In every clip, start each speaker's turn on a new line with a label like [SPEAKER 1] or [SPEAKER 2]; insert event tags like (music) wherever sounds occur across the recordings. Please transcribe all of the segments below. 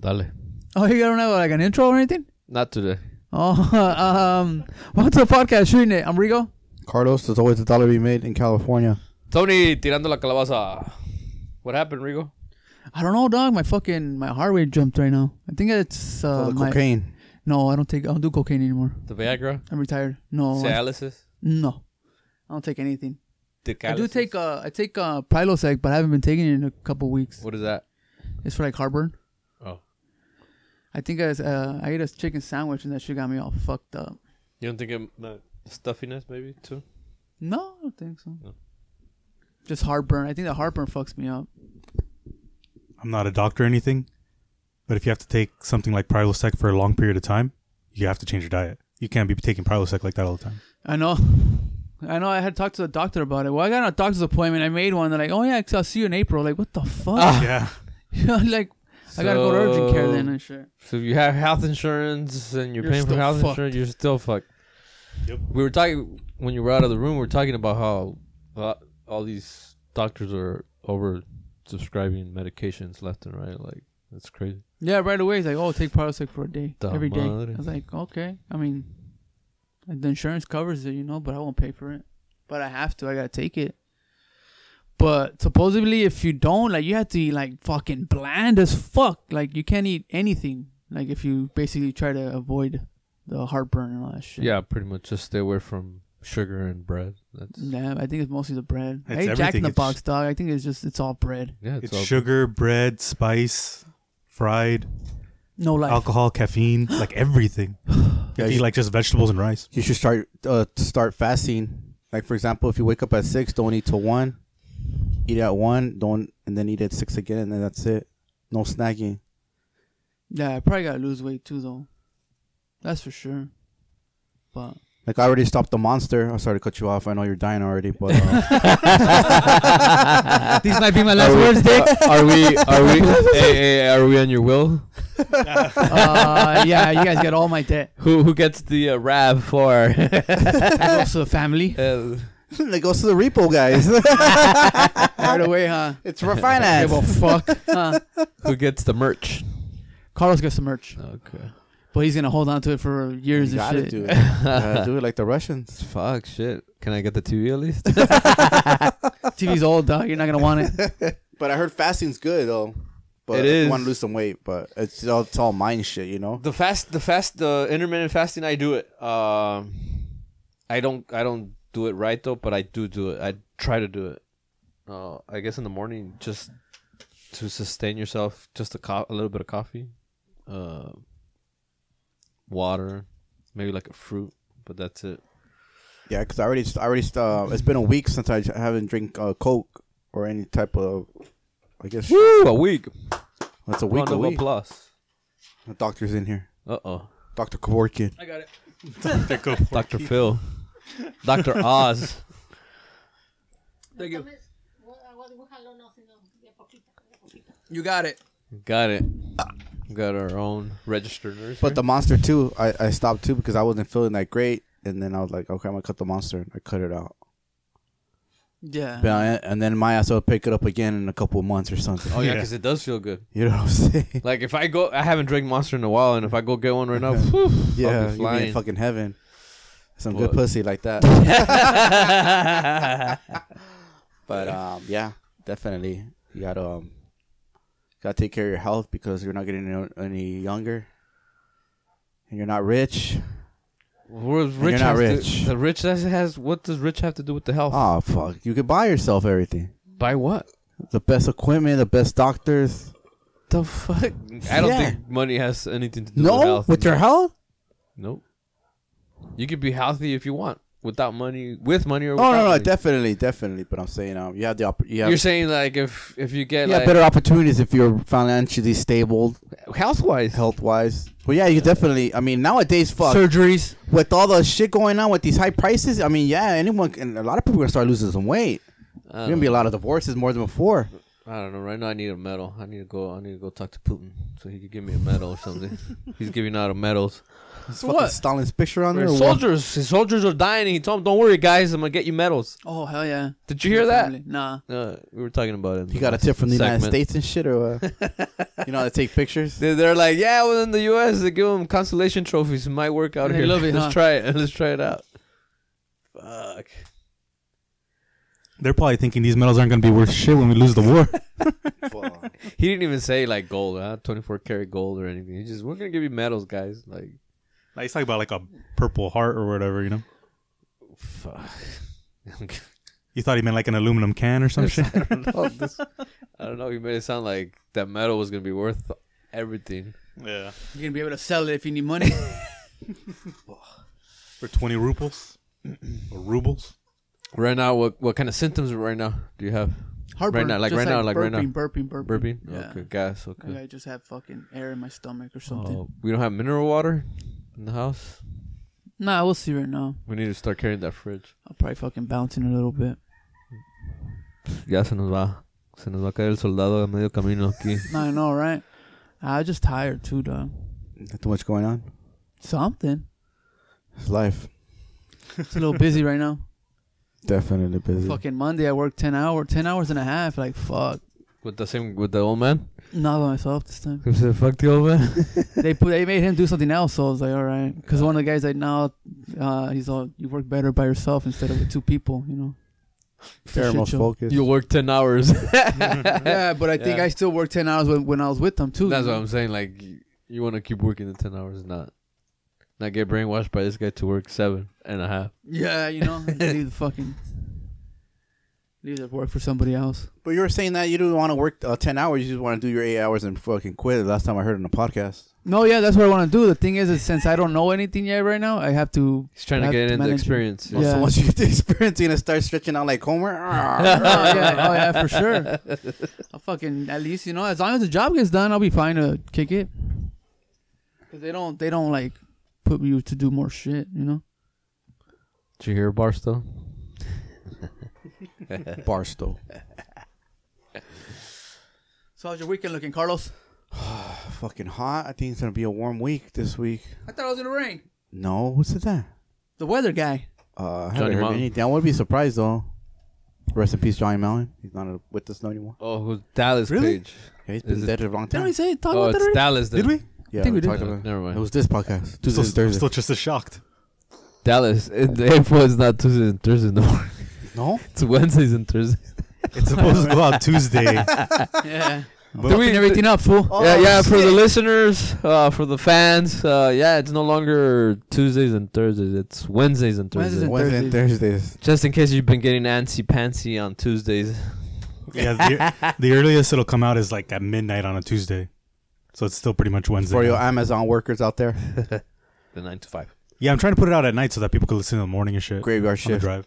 [SPEAKER 1] Dale.
[SPEAKER 2] Oh, you don't have like an intro or anything?
[SPEAKER 1] Not today.
[SPEAKER 2] Oh, (laughs) um, welcome to the podcast, shooting it. I'm Rigo.
[SPEAKER 3] Carlos, there's always a dollar to be made in California.
[SPEAKER 1] Tony tirando la calabaza. What happened, Rigo?
[SPEAKER 2] I don't know, dog. My fucking my heart rate jumped right now. I think it's uh,
[SPEAKER 3] Oh, the
[SPEAKER 2] my
[SPEAKER 3] cocaine.
[SPEAKER 2] no. I don't take. I don't do cocaine anymore.
[SPEAKER 1] The Viagra?
[SPEAKER 2] I'm retired. No, I,
[SPEAKER 1] Cialis?
[SPEAKER 2] no. I don't take anything.
[SPEAKER 1] The
[SPEAKER 2] I do
[SPEAKER 1] catalysis?
[SPEAKER 2] take uh, I take uh, Prilosec, but I haven't been taking it in a couple weeks.
[SPEAKER 1] What is that?
[SPEAKER 2] It's for like heartburn.
[SPEAKER 1] Oh.
[SPEAKER 2] I think I, was, uh, I ate a chicken sandwich and that shit got me all fucked up.
[SPEAKER 1] You don't think I'm the stuffiness, maybe, too?
[SPEAKER 2] No, I don't think so.
[SPEAKER 1] No.
[SPEAKER 2] Just heartburn. I think the heartburn fucks me up.
[SPEAKER 4] I'm not a doctor or anything, but if you have to take something like Prilosec for a long period of time, you have to change your diet. You can't be taking Prilosec like that all the time.
[SPEAKER 2] I know. I know. I had talked to the doctor about it. Well, I got a doctor's appointment. I made one. They're like, "Oh yeah, 'cause I'll see you in April." Like, what the fuck?
[SPEAKER 3] Ah,
[SPEAKER 2] (laughs)
[SPEAKER 4] yeah.
[SPEAKER 2] like, I gotta go to urgent care then and shit.
[SPEAKER 1] Ah. So if you have health insurance and you're,
[SPEAKER 2] You're
[SPEAKER 1] paying for
[SPEAKER 2] still
[SPEAKER 1] health
[SPEAKER 2] fucked.
[SPEAKER 1] insurance, you're still fucked.
[SPEAKER 4] Yep.
[SPEAKER 1] We were talking when you were out of the room. We were talking about how uh, all these doctors are over subscribing medications left and right. Like that's crazy.
[SPEAKER 2] Yeah, right away. He's like, "Oh, take Prilosec for a day,
[SPEAKER 1] Ta
[SPEAKER 2] every day."
[SPEAKER 1] madre.
[SPEAKER 2] I was like, "Okay." I mean, the insurance covers it, you know, but I won't pay for it. But I have to. I gotta take it. But supposedly, if you don't, like, you have to eat like fucking bland as fuck. Like, you can't eat anything. Like, if you basically try to avoid the heartburn and all that shit.
[SPEAKER 1] Yeah, pretty much just stay away from sugar and bread. That's
[SPEAKER 2] Yeah, I think it's mostly the bread. I
[SPEAKER 4] It's
[SPEAKER 2] hate Jack in
[SPEAKER 4] everything.
[SPEAKER 2] the
[SPEAKER 4] It's-
[SPEAKER 2] Box, dog. I think it's just it's all bread.
[SPEAKER 1] yeah. It's,
[SPEAKER 4] It's
[SPEAKER 1] all
[SPEAKER 4] sugar, bread, spice, fried,
[SPEAKER 2] No life.
[SPEAKER 3] (gasps)
[SPEAKER 4] alcohol, caffeine, like everything.
[SPEAKER 3] Yeah,
[SPEAKER 4] You
[SPEAKER 3] you,
[SPEAKER 4] eat like just vegetables and rice.
[SPEAKER 3] you should start uh, start fasting. Like for example, if you wake up at six, don't eat till one. Eat at one, don't, and then eat at six again, and then that's it. No snacking.
[SPEAKER 2] Yeah, I probably gotta lose weight too, though. That's for sure. But
[SPEAKER 3] Like I already stopped the monster. I'm sorry to cut you off. I know you're dying already, but
[SPEAKER 1] (laughs)
[SPEAKER 3] uh,
[SPEAKER 2] (laughs)
[SPEAKER 3] (laughs)
[SPEAKER 2] these might be my
[SPEAKER 1] Are
[SPEAKER 2] last
[SPEAKER 1] we-
[SPEAKER 2] words, Dick.
[SPEAKER 1] (laughs) Are we? Are we? hey, hey, are we on your will?
[SPEAKER 2] uh, yeah, you guys get all my debt.
[SPEAKER 1] Who who gets the uh, Rav for? (laughs)
[SPEAKER 2] And also the family.
[SPEAKER 1] Uh,
[SPEAKER 3] it goes to the repo guys.
[SPEAKER 2] Right away, huh?
[SPEAKER 3] it's for
[SPEAKER 2] Give a
[SPEAKER 3] finance. (laughs)
[SPEAKER 2] fuck. Huh?
[SPEAKER 1] who gets the merch?
[SPEAKER 2] Carlos gets some merch,
[SPEAKER 1] Okay.
[SPEAKER 2] but he's gonna hold on to it for years
[SPEAKER 3] You
[SPEAKER 2] and
[SPEAKER 3] gotta
[SPEAKER 2] shit.
[SPEAKER 3] do it. You gotta do it like the Russians.
[SPEAKER 1] (laughs) Fuck shit. Can I get the TV at least?
[SPEAKER 2] (laughs) TV's old, dog. You're not gonna want it.
[SPEAKER 3] But I heard fasting's good though. But
[SPEAKER 1] It
[SPEAKER 3] if
[SPEAKER 1] is.
[SPEAKER 3] You want to lose some weight, but it's all, it's all mind shit, you know.
[SPEAKER 1] the fast the fast the intermittent fasting i do it um i don't i don't do it right though but i do do it i try to do it uh i guess in the morning just to sustain yourself just a, co- a little bit of coffee uh water maybe like a fruit but that's it
[SPEAKER 3] Yeah, because I already, I already, uh, it's been a week since I haven't drink uh, Coke or any type of, I guess
[SPEAKER 1] Woo, a week
[SPEAKER 3] that's a week.
[SPEAKER 1] round
[SPEAKER 3] A
[SPEAKER 1] of
[SPEAKER 3] week.
[SPEAKER 1] applause
[SPEAKER 3] The doctor's in here. (laughs)
[SPEAKER 1] uh-oh
[SPEAKER 3] Doctor Kevorkian.
[SPEAKER 2] I got it.
[SPEAKER 1] dr
[SPEAKER 3] (laughs)
[SPEAKER 1] phil dr oz
[SPEAKER 2] Thank you.
[SPEAKER 5] Entonces, voy voy a dibujarlo, no, sino de a poquito, de a poquito.
[SPEAKER 2] You got it.
[SPEAKER 1] got it got our own registered nurse
[SPEAKER 3] But the monster too, I, I stopped too because I wasn't feeling that great, and then I was like, okay, I'm gonna cut the monster, and I cut it out. But
[SPEAKER 2] Yeah.
[SPEAKER 3] I- and then my ass will pick it up again in a couple of months or something. (laughs)
[SPEAKER 1] oh yeah
[SPEAKER 4] Yeah.
[SPEAKER 1] because it does feel good
[SPEAKER 3] You know what I'm saying?
[SPEAKER 1] Like if I go, I haven't drank Monster in a while, and if I go get one right
[SPEAKER 3] (laughs)
[SPEAKER 1] now, whew,
[SPEAKER 3] Yeah,
[SPEAKER 1] I'll be
[SPEAKER 3] you be
[SPEAKER 1] flying.
[SPEAKER 3] in fucking heaven. Some
[SPEAKER 1] What?
[SPEAKER 3] good pussy like that. But um, yeah, definitely you gotta um, gotta take care of your health because you're not getting no- any younger, and you're not rich.
[SPEAKER 1] We're rich.
[SPEAKER 3] you're not
[SPEAKER 1] has
[SPEAKER 3] rich.
[SPEAKER 1] To, the rich has, has what does rich have to do with the health?
[SPEAKER 3] Oh fuck! You could buy yourself everything,
[SPEAKER 1] By what
[SPEAKER 3] the best equipment, the best doctors.
[SPEAKER 1] the fuck? I don't
[SPEAKER 3] Yeah.
[SPEAKER 1] think money has anything to do with
[SPEAKER 3] No,
[SPEAKER 1] health.
[SPEAKER 3] with your health.
[SPEAKER 1] nope. You could be healthy if you want without money, with money or
[SPEAKER 3] Oh
[SPEAKER 1] without
[SPEAKER 3] no, no,
[SPEAKER 1] money.
[SPEAKER 3] definitely, definitely. But I'm saying um, you have the opp- you have
[SPEAKER 1] You're saying like if if you get
[SPEAKER 3] you have
[SPEAKER 1] like,
[SPEAKER 3] better opportunities if you're financially stable,
[SPEAKER 1] health wise,
[SPEAKER 3] health wise. But yeah, you definitely. I mean, nowadays, fuck.
[SPEAKER 2] Surgeries.
[SPEAKER 3] with all the shit going on with these high prices, I mean, yeah, anyone can. A lot of people are gonna start losing some weight. There's gonna be a lot of divorces more than before.
[SPEAKER 1] I don't know. Right now, I need a medal. I need to go. I need to go talk to Putin so he could give me a medal or
[SPEAKER 3] (laughs)
[SPEAKER 1] something. He's giving out a medals.
[SPEAKER 3] Is
[SPEAKER 2] what?
[SPEAKER 3] fucking Stalin's picture on there.
[SPEAKER 1] His
[SPEAKER 3] or what?
[SPEAKER 1] soldiers, his soldiers are dying. And he told him, "Don't worry, guys. I'm gonna get you medals."
[SPEAKER 2] Oh hell yeah!
[SPEAKER 1] Did you hear that?
[SPEAKER 2] Family. Nah.
[SPEAKER 1] Uh, we were talking about it. in
[SPEAKER 3] You got a
[SPEAKER 1] last
[SPEAKER 3] tip from the United
[SPEAKER 1] segment.
[SPEAKER 3] States and shit,
[SPEAKER 2] (laughs)
[SPEAKER 3] or what? you know how to take pictures?
[SPEAKER 1] They- They're like, yeah, well, in the U.S., they give them consolation trophies. It might work out
[SPEAKER 2] They
[SPEAKER 1] here.
[SPEAKER 2] love
[SPEAKER 1] (laughs)
[SPEAKER 2] it,
[SPEAKER 1] Let's
[SPEAKER 2] huh?
[SPEAKER 1] try it. Let's try it out. Fuck.
[SPEAKER 4] They're probably thinking these medals aren't going to be worth shit when we lose
[SPEAKER 3] (laughs)
[SPEAKER 4] the war.
[SPEAKER 1] He didn't even say like gold, huh? twenty-four karat gold or anything. He just, we're gonna give you medals, guys. Like,
[SPEAKER 4] like, he's talking about like a purple heart or whatever, you know?
[SPEAKER 1] fuck. (laughs)
[SPEAKER 4] You thought he meant like an aluminum can or some shit?
[SPEAKER 3] (laughs)
[SPEAKER 1] I (laughs) don't know. This- I don't know. He made it sound like that medal was gonna be worth everything.
[SPEAKER 4] Yeah.
[SPEAKER 2] You're gonna be able to sell it if you need money.
[SPEAKER 4] For 20 rubles? or rubles?
[SPEAKER 1] Right now, what what kind of symptoms right now do you have?
[SPEAKER 2] Heartburn,
[SPEAKER 1] now, like
[SPEAKER 2] just
[SPEAKER 1] right now, like right now.
[SPEAKER 2] burping, Burping, burping,
[SPEAKER 1] Burping.
[SPEAKER 2] Yeah.
[SPEAKER 1] Okay, gas.
[SPEAKER 2] Like
[SPEAKER 1] Okay.
[SPEAKER 2] I just have fucking air in my stomach or something.
[SPEAKER 1] Uh, we don't have mineral water in the house.
[SPEAKER 2] Nah, we'll see right now.
[SPEAKER 1] We need to start carrying that fridge.
[SPEAKER 2] I'll probably fucking bounce in a little bit.
[SPEAKER 1] Ya se nos va. Se nos va a caer el soldado a medio camino aquí.
[SPEAKER 2] Nah, I know, right? I just tired too, dog.
[SPEAKER 3] Not too much going on.
[SPEAKER 2] Something.
[SPEAKER 3] It's life.
[SPEAKER 2] It's a little busy
[SPEAKER 1] (laughs)
[SPEAKER 2] right now.
[SPEAKER 3] Definitely busy.
[SPEAKER 2] Fucking Monday, I worked ten hour, ten hours and a half. Like fuck,
[SPEAKER 1] (laughs) With the same, with the old man.
[SPEAKER 2] not by myself this time. (laughs)
[SPEAKER 1] Who said, fuck the old man?
[SPEAKER 2] they put they made him do something else. So I was like, all right, because one of the guys like now, uh, he's all you work better by yourself instead of with two people,
[SPEAKER 1] (laughs)
[SPEAKER 2] you know. (laughs) It's a
[SPEAKER 3] They're
[SPEAKER 2] shit
[SPEAKER 3] most
[SPEAKER 2] show.
[SPEAKER 3] focused.
[SPEAKER 1] (laughs) you work 10 hours.
[SPEAKER 2] (laughs) yeah, but I think
[SPEAKER 1] Yeah.
[SPEAKER 2] I still worked ten hours when, when I was with them too.
[SPEAKER 1] That's
[SPEAKER 2] you
[SPEAKER 1] what
[SPEAKER 2] know?
[SPEAKER 1] I'm saying. Like, you, you want to keep working the 10 hours, not not get brainwashed by this guy to work seven and a half.
[SPEAKER 2] Yeah, you
[SPEAKER 1] (laughs)
[SPEAKER 2] know, leave the fucking leave the work for somebody else.
[SPEAKER 3] But you were saying that you don't want to work uh, 10 hours. You just want to do your eight hours and fucking quit. Last time I heard on a podcast.
[SPEAKER 2] No, yeah, that's what I want to do. The thing is, is since I don't know anything yet right now, I have
[SPEAKER 1] (laughs)
[SPEAKER 2] to.
[SPEAKER 1] He's trying to
[SPEAKER 2] Have
[SPEAKER 1] get
[SPEAKER 2] to
[SPEAKER 1] into
[SPEAKER 2] manage it.
[SPEAKER 1] experience.
[SPEAKER 2] Yeah.
[SPEAKER 3] So once you get the (laughs) experience, you're going to start stretching out like Homer. (laughs)
[SPEAKER 2] Oh yeah, oh yeah, for sure. I'll fucking at least you know, as long as the job gets done, I'll be fine to kick it. 'Cause they don't, they don't like put you to do more shit, you know.
[SPEAKER 1] Did you hear Barstow?
[SPEAKER 3] Barstow.
[SPEAKER 2] So how's your weekend looking, Carlos?
[SPEAKER 3] fucking hot. I think it's going to be a warm week this week.
[SPEAKER 2] I thought it was gonna rain.
[SPEAKER 3] No, who said that?
[SPEAKER 2] The weather guy.
[SPEAKER 3] Uh, I haven't
[SPEAKER 1] Johnny
[SPEAKER 3] heard
[SPEAKER 1] Mountain.
[SPEAKER 3] anything. I would be surprised though. Rest in peace, Johnny Mellon. He's not uh, with us no anymore.
[SPEAKER 1] Oh, who's Dallas
[SPEAKER 2] Really?
[SPEAKER 1] Page?
[SPEAKER 3] Yeah, he's
[SPEAKER 1] Is
[SPEAKER 3] been
[SPEAKER 1] it-
[SPEAKER 3] dead a long
[SPEAKER 2] Didn't we
[SPEAKER 3] time.
[SPEAKER 2] say talk
[SPEAKER 1] Oh,
[SPEAKER 2] about that
[SPEAKER 1] it's
[SPEAKER 2] already?
[SPEAKER 1] Dallas. Then.
[SPEAKER 4] Did we?
[SPEAKER 3] Yeah,
[SPEAKER 2] think we
[SPEAKER 3] we
[SPEAKER 2] did.
[SPEAKER 3] talked
[SPEAKER 1] Uh,
[SPEAKER 3] about it.
[SPEAKER 1] never mind.
[SPEAKER 3] It was this podcast.
[SPEAKER 4] So,
[SPEAKER 3] Tuesdays,
[SPEAKER 4] I'm
[SPEAKER 3] Thursdays.
[SPEAKER 4] still just as shocked.
[SPEAKER 1] Dallas. In the April is not Tuesdays and Thursdays no more.
[SPEAKER 3] no,
[SPEAKER 1] It's Wednesdays and Thursdays.
[SPEAKER 4] It's supposed to
[SPEAKER 3] (laughs)
[SPEAKER 4] go out Tuesday.
[SPEAKER 1] (laughs)
[SPEAKER 2] Yeah.
[SPEAKER 4] But-
[SPEAKER 2] Do we everything up, fool?
[SPEAKER 1] yeah, yeah. For the listeners, uh, for the fans, uh, yeah, it's no longer Tuesdays and Thursdays. It's Wednesdays and Thursdays.
[SPEAKER 2] Wednesdays and
[SPEAKER 3] Wednesdays and Thursdays.
[SPEAKER 1] Just in case you've been getting antsy pantsy on Tuesdays.
[SPEAKER 4] Yeah, the, the earliest it'll come out is like at midnight on a Tuesday. So it's still pretty much Wednesday.
[SPEAKER 3] For your
[SPEAKER 4] now.
[SPEAKER 3] Amazon workers out there,
[SPEAKER 1] The nine to five.
[SPEAKER 4] yeah, I'm trying to put it out at night so that people can listen in the morning and shit.
[SPEAKER 3] graveyard
[SPEAKER 4] on the
[SPEAKER 3] shift.
[SPEAKER 4] drive.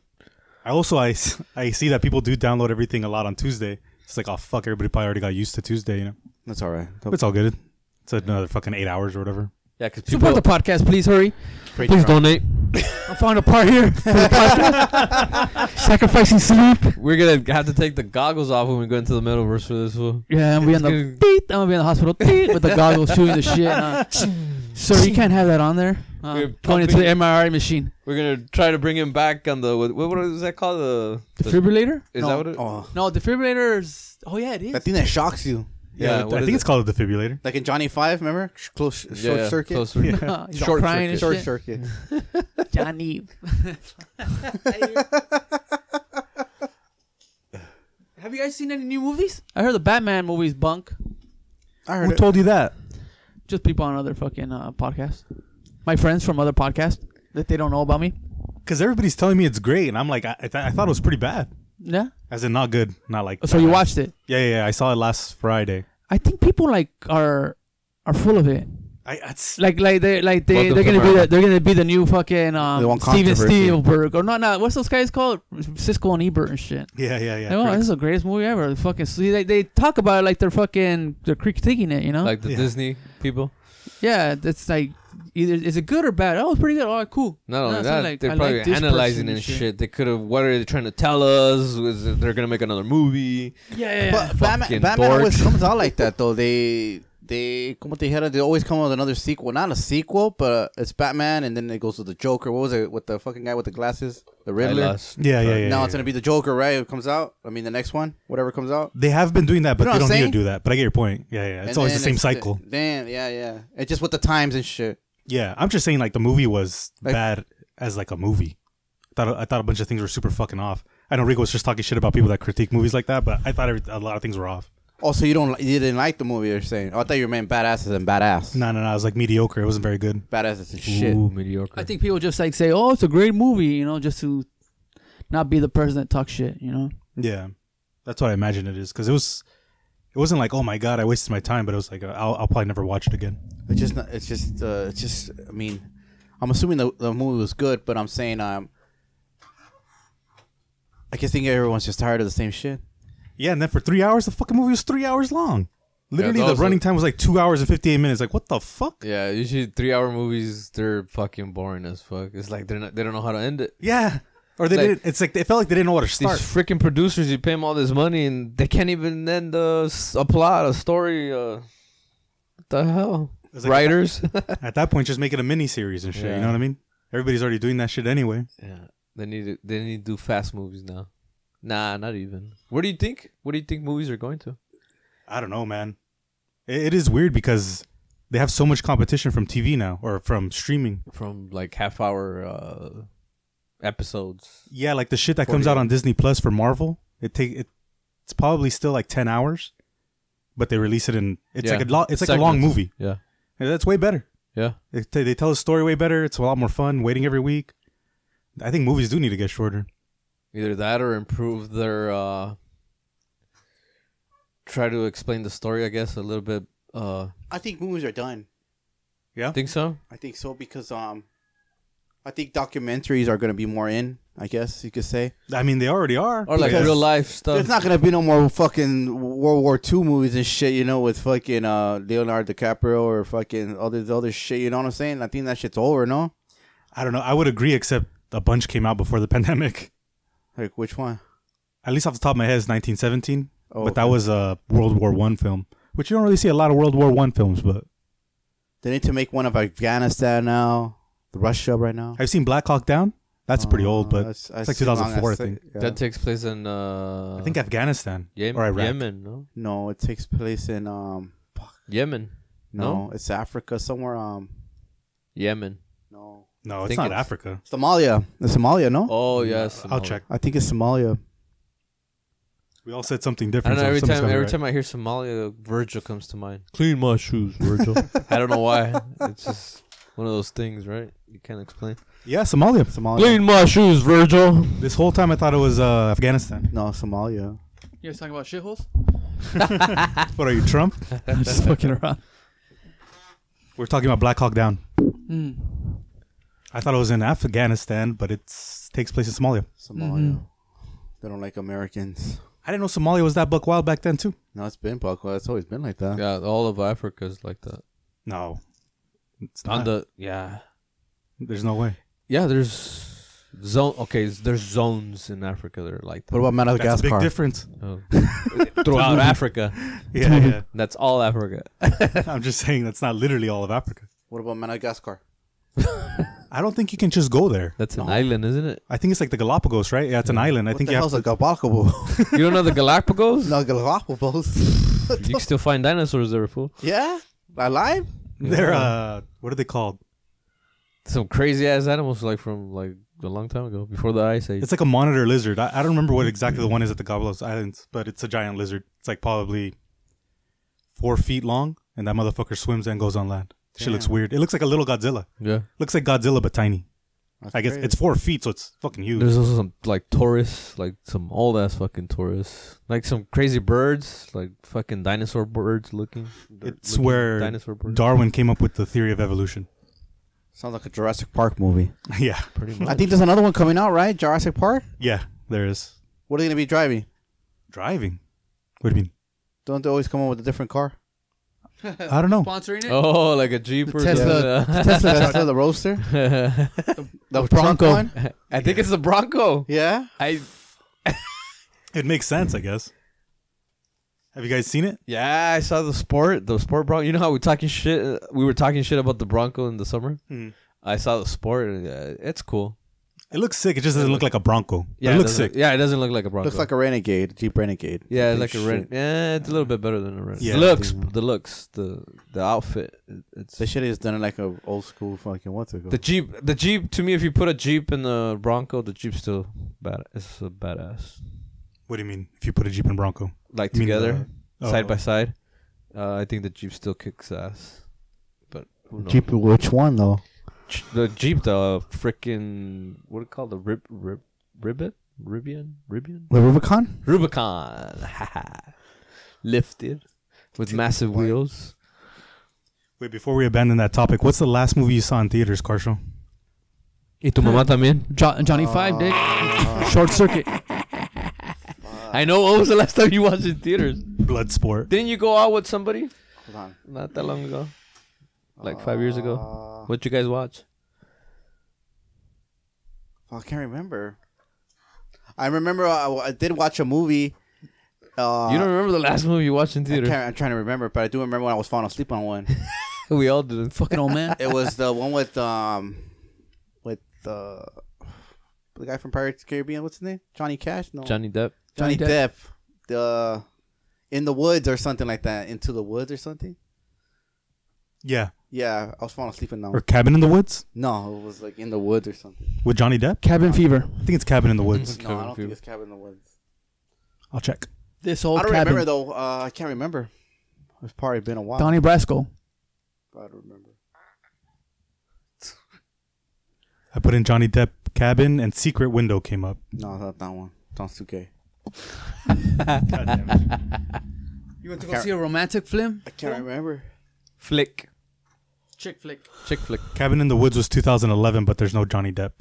[SPEAKER 4] I also I, s- I see that people do download everything a lot on Tuesday. It's like oh fuck, everybody probably already got used to Tuesday, you know.
[SPEAKER 3] That's all right.
[SPEAKER 4] But it's all good. It's another fucking eight hours or whatever.
[SPEAKER 1] Yeah, because people
[SPEAKER 2] Support the podcast, please hurry.
[SPEAKER 1] please donate.
[SPEAKER 2] I (laughs) found a part here for the podcast. Sacrificing sleep.
[SPEAKER 1] We're gonna have to take the goggles off when we go into the metaverse for this one.
[SPEAKER 2] Yeah, I'm gonna be on the beat. I'm gonna be in the hospital beat with the goggles shooting the shit. Huh? (laughs) Sir, you can't have that on there. Uh,
[SPEAKER 1] We're
[SPEAKER 2] going into the
[SPEAKER 1] pumping-
[SPEAKER 2] MRI machine.
[SPEAKER 1] We're gonna try to bring him back on the what, what is that called? The, the-
[SPEAKER 2] Defibrillator?
[SPEAKER 1] is
[SPEAKER 2] no.
[SPEAKER 1] that what it?
[SPEAKER 3] Oh,
[SPEAKER 2] No, defibrillators. Oh yeah, it is.
[SPEAKER 3] that thing that shocks you,
[SPEAKER 1] yeah,
[SPEAKER 4] I
[SPEAKER 1] what is
[SPEAKER 4] think it's
[SPEAKER 1] it?
[SPEAKER 4] called
[SPEAKER 2] (laughs)
[SPEAKER 4] a defibrillator.
[SPEAKER 3] like in Johnny Five. Remember, Sh- close sh- short
[SPEAKER 1] yeah,
[SPEAKER 3] circuit.
[SPEAKER 1] close circuit.
[SPEAKER 2] He's all
[SPEAKER 1] Short
[SPEAKER 2] crying and
[SPEAKER 3] Short
[SPEAKER 2] shit.
[SPEAKER 3] circuit.
[SPEAKER 2] Johnny. (laughs) Have you guys seen any new movies? I heard the Batman movies bunk.
[SPEAKER 3] I
[SPEAKER 4] Who
[SPEAKER 3] heard it.
[SPEAKER 4] told you that?
[SPEAKER 2] Just people on other fucking uh, podcasts. My friends from other podcasts that they don't know about me.
[SPEAKER 4] Because everybody's telling me it's great, and I'm like, I, I, th- I thought it was pretty bad.
[SPEAKER 2] Yeah.
[SPEAKER 4] As in, not good, not like.
[SPEAKER 2] So
[SPEAKER 4] not
[SPEAKER 2] you
[SPEAKER 4] bad.
[SPEAKER 2] watched it?
[SPEAKER 4] Yeah, yeah, yeah. I saw it last Friday.
[SPEAKER 2] I think people like are are full of it.
[SPEAKER 4] I it's,
[SPEAKER 2] Like like they like they
[SPEAKER 1] Welcome
[SPEAKER 2] they're
[SPEAKER 1] to
[SPEAKER 2] gonna be the,
[SPEAKER 1] America.
[SPEAKER 2] they're gonna be the new fucking
[SPEAKER 3] They
[SPEAKER 2] um,
[SPEAKER 3] want
[SPEAKER 2] Steven
[SPEAKER 3] controversy.
[SPEAKER 2] Spielberg or no no what's those guys called Cisco and Ebert and shit.
[SPEAKER 4] yeah, yeah, yeah.
[SPEAKER 2] Like, oh,
[SPEAKER 4] correct.
[SPEAKER 2] this is the greatest movie ever. The fucking see they, they talk about it like they're fucking they're critiquing it, you know?
[SPEAKER 1] Like the
[SPEAKER 4] Yeah.
[SPEAKER 1] Disney people.
[SPEAKER 2] yeah, it's like either is it good or bad? Oh, it's pretty good. All right, cool.
[SPEAKER 1] Not only
[SPEAKER 2] No, it's
[SPEAKER 1] that,
[SPEAKER 2] not like,
[SPEAKER 1] they're
[SPEAKER 2] I
[SPEAKER 1] probably
[SPEAKER 2] like this person
[SPEAKER 1] analyzing
[SPEAKER 2] and
[SPEAKER 1] and shit.
[SPEAKER 2] shit.
[SPEAKER 1] They could have. What are they trying to tell us? Was it they're gonna make another movie?
[SPEAKER 2] Yeah, yeah, yeah.
[SPEAKER 3] But Batman,
[SPEAKER 1] Fucking
[SPEAKER 3] Batman always
[SPEAKER 1] dork.
[SPEAKER 3] comes out like
[SPEAKER 4] (laughs)
[SPEAKER 3] that, though. They, they, como te dijera, they always come out with another sequel. Not a sequel, but it's Batman, and then it goes to the Joker. What was it with the fucking guy with the glasses? The Riddler.
[SPEAKER 1] I lost.
[SPEAKER 4] Yeah, yeah, yeah.
[SPEAKER 3] now
[SPEAKER 4] yeah,
[SPEAKER 3] it's
[SPEAKER 4] yeah.
[SPEAKER 3] gonna be the Joker, right? It comes out. I mean, the next one, whatever comes out.
[SPEAKER 4] They have been doing that,
[SPEAKER 3] You
[SPEAKER 4] but
[SPEAKER 3] know
[SPEAKER 4] they
[SPEAKER 3] what I'm
[SPEAKER 4] don't need to
[SPEAKER 3] saying?
[SPEAKER 4] do that. But I get your point. Yeah, yeah. It's
[SPEAKER 3] And
[SPEAKER 4] always the
[SPEAKER 3] then
[SPEAKER 4] same cycle.
[SPEAKER 3] Damn, yeah, yeah. It's just with the times and shit.
[SPEAKER 4] yeah, I'm just saying like the movie was
[SPEAKER 3] Like-
[SPEAKER 4] bad as like a movie. I thought I thought a bunch of things were super fucking off. I know Rico was just talking shit about people that critique movies like that, but I thought every, a lot of things were off.
[SPEAKER 3] Also, you don't, li- you didn't like the movie. You're saying, oh, I thought you meant badasses and badass.
[SPEAKER 4] No, no, no. It was like mediocre. It wasn't very good.
[SPEAKER 3] badasses and shit.
[SPEAKER 1] Ooh, mediocre.
[SPEAKER 2] I think people just like say, "Oh, it's a great movie," you know, just to not be the person that talks shit, you know.
[SPEAKER 4] Yeah, that's what I imagine it is because it was. It wasn't like oh my god, I wasted my time, but it was like I'll, I'll probably never watch it again.
[SPEAKER 3] It's just, not, it's just, uh, it's just. I mean, I'm assuming the the movie was good, but I'm saying, um, I guess think everyone's just tired of the same shit.
[SPEAKER 4] Yeah, and then for three hours, the fucking movie was three hours long. Literally,
[SPEAKER 1] that
[SPEAKER 4] the
[SPEAKER 1] was
[SPEAKER 4] running
[SPEAKER 1] it.
[SPEAKER 4] time was like two hours and fifty eight minutes. Like what the fuck?
[SPEAKER 1] Yeah, usually three-hour movies they're fucking boring as fuck. It's like they're not. They don't know how to end it.
[SPEAKER 4] Yeah, or they
[SPEAKER 1] Like-
[SPEAKER 4] didn't. It's like they felt like they didn't know where to
[SPEAKER 1] These
[SPEAKER 4] start.
[SPEAKER 1] freaking producers, you pay them all this money and they can't even end a, s- a plot, a story. Uh, what the hell,
[SPEAKER 4] It's like-
[SPEAKER 1] writers? (laughs)
[SPEAKER 4] At that point, just make it a mini series and shit. You
[SPEAKER 1] Yeah.
[SPEAKER 4] know what I mean? Everybody's already doing that shit anyway.
[SPEAKER 1] yeah, they need to, they need to do fast movies now. Nah, not even. Where do you think? What do you think movies are going to?
[SPEAKER 4] I don't know, man. It, it is weird because they have so much competition from TV now or from streaming.
[SPEAKER 1] From like half-hour uh, episodes.
[SPEAKER 4] Yeah, like the shit that comes out on Disney Plus for Marvel, it take it, it's probably still like ten hours, but they release it in it's
[SPEAKER 1] Yeah.
[SPEAKER 4] like a lo- it's like a long
[SPEAKER 1] Segments.
[SPEAKER 4] movie.
[SPEAKER 1] Yeah,
[SPEAKER 4] And that's way better.
[SPEAKER 1] yeah.
[SPEAKER 4] They, t- they tell the story way better. It's a lot more fun. Waiting every week. I think movies do need to get shorter.
[SPEAKER 1] Either that or improve their uh try to explain the story, I guess, a little bit uh
[SPEAKER 3] I think movies are done.
[SPEAKER 1] think so?
[SPEAKER 3] I think so because um, I think documentaries are gonna be more in. I guess you could say
[SPEAKER 4] I mean, they already are.
[SPEAKER 1] Or like
[SPEAKER 3] Because
[SPEAKER 1] real life stuff.
[SPEAKER 3] there's not gonna be no more fucking World War II movies and shit. You know, with fucking uh Leonardo DiCaprio or fucking all this other shit. You know what I'm saying? I think that shit's over. No,
[SPEAKER 4] I don't know. I would agree, except a bunch came out before the (laughs) pandemic.
[SPEAKER 3] like which one?
[SPEAKER 4] At least off the top of my head, it's 1917.
[SPEAKER 3] Oh,
[SPEAKER 4] but that was a World War One film, which you don't really see a lot of World War One films. But
[SPEAKER 3] They need to make one of Afghanistan now, Russia right now.
[SPEAKER 4] I've seen Black Hawk Down. That's pretty
[SPEAKER 3] Uh,
[SPEAKER 4] old, but
[SPEAKER 3] that's-
[SPEAKER 4] it's
[SPEAKER 3] that's
[SPEAKER 4] like
[SPEAKER 3] too long,
[SPEAKER 4] 2004, I
[SPEAKER 3] that's-
[SPEAKER 4] think.
[SPEAKER 3] yeah.
[SPEAKER 1] That takes place in uh
[SPEAKER 4] I think Afghanistan
[SPEAKER 1] Yemen,
[SPEAKER 4] or Iraq.
[SPEAKER 1] Yemen, no?
[SPEAKER 3] no, it takes place in um,
[SPEAKER 1] Yemen.
[SPEAKER 3] no, it's Africa somewhere. Um,
[SPEAKER 1] Yemen.
[SPEAKER 3] no,
[SPEAKER 4] No, it's
[SPEAKER 1] think
[SPEAKER 4] not
[SPEAKER 1] it's-
[SPEAKER 4] Africa.
[SPEAKER 3] Somalia. It's Somalia, no?
[SPEAKER 1] Oh yes.
[SPEAKER 4] I'll
[SPEAKER 1] Somalia.
[SPEAKER 4] check.
[SPEAKER 3] I think it's Somalia.
[SPEAKER 4] We all said something
[SPEAKER 1] I don't
[SPEAKER 4] different.
[SPEAKER 1] know. Every
[SPEAKER 4] so
[SPEAKER 1] time,
[SPEAKER 4] something's gotta be
[SPEAKER 1] every
[SPEAKER 4] right.
[SPEAKER 1] time I hear Somalia, Virgil comes to mind. Clean my shoes, Virgil. I don't know
[SPEAKER 4] (laughs)
[SPEAKER 1] why. It's just one of those things, right? You can't explain.
[SPEAKER 4] Yeah, Somalia.
[SPEAKER 3] Somalia.
[SPEAKER 1] (laughs) Clean my shoes, Virgil.
[SPEAKER 4] This whole time I thought it was uh, Afghanistan.
[SPEAKER 1] (laughs)
[SPEAKER 3] No, Somalia.
[SPEAKER 2] You guys talking about shitholes?
[SPEAKER 4] What are you, Trump?
[SPEAKER 2] I'm (laughs) just fucking around.
[SPEAKER 4] We're talking about Black Hawk Down.
[SPEAKER 2] Mm.
[SPEAKER 4] I thought it was in Afghanistan, but it takes place in Somalia.
[SPEAKER 3] Somalia.
[SPEAKER 2] Mhm.
[SPEAKER 1] Mm-hmm.
[SPEAKER 3] They don't like Americans.
[SPEAKER 4] I didn't know Somalia was that buck wild back then too.
[SPEAKER 3] No, it's been Buckle. It's always been like that.
[SPEAKER 1] Yeah, all of Africa is like that.
[SPEAKER 4] No, it's
[SPEAKER 1] On
[SPEAKER 4] not.
[SPEAKER 1] the yeah.
[SPEAKER 4] There's no way.
[SPEAKER 1] Yeah, there's zone. Okay, there's zones in Africa that are like oh.
[SPEAKER 3] What about
[SPEAKER 4] That's a big
[SPEAKER 3] Madagascar?
[SPEAKER 4] difference.
[SPEAKER 1] (laughs) throughout Africa.
[SPEAKER 4] Yeah, yeah.
[SPEAKER 1] That's all Africa.
[SPEAKER 4] I'm just saying that's not literally all of Africa.
[SPEAKER 3] what about Madagascar?
[SPEAKER 4] I don't think you can just go there.
[SPEAKER 1] That's an island, isn't it?
[SPEAKER 4] I think it's like the Galapagos, right? Yeah, it's an island. I
[SPEAKER 3] what
[SPEAKER 4] think
[SPEAKER 3] the
[SPEAKER 4] you
[SPEAKER 3] hell's
[SPEAKER 4] have to,
[SPEAKER 3] a Galapagos?
[SPEAKER 1] You don't know the Galapagos?
[SPEAKER 3] (laughs) no, Galapagos.
[SPEAKER 1] You
[SPEAKER 3] (laughs)
[SPEAKER 1] can still find dinosaurs there, fool.
[SPEAKER 3] yeah, alive.
[SPEAKER 4] they're uh, what are they called?
[SPEAKER 1] Some crazy ass animals like from like a long time ago, before the ice age.
[SPEAKER 4] It's like a monitor lizard. I, I don't remember what exactly the one is at the Galapagos Islands, but it's a giant lizard. It's like probably four feet long, and that motherfucker swims and goes on land. She looks weird. It looks like a little Godzilla.
[SPEAKER 1] yeah.
[SPEAKER 4] Looks like Godzilla but tiny.
[SPEAKER 3] That's
[SPEAKER 4] I guess
[SPEAKER 3] crazy.
[SPEAKER 4] it's four feet, so it's fucking huge.
[SPEAKER 1] There's also some like Taurus, like some old ass fucking Taurus, like some crazy birds, like fucking dinosaur birds looking.
[SPEAKER 4] It's
[SPEAKER 1] looking
[SPEAKER 4] where
[SPEAKER 1] dinosaur birds.
[SPEAKER 4] Darwin came up with the theory of evolution.
[SPEAKER 3] sounds like a Jurassic Park movie.
[SPEAKER 4] yeah,
[SPEAKER 1] pretty much.
[SPEAKER 3] I think there's another one coming out, right? Jurassic Park.
[SPEAKER 4] yeah. There is
[SPEAKER 3] What are they gonna be driving?
[SPEAKER 4] driving. What do you mean?
[SPEAKER 3] Don't they always come up with a different car?
[SPEAKER 4] I don't know.
[SPEAKER 2] Sponsoring it?
[SPEAKER 1] Oh, like a Jeep or (laughs)
[SPEAKER 3] Tesla-
[SPEAKER 1] something.
[SPEAKER 3] Tesla, Tesla, the roaster,
[SPEAKER 1] (laughs)
[SPEAKER 3] the, trunk
[SPEAKER 2] Bronco.
[SPEAKER 3] one.
[SPEAKER 1] I think it's the Bronco.
[SPEAKER 3] Yeah,
[SPEAKER 1] I
[SPEAKER 4] (laughs) It makes sense, I guess. Have you guys seen it?
[SPEAKER 1] yeah, I saw the sport, the sport Bronco. You know how we talking shit? We were talking shit about the Bronco in the summer.
[SPEAKER 4] Mhm.
[SPEAKER 1] I saw the sport. and, Uh, it's cool.
[SPEAKER 4] It looks sick. It just doesn't look like a Bronco.
[SPEAKER 1] Yeah,
[SPEAKER 4] it looks
[SPEAKER 1] doesn't-
[SPEAKER 4] sick.
[SPEAKER 1] Yeah, it doesn't look like a Bronco.
[SPEAKER 3] looks like a Renegade, Jeep Renegade.
[SPEAKER 1] yeah, it's
[SPEAKER 3] Big
[SPEAKER 1] like a red.
[SPEAKER 3] shit.
[SPEAKER 1] Yeah, it's a little bit better than a red.
[SPEAKER 4] Yeah.
[SPEAKER 1] the looks, the looks, the the outfit. it- It's
[SPEAKER 3] This shit is done in like a old school fucking what's it
[SPEAKER 1] the
[SPEAKER 3] called?
[SPEAKER 1] Jeep. The Jeep to me, if you put a Jeep in the Bronco, the Jeep's still bad. It's a badass.
[SPEAKER 4] What do you mean? If you put a Jeep and Bronco,
[SPEAKER 1] Like
[SPEAKER 4] You mean
[SPEAKER 1] together,
[SPEAKER 4] the-
[SPEAKER 1] side
[SPEAKER 4] oh.
[SPEAKER 1] by side, uh, I think the Jeep still kicks ass. But who knows?
[SPEAKER 3] Jeep, which one though?
[SPEAKER 1] Ch- the Jeep, the freaking what do you call the rib rib ribbit ribian ribian
[SPEAKER 3] The Rubicon.
[SPEAKER 1] Rubicon, (laughs) haha. lifted with massive wheels.
[SPEAKER 4] oh. wait. Before we abandon that topic, what's the last movie you saw in theaters, Carshall?
[SPEAKER 1] Y tu mamá también.
[SPEAKER 2] Jo- Johnny Five, Dick.
[SPEAKER 3] Oh.
[SPEAKER 2] Short Circuit.
[SPEAKER 1] I know. What was the last time you watched in theaters?
[SPEAKER 4] Bloodsport.
[SPEAKER 1] Didn't you go out with somebody?
[SPEAKER 3] Hold on.
[SPEAKER 1] Not that long ago, like five years ago.
[SPEAKER 3] Uh,
[SPEAKER 1] What you guys watch?
[SPEAKER 3] I can't remember. I remember I, I did watch a movie. Uh,
[SPEAKER 1] you don't remember the last movie you watched in
[SPEAKER 3] I
[SPEAKER 1] theaters?
[SPEAKER 3] can't, I'm trying to remember, but I do remember when I was falling asleep
[SPEAKER 1] (laughs)
[SPEAKER 3] on one.
[SPEAKER 1] We all did.
[SPEAKER 2] Fucking old man.
[SPEAKER 3] it was the one with um, with the (sighs) the guy from Pirates of the Caribbean. What's his name? Johnny Cash? No,
[SPEAKER 1] Johnny Depp.
[SPEAKER 3] Johnny
[SPEAKER 2] Johnny
[SPEAKER 3] Depp. The in the woods or something like that. Into the woods or something.
[SPEAKER 4] Yeah.
[SPEAKER 3] Yeah, I was falling asleep in that.
[SPEAKER 4] Or
[SPEAKER 3] (laughs) one.
[SPEAKER 4] Cabin in the Woods
[SPEAKER 3] No, it was like in the woods or something.
[SPEAKER 4] with Johnny Depp.
[SPEAKER 2] Cabin Fever.
[SPEAKER 4] I think it's Cabin in the Woods.
[SPEAKER 3] No, I
[SPEAKER 1] Cabin
[SPEAKER 3] don't
[SPEAKER 1] Fever.
[SPEAKER 3] think it's Cabin in the Woods.
[SPEAKER 4] I'll check.
[SPEAKER 2] This
[SPEAKER 3] I
[SPEAKER 2] old
[SPEAKER 3] don't
[SPEAKER 2] cabin.
[SPEAKER 3] remember though. Uh, I can't remember. It's probably been a while.
[SPEAKER 2] Donnie Brasco.
[SPEAKER 3] I don't remember.
[SPEAKER 1] Mm-hmm.
[SPEAKER 4] I put in Johnny Depp Cabin and Secret Window came up.
[SPEAKER 3] No, not that one. Sounds too (laughs) gay.
[SPEAKER 2] You want to
[SPEAKER 3] go Car- see
[SPEAKER 2] a romantic film?
[SPEAKER 3] I can't remember.
[SPEAKER 1] Flick.
[SPEAKER 2] Chick flick.
[SPEAKER 1] Chick flick.
[SPEAKER 4] Cabin in the Woods was 2011, but there's no Johnny Depp.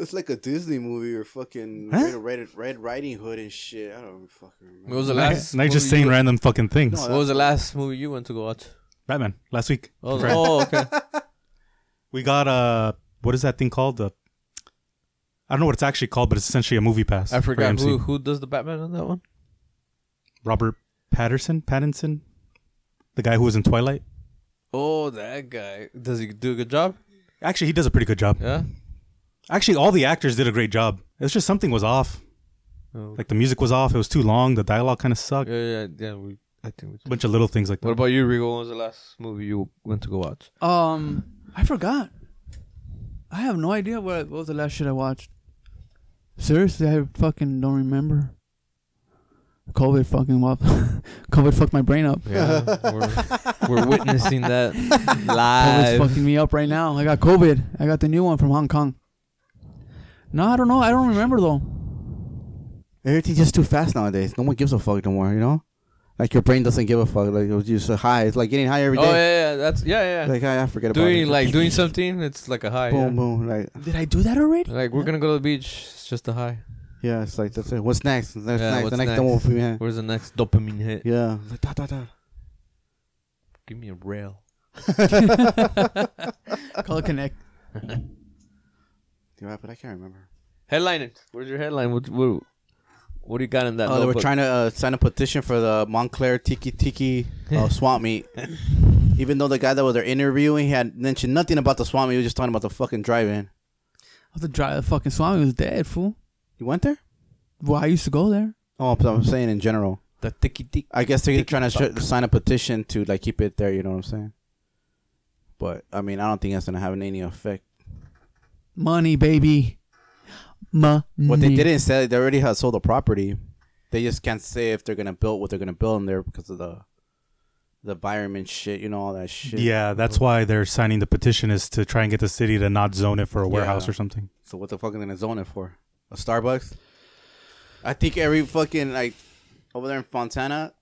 [SPEAKER 3] It's like a Disney movie or fucking
[SPEAKER 4] Huh?
[SPEAKER 3] Red, Red, Red Riding Hood and shit. I don't fucking remember.
[SPEAKER 1] What was the
[SPEAKER 4] And I-
[SPEAKER 1] last?
[SPEAKER 4] and I just
[SPEAKER 1] movie
[SPEAKER 4] saying
[SPEAKER 1] you-
[SPEAKER 4] random fucking things.
[SPEAKER 3] No,
[SPEAKER 1] What was the last movie you went to go watch?
[SPEAKER 4] Batman last week.
[SPEAKER 1] Oh,
[SPEAKER 4] Friday.
[SPEAKER 1] oh, okay.
[SPEAKER 3] (laughs)
[SPEAKER 4] We got uh, what is that thing called? The I don't know what it's actually called, but it's essentially a movie pass.
[SPEAKER 1] I
[SPEAKER 4] for
[SPEAKER 1] forgot
[SPEAKER 4] AMC.
[SPEAKER 1] who who does the Batman on that one.
[SPEAKER 4] Robert Patterson, Pattinson, the guy who was in Twilight.
[SPEAKER 1] Oh, that guy. Does he do a good job?
[SPEAKER 4] Actually, he does a pretty good job.
[SPEAKER 1] Yeah.
[SPEAKER 4] Actually, all the actors did a great job. It's just something was off.
[SPEAKER 1] Oh.
[SPEAKER 4] Like the music was off. It was too long. The dialogue kind of sucked.
[SPEAKER 1] Yeah, yeah, yeah. We, I think we.
[SPEAKER 4] A bunch of little things like
[SPEAKER 1] What
[SPEAKER 4] that.
[SPEAKER 1] about you, Rigo? What was the last movie you went to go watch?
[SPEAKER 2] Um, I forgot. I have no idea what, what was the last shit I watched. Seriously, I fucking don't remember. COVID fucking up. (laughs) COVID fucked my brain up.
[SPEAKER 1] Yeah,
[SPEAKER 3] (laughs)
[SPEAKER 1] we're, we're witnessing (laughs) that
[SPEAKER 2] COVID's
[SPEAKER 1] live.
[SPEAKER 2] fucking me up right now. I got COVID. I got the new one from Hong Kong. No, I don't know. I don't remember though.
[SPEAKER 3] Everything's just too fast nowadays. No one gives a fuck no more. You know, like your brain doesn't give a fuck. Like it was just a high. It's like getting high every day.
[SPEAKER 1] Oh yeah, yeah. That's yeah, yeah.
[SPEAKER 3] Like I, I forget
[SPEAKER 1] doing
[SPEAKER 3] about it.
[SPEAKER 1] like doing something, it's like a high.
[SPEAKER 3] (laughs) boom,
[SPEAKER 1] yeah.
[SPEAKER 3] boom. Like
[SPEAKER 2] Did I do that already?
[SPEAKER 1] Like we're gonna go to the beach. It's just a high.
[SPEAKER 3] yeah, it's like that's it. What's next? That's
[SPEAKER 1] Yeah,
[SPEAKER 3] next.
[SPEAKER 1] what's
[SPEAKER 3] the next,
[SPEAKER 1] next?
[SPEAKER 3] one will be man.
[SPEAKER 1] Where's the next dopamine hit?
[SPEAKER 3] Yeah. Like, da, da, da.
[SPEAKER 1] Give me a rail.
[SPEAKER 2] Call Connect.
[SPEAKER 3] You're right, but I can't remember.
[SPEAKER 1] Headline it. Where's your headline? What what, what do you got in that?
[SPEAKER 3] Oh, they were
[SPEAKER 1] notebook?
[SPEAKER 3] trying to uh, sign a petition for the Montclair Tiki Tiki
[SPEAKER 1] (laughs)
[SPEAKER 3] uh, Swamp Meet. Even though the guy that was there interviewing, he had mentioned nothing about the swamp meet. He was just talking about the fucking drive-in.
[SPEAKER 2] The dry the fucking swami was dead, fool.
[SPEAKER 3] You went there?
[SPEAKER 2] Well, I used to go there.
[SPEAKER 3] Oh, but I'm saying in general.
[SPEAKER 1] the tiki tiki.
[SPEAKER 3] I guess they're trying to sh- sign a petition to like keep it there. You know what I'm saying? But I mean, I don't think that's gonna have any effect.
[SPEAKER 2] Money, baby. Money.
[SPEAKER 3] What
[SPEAKER 4] Mm-hmm.
[SPEAKER 3] they didn't say, they already had sold the property. They just can't say if they're gonna build what they're gonna build in there because of the the environment shit. You know all that shit.
[SPEAKER 4] Yeah, that's why they're signing the petition is to try and get the city to not zone it for a warehouse
[SPEAKER 3] Yeah.
[SPEAKER 4] or something.
[SPEAKER 3] So what the fuck are they gonna zone it for? A Starbucks? I think every fucking like over there in Fontana,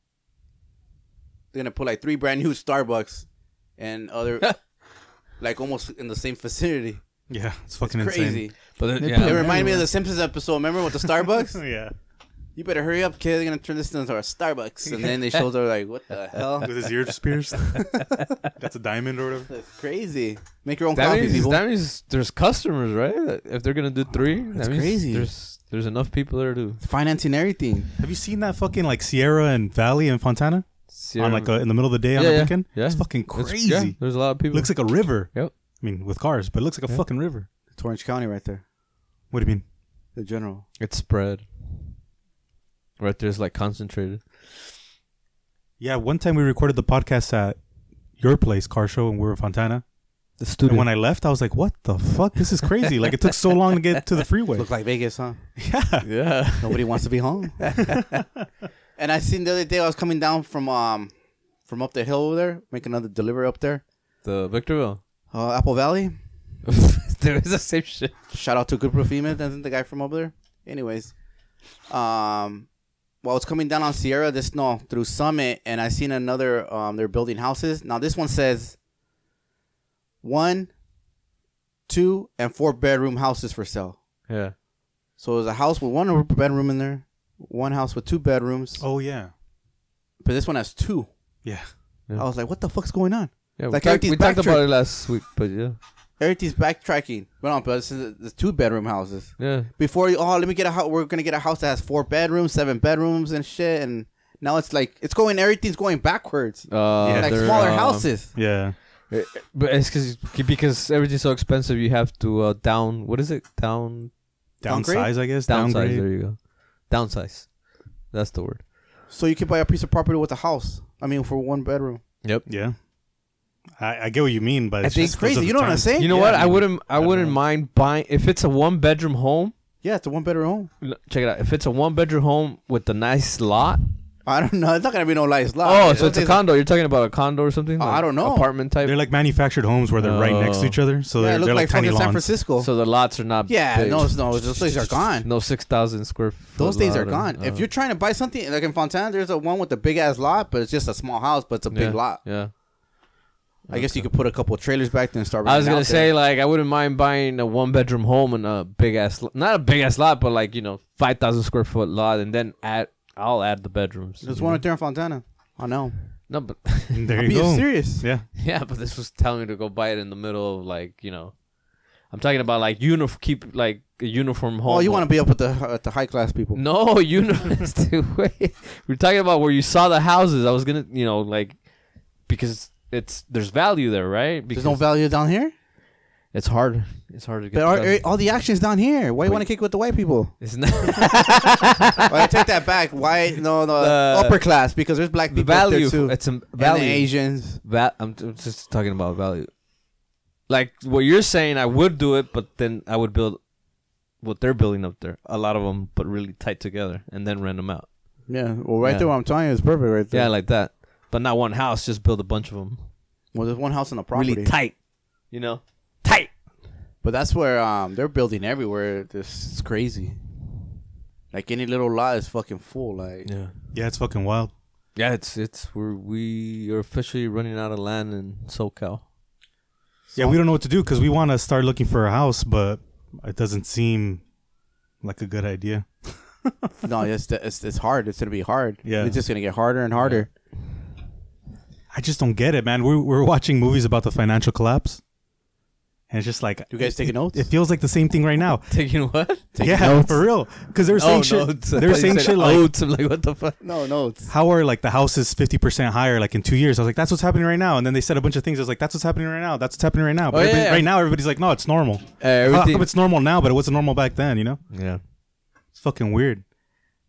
[SPEAKER 3] they're gonna put like three brand new Starbucks and
[SPEAKER 4] (laughs)
[SPEAKER 3] other like almost in the same vicinity.
[SPEAKER 4] Yeah, it's fucking
[SPEAKER 3] Crazy.
[SPEAKER 4] insane.
[SPEAKER 1] But then-
[SPEAKER 2] They
[SPEAKER 1] yeah.
[SPEAKER 3] It reminded me of the Simpsons episode. Remember with the Starbucks? (laughs)
[SPEAKER 4] (laughs) yeah.
[SPEAKER 3] You better hurry up, kid. They're gonna turn this into a Starbucks, and then they shows are like, "What the hell?
[SPEAKER 4] with his ears pierced. That's a diamond or whatever.
[SPEAKER 3] That's crazy. Make your own
[SPEAKER 1] That
[SPEAKER 3] coffee,
[SPEAKER 1] means,
[SPEAKER 3] people."
[SPEAKER 1] that means there's customers, right? If they're gonna do three,
[SPEAKER 3] That's
[SPEAKER 1] that means
[SPEAKER 3] crazy.
[SPEAKER 1] There's there's enough people there to
[SPEAKER 3] Financing everything.
[SPEAKER 4] Have you seen that fucking like Sierra and Valley and Fontana
[SPEAKER 1] Sierra-
[SPEAKER 4] on like a, in the middle of the day on
[SPEAKER 1] Yeah,
[SPEAKER 4] the
[SPEAKER 1] yeah,
[SPEAKER 4] weekend?
[SPEAKER 1] yeah.
[SPEAKER 4] it's fucking
[SPEAKER 1] It's-
[SPEAKER 4] crazy.
[SPEAKER 1] yeah, there's a lot of people.
[SPEAKER 4] Looks like a river.
[SPEAKER 1] Yep.
[SPEAKER 4] I mean, with cars, but it looks like a
[SPEAKER 1] Yeah.
[SPEAKER 4] fucking river.
[SPEAKER 3] It's Orange County right there.
[SPEAKER 4] What do you mean?
[SPEAKER 3] The general.
[SPEAKER 1] it's spread. Right there's like concentrated.
[SPEAKER 4] Yeah, one time we recorded the podcast at your place, car show, and we were in Fontana.
[SPEAKER 1] The
[SPEAKER 4] And
[SPEAKER 1] student.
[SPEAKER 4] when I left, I was like, "What the fuck? This is crazy! like, it took so long to get to the
[SPEAKER 3] (laughs)
[SPEAKER 4] freeway."
[SPEAKER 3] Look like Vegas, huh?
[SPEAKER 4] yeah,
[SPEAKER 1] yeah.
[SPEAKER 3] Nobody wants to
[SPEAKER 1] (laughs)
[SPEAKER 3] be home. and I seen the other day I was coming down from um from up the hill over there, make another delivery up there,
[SPEAKER 1] The Victorville. (laughs)
[SPEAKER 3] uh, Apple Valley.
[SPEAKER 1] there is the same shit.
[SPEAKER 3] Shout out to Good Profima, that's the guy from over there. Anyways, um, well, I was coming down on Sierra this no through Summit, and I seen another. Um, they're building houses now. This one says one, two, and four bedroom houses for sale.
[SPEAKER 1] Yeah.
[SPEAKER 3] So there's a house with one bedroom in there, one house with two bedrooms,
[SPEAKER 4] Oh yeah,
[SPEAKER 3] but this one has two.
[SPEAKER 4] yeah.
[SPEAKER 1] Yeah.
[SPEAKER 3] I was like, what the fuck's going on?
[SPEAKER 1] Yeah,
[SPEAKER 3] Like
[SPEAKER 1] we, talked,
[SPEAKER 3] everything's
[SPEAKER 1] we talked
[SPEAKER 3] backtracked.
[SPEAKER 1] about it last week, but yeah,
[SPEAKER 3] Everything's backtracking. But no, but this is the two bedroom houses.
[SPEAKER 1] yeah,
[SPEAKER 3] Before, oh, let me get a house. We're gonna get a house that has four bedrooms, seven bedrooms, and shit. And now it's like it's going. Everything's going backwards.
[SPEAKER 1] uh,
[SPEAKER 4] Yeah,
[SPEAKER 3] like
[SPEAKER 1] they're,
[SPEAKER 3] smaller
[SPEAKER 1] um,
[SPEAKER 3] houses.
[SPEAKER 4] Yeah,
[SPEAKER 1] it- But it's because because everything's so expensive, you have to uh, down. What is it? Down
[SPEAKER 3] Downgrade?
[SPEAKER 4] downsize, I guess.
[SPEAKER 1] downsize.
[SPEAKER 4] Downgrade.
[SPEAKER 1] There you go. Downsize. That's the word.
[SPEAKER 3] So you can buy a piece of property with a house. I mean, for one bedroom.
[SPEAKER 1] Yep.
[SPEAKER 4] Yeah, I, I get what you mean, but
[SPEAKER 1] I
[SPEAKER 4] it's
[SPEAKER 1] think
[SPEAKER 4] just
[SPEAKER 3] It's
[SPEAKER 4] 'cause
[SPEAKER 3] crazy.
[SPEAKER 4] of
[SPEAKER 3] You
[SPEAKER 4] the
[SPEAKER 3] know what
[SPEAKER 4] time.
[SPEAKER 3] I'm saying?
[SPEAKER 1] You know
[SPEAKER 3] yeah,
[SPEAKER 1] what?
[SPEAKER 4] I
[SPEAKER 1] I
[SPEAKER 4] mean,
[SPEAKER 1] wouldn't. I,
[SPEAKER 4] I don't
[SPEAKER 1] wouldn't
[SPEAKER 4] know.
[SPEAKER 1] mind buying if it's a one bedroom home.
[SPEAKER 3] Yeah, it's a one bedroom home.
[SPEAKER 1] l- Check it out. If it's a one bedroom home with a nice lot.
[SPEAKER 3] I don't know. It's not gonna be no nice lot.
[SPEAKER 1] Oh,
[SPEAKER 3] It's
[SPEAKER 1] so it's a
[SPEAKER 3] like-
[SPEAKER 1] condo. You're talking about a condo or something?
[SPEAKER 3] I don't know.
[SPEAKER 1] Apartment type.
[SPEAKER 4] They're like manufactured homes where they're right next to
[SPEAKER 1] Oh.
[SPEAKER 4] each other, so
[SPEAKER 3] Yeah,
[SPEAKER 4] they're,
[SPEAKER 3] it looked
[SPEAKER 4] they're like,
[SPEAKER 3] like
[SPEAKER 4] tiny
[SPEAKER 3] fucking San
[SPEAKER 4] lawns.
[SPEAKER 3] Francisco.
[SPEAKER 1] so the lots are not.
[SPEAKER 3] yeah,
[SPEAKER 1] big.
[SPEAKER 3] no, it's- no, those days are gone.
[SPEAKER 1] No six thousand square. Foot
[SPEAKER 3] Those days are
[SPEAKER 1] lot or-
[SPEAKER 3] gone. if
[SPEAKER 1] uh,
[SPEAKER 3] you're trying to buy something like in Fontana, there's a one with a big ass lot, but it's just a small house, but it's a
[SPEAKER 1] yeah,
[SPEAKER 3] big lot.
[SPEAKER 1] Yeah.
[SPEAKER 3] I guess you could put a couple trailers back there and start.
[SPEAKER 1] I was
[SPEAKER 3] renting
[SPEAKER 1] gonna
[SPEAKER 3] out there.
[SPEAKER 1] say like I wouldn't mind buying a one bedroom home and a big ass lo- not a big ass lot but like you know five thousand square foot lot and then add I'll add the bedrooms.
[SPEAKER 3] there's
[SPEAKER 1] you
[SPEAKER 3] one
[SPEAKER 1] know?
[SPEAKER 3] up there in Fontana. I know.
[SPEAKER 1] No, but (laughs)
[SPEAKER 4] there
[SPEAKER 3] I'm
[SPEAKER 4] you
[SPEAKER 3] being
[SPEAKER 4] go.
[SPEAKER 3] serious.
[SPEAKER 4] Yeah,
[SPEAKER 1] yeah, but this was telling me to go buy it in the middle of like you know, I'm talking about like uniform keep like a uniform home.
[SPEAKER 3] Oh, you want to be up with the uh, the high class people?
[SPEAKER 1] (laughs) No, (laughs) uniforms too. Wait, we're talking about where you saw the houses. I was gonna you know like because it's there's value there, right? Because
[SPEAKER 3] There's no value down here.
[SPEAKER 1] It's hard. It's hard to get.
[SPEAKER 3] But
[SPEAKER 1] the
[SPEAKER 3] are,
[SPEAKER 1] value.
[SPEAKER 3] are- all the action's down here. Why
[SPEAKER 1] Wait.
[SPEAKER 3] you want to kick with the white people?
[SPEAKER 1] (laughs) it's not (laughs)
[SPEAKER 3] Well, I take that back. Why no no
[SPEAKER 1] The-
[SPEAKER 3] upper class because there's black
[SPEAKER 1] the
[SPEAKER 3] people up
[SPEAKER 1] value.
[SPEAKER 3] there too.
[SPEAKER 1] It's a
[SPEAKER 3] And
[SPEAKER 1] value.
[SPEAKER 3] the Asians.
[SPEAKER 1] That I'm, t- just talking about value. Like what you're saying, I would do it, but then I would build what they're building up there. A lot of them, but really tight together, and then rent them out.
[SPEAKER 3] Yeah. Well, right
[SPEAKER 1] Yeah.
[SPEAKER 3] there, what I'm telling you is perfect. Right there.
[SPEAKER 1] Yeah, like that. But not one house. Just build a bunch of them.
[SPEAKER 3] well, there's one house on the property.
[SPEAKER 1] Really tight. You know, tight.
[SPEAKER 3] But that's where um they're building everywhere. This is crazy. Like any little lot is fucking full. Like
[SPEAKER 1] Yeah.
[SPEAKER 4] yeah, it's fucking wild.
[SPEAKER 1] Yeah, it's it's we're we are officially running out of land in SoCal.
[SPEAKER 4] Yeah, we don't know what to do because we want to start looking for a house, but it doesn't seem like a good idea.
[SPEAKER 3] no, it's, it's it's hard. It's gonna be hard.
[SPEAKER 4] Yeah.
[SPEAKER 3] it's just gonna get harder and harder.
[SPEAKER 4] I just don't get it, man. We're, we're watching movies about the financial collapse, and it's just like
[SPEAKER 3] You guys taking notes?
[SPEAKER 4] It feels like the same thing right now.
[SPEAKER 1] (laughs) Taking what? Oh,
[SPEAKER 4] yeah, for real. Because they're saying shit.
[SPEAKER 1] (laughs) I
[SPEAKER 4] They're
[SPEAKER 1] thought you
[SPEAKER 4] saying
[SPEAKER 1] said "Oh."
[SPEAKER 4] shit like,
[SPEAKER 1] oats. I'm like, what the fuck?
[SPEAKER 3] No, no, it's
[SPEAKER 4] how are like the houses fifty percent higher like in two years? I was like, that's what's happening right now. And then they said a bunch of things. I was like, that's what's happening right now. That's what's happening right now. But
[SPEAKER 1] Oh, yeah,
[SPEAKER 4] everybody-
[SPEAKER 1] yeah.
[SPEAKER 4] right now, everybody's like, no, it's normal.
[SPEAKER 1] Uh,
[SPEAKER 4] How come
[SPEAKER 1] everything.
[SPEAKER 4] it's normal now, but it wasn't normal back then? You know,
[SPEAKER 1] Yeah.
[SPEAKER 4] it's fucking weird.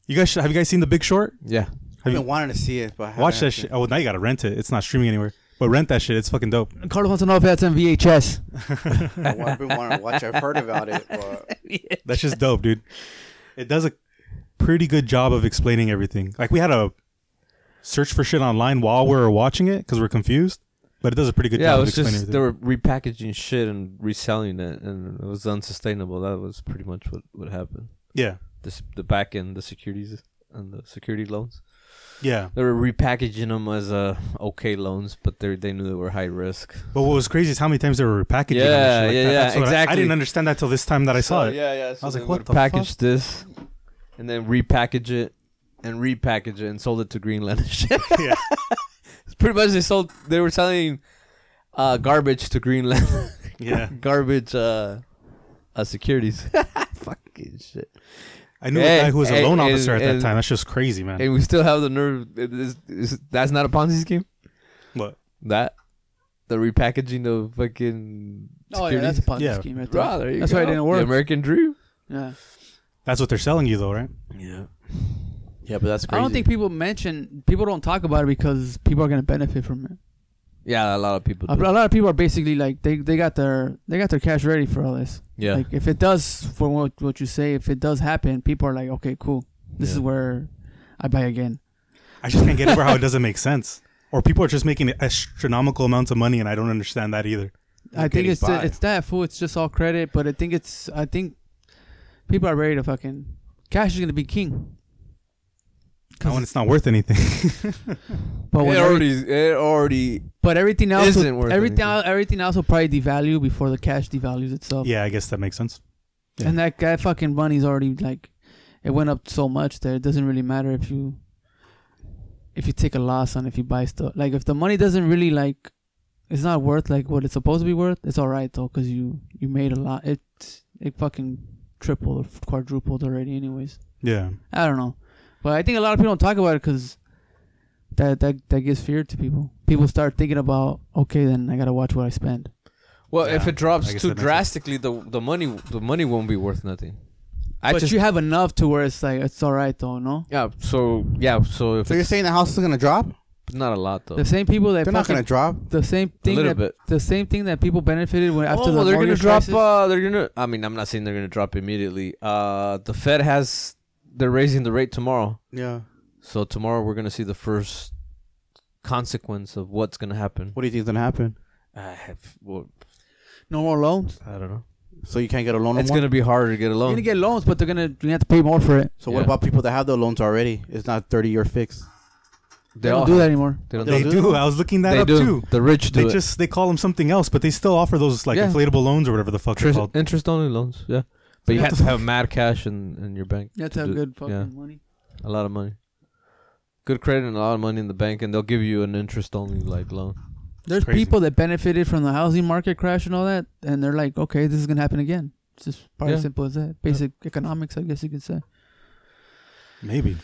[SPEAKER 4] You guys, should, have you guys seen The Big Short?
[SPEAKER 1] Yeah.
[SPEAKER 4] Have
[SPEAKER 3] I've
[SPEAKER 4] you
[SPEAKER 3] been wanting to see it, but I haven't
[SPEAKER 4] watch that
[SPEAKER 3] actually.
[SPEAKER 4] shit? Oh, now you gotta rent it. It's not streaming anywhere. But rent that shit. It's fucking
[SPEAKER 1] (laughs)
[SPEAKER 4] dope.
[SPEAKER 2] Carlos wants to know if that's on VHS.
[SPEAKER 3] I wa- I've been wanting to watch. I've heard about it. But
[SPEAKER 4] That's just dope, dude. It does a pretty good job of explaining everything. Like we had a search for shit online while we were watching it because we're confused, but it does a pretty good
[SPEAKER 1] Yeah, it
[SPEAKER 4] job of
[SPEAKER 1] was
[SPEAKER 4] explaining
[SPEAKER 1] just they
[SPEAKER 4] everything.
[SPEAKER 1] were repackaging shit and reselling it, and it was unsustainable. That was pretty much what what happened.
[SPEAKER 4] yeah,
[SPEAKER 1] This the back end, the securities and the security loans.
[SPEAKER 4] yeah.
[SPEAKER 1] They were repackaging them as uh, okay loans, but they they knew they were high risk.
[SPEAKER 4] But what was crazy is how many times they were repackaging. it and
[SPEAKER 1] Yeah,
[SPEAKER 4] shit like
[SPEAKER 1] yeah,
[SPEAKER 4] that.
[SPEAKER 1] yeah,
[SPEAKER 4] That's what I- I,
[SPEAKER 1] exactly.
[SPEAKER 4] didn't understand that till this time that I saw it.
[SPEAKER 1] Yeah, yeah.
[SPEAKER 4] I was
[SPEAKER 1] they
[SPEAKER 4] like,
[SPEAKER 1] would
[SPEAKER 4] "What the
[SPEAKER 1] package this? and then repackage it and repackage it and sold it to Greenland. and shit.
[SPEAKER 4] (laughs) Yeah.
[SPEAKER 1] (laughs) It's pretty much they sold. They were selling uh, garbage to Greenland.
[SPEAKER 4] Yeah.
[SPEAKER 1] garbage uh, uh securities. (laughs) Fucking shit.
[SPEAKER 4] I knew
[SPEAKER 1] Hey,
[SPEAKER 4] a guy who was a
[SPEAKER 1] and-
[SPEAKER 4] loan officer at
[SPEAKER 1] and-
[SPEAKER 4] that time. That's just crazy, man.
[SPEAKER 1] And we still have the nerve. it is- is- that's not a Ponzi scheme.
[SPEAKER 4] what?
[SPEAKER 1] That the repackaging of fucking.
[SPEAKER 2] Oh yeah, that's a (laughs)
[SPEAKER 1] securities.
[SPEAKER 2] Ponzi
[SPEAKER 4] Yeah.
[SPEAKER 2] scheme right there.
[SPEAKER 1] Bro, there you
[SPEAKER 2] That's
[SPEAKER 1] go.
[SPEAKER 2] why it didn't work.
[SPEAKER 1] The American Dream.
[SPEAKER 2] yeah.
[SPEAKER 4] That's what they're selling you, though, right?
[SPEAKER 1] Yeah.
[SPEAKER 3] Yeah, but that's
[SPEAKER 2] I don't think people mention people don't talk about it because people are gonna benefit from it.
[SPEAKER 1] Yeah, a lot of people.
[SPEAKER 2] A
[SPEAKER 1] Do.
[SPEAKER 2] lot of people are basically like they, they got their they got their cash ready for all this.
[SPEAKER 1] Yeah.
[SPEAKER 2] Like if it does for what what you say, if it does happen, people are like, okay, cool. This is
[SPEAKER 1] Yeah.
[SPEAKER 2] where I buy again.
[SPEAKER 4] I just can't get over how it doesn't make sense. Or people are just making astronomical amounts of money, and I don't understand that either.
[SPEAKER 2] I think
[SPEAKER 3] getting
[SPEAKER 2] it's
[SPEAKER 3] by.
[SPEAKER 2] it's that fool. It's just all credit, but I think it's I think people are ready to fucking cash is gonna be king.
[SPEAKER 4] Now when it's not worth anything.
[SPEAKER 2] But when
[SPEAKER 1] it
[SPEAKER 2] every-
[SPEAKER 1] already. It already.
[SPEAKER 2] but everything else
[SPEAKER 1] isn't
[SPEAKER 2] will-
[SPEAKER 1] worth
[SPEAKER 2] everything
[SPEAKER 1] anything.
[SPEAKER 2] el- everything else will probably devalue before the cash devalues itself.
[SPEAKER 4] yeah, I guess that makes sense. Yeah.
[SPEAKER 2] And that that fucking money's already like it went up so much that it doesn't really matter if you if you take a loss on if you buy stuff. Like if the money doesn't really like it's not worth like what it's supposed to be worth, it's all right though cuz you you made a lot. It it fucking tripled or quadrupled already anyways.
[SPEAKER 4] Yeah.
[SPEAKER 2] I don't know. But I think a lot of people don't talk about it cuz that that that gives fear to people. People start thinking about okay, then I got to watch what I spend.
[SPEAKER 1] Well,
[SPEAKER 4] Yeah,
[SPEAKER 1] if it drops
[SPEAKER 4] I guess
[SPEAKER 1] too
[SPEAKER 4] that makes sense.
[SPEAKER 1] drastically, the the money the money won't be worth nothing. I
[SPEAKER 2] but
[SPEAKER 1] just
[SPEAKER 2] you have enough to where it's like it's all right though, no?
[SPEAKER 1] yeah. So yeah. So if
[SPEAKER 3] (laughs) So you're
[SPEAKER 1] it's
[SPEAKER 3] saying the house is gonna drop?
[SPEAKER 1] not a lot though,
[SPEAKER 2] The same people that
[SPEAKER 3] They're not
[SPEAKER 2] fucking-
[SPEAKER 3] gonna drop.
[SPEAKER 2] the same
[SPEAKER 1] a
[SPEAKER 2] thing
[SPEAKER 1] little
[SPEAKER 2] that,
[SPEAKER 1] bit.
[SPEAKER 2] the same thing that people benefited when after
[SPEAKER 1] oh,
[SPEAKER 2] the
[SPEAKER 1] well, they're gonna
[SPEAKER 2] mortgage
[SPEAKER 1] drop.
[SPEAKER 2] crisis.
[SPEAKER 1] Uh, they're gonna. I mean, I'm not saying they're gonna drop immediately. Uh, the Fed has they're raising the rate tomorrow,
[SPEAKER 3] Yeah.
[SPEAKER 1] so tomorrow we're gonna see the first consequence of what's gonna happen.
[SPEAKER 3] What do you think's gonna happen?
[SPEAKER 1] I have. Well,
[SPEAKER 2] no more loans.
[SPEAKER 1] I don't know.
[SPEAKER 3] So you can't get a loan. no
[SPEAKER 1] it's
[SPEAKER 3] more?
[SPEAKER 1] gonna be harder to get a
[SPEAKER 2] You're
[SPEAKER 1] loan.
[SPEAKER 2] gonna get loans, but they're gonna you have to pay more for it.
[SPEAKER 3] So what
[SPEAKER 1] Yeah.
[SPEAKER 3] about people that have their loans already? It's not thirty year fix.
[SPEAKER 2] They,
[SPEAKER 1] all
[SPEAKER 2] don't do
[SPEAKER 1] have-
[SPEAKER 2] that anymore.
[SPEAKER 1] They don't.
[SPEAKER 4] They
[SPEAKER 3] do
[SPEAKER 4] do.
[SPEAKER 3] that?
[SPEAKER 4] I was looking that
[SPEAKER 1] they
[SPEAKER 4] up
[SPEAKER 1] do.
[SPEAKER 4] too.
[SPEAKER 1] The rich do
[SPEAKER 4] They
[SPEAKER 1] it.
[SPEAKER 4] just they call them something else, but they still offer those like
[SPEAKER 1] Yeah.
[SPEAKER 4] inflatable loans or whatever the fuck they're
[SPEAKER 1] Interest,
[SPEAKER 4] called.
[SPEAKER 1] interest only loans. Yeah, but you
[SPEAKER 4] What
[SPEAKER 1] have
[SPEAKER 4] the
[SPEAKER 1] to have mad cash in in your bank.
[SPEAKER 2] You have to
[SPEAKER 1] do-
[SPEAKER 2] have good fucking
[SPEAKER 1] yeah.
[SPEAKER 2] money.
[SPEAKER 1] A lot of money. Good credit and a lot of money in the bank, and they'll give you an interest only like loan.
[SPEAKER 2] There's
[SPEAKER 4] crazy.
[SPEAKER 2] people that benefited from the housing market crash and all that, and they're like, okay, this is gonna happen again. It's just probably
[SPEAKER 1] Yeah.
[SPEAKER 2] as simple as that. Basic economics, I guess you could say.
[SPEAKER 4] Maybe.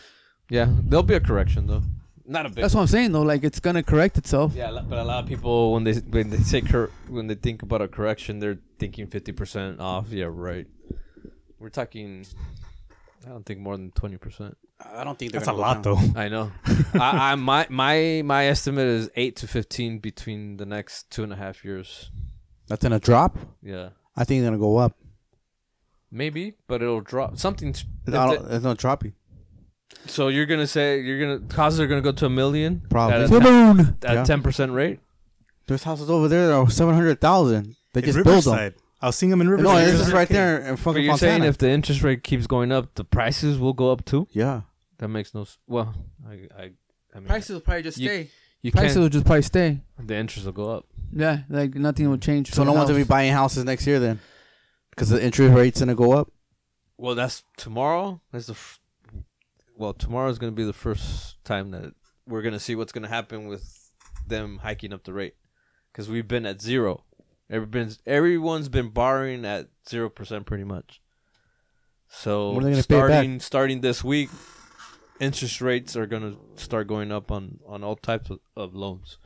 [SPEAKER 1] Yeah, there'll be a correction though. Not a big.
[SPEAKER 2] That's what I'm saying though. Like it's gonna correct itself.
[SPEAKER 1] Yeah, lo- but a lot of people when they when they say cor- when they think about a correction, they're thinking fifty percent off. Yeah, right. We're talking. I don't think more than twenty percent.
[SPEAKER 3] I don't think
[SPEAKER 4] That's a lot though.
[SPEAKER 1] I
[SPEAKER 3] (laughs)
[SPEAKER 1] know. I, I my my my estimate is eight to fifteen between the next two and a half years.
[SPEAKER 3] That's gonna drop.
[SPEAKER 1] Yeah,
[SPEAKER 3] I think it's gonna go up.
[SPEAKER 1] maybe, but it'll drop something.
[SPEAKER 3] It's not, it's not dropping.
[SPEAKER 1] So you're gonna say you're gonna houses are gonna go to a million
[SPEAKER 3] Probably.
[SPEAKER 1] at
[SPEAKER 2] To the
[SPEAKER 1] a
[SPEAKER 2] moon.
[SPEAKER 1] ten
[SPEAKER 3] Yeah.
[SPEAKER 1] percent rate.
[SPEAKER 3] There's houses over there that are seven hundred thousand. They
[SPEAKER 4] In
[SPEAKER 3] just build them.
[SPEAKER 4] Riverside. I was seeing them in Riverside.
[SPEAKER 3] No, this is right
[SPEAKER 4] 100K.
[SPEAKER 3] there in
[SPEAKER 1] But
[SPEAKER 3] fucking
[SPEAKER 1] you're saying
[SPEAKER 3] Fontana.
[SPEAKER 1] if the interest rate keeps going up, the prices will go up too.
[SPEAKER 3] yeah.
[SPEAKER 1] That makes no. s- Well, I I, I mean,
[SPEAKER 2] Prices will probably just
[SPEAKER 1] You-
[SPEAKER 2] stay.
[SPEAKER 1] you
[SPEAKER 2] Prices
[SPEAKER 1] can't.
[SPEAKER 2] will just probably stay.
[SPEAKER 1] The interest will go up.
[SPEAKER 2] Yeah, like nothing will change.
[SPEAKER 3] So no one's gonna be buying houses next year then, because the interest rate's gonna go up.
[SPEAKER 1] Well, that's tomorrow. That's the. F- well, tomorrow is going to be the first time that we're going to see what's going to happen with them hiking up the rate, because we've been at zero. Everyone's everyone's been borrowing at zero percent pretty much. So
[SPEAKER 3] When are they gonna pay it back?
[SPEAKER 1] starting starting this week, interest rates are going to start going up on on all types of, of loans.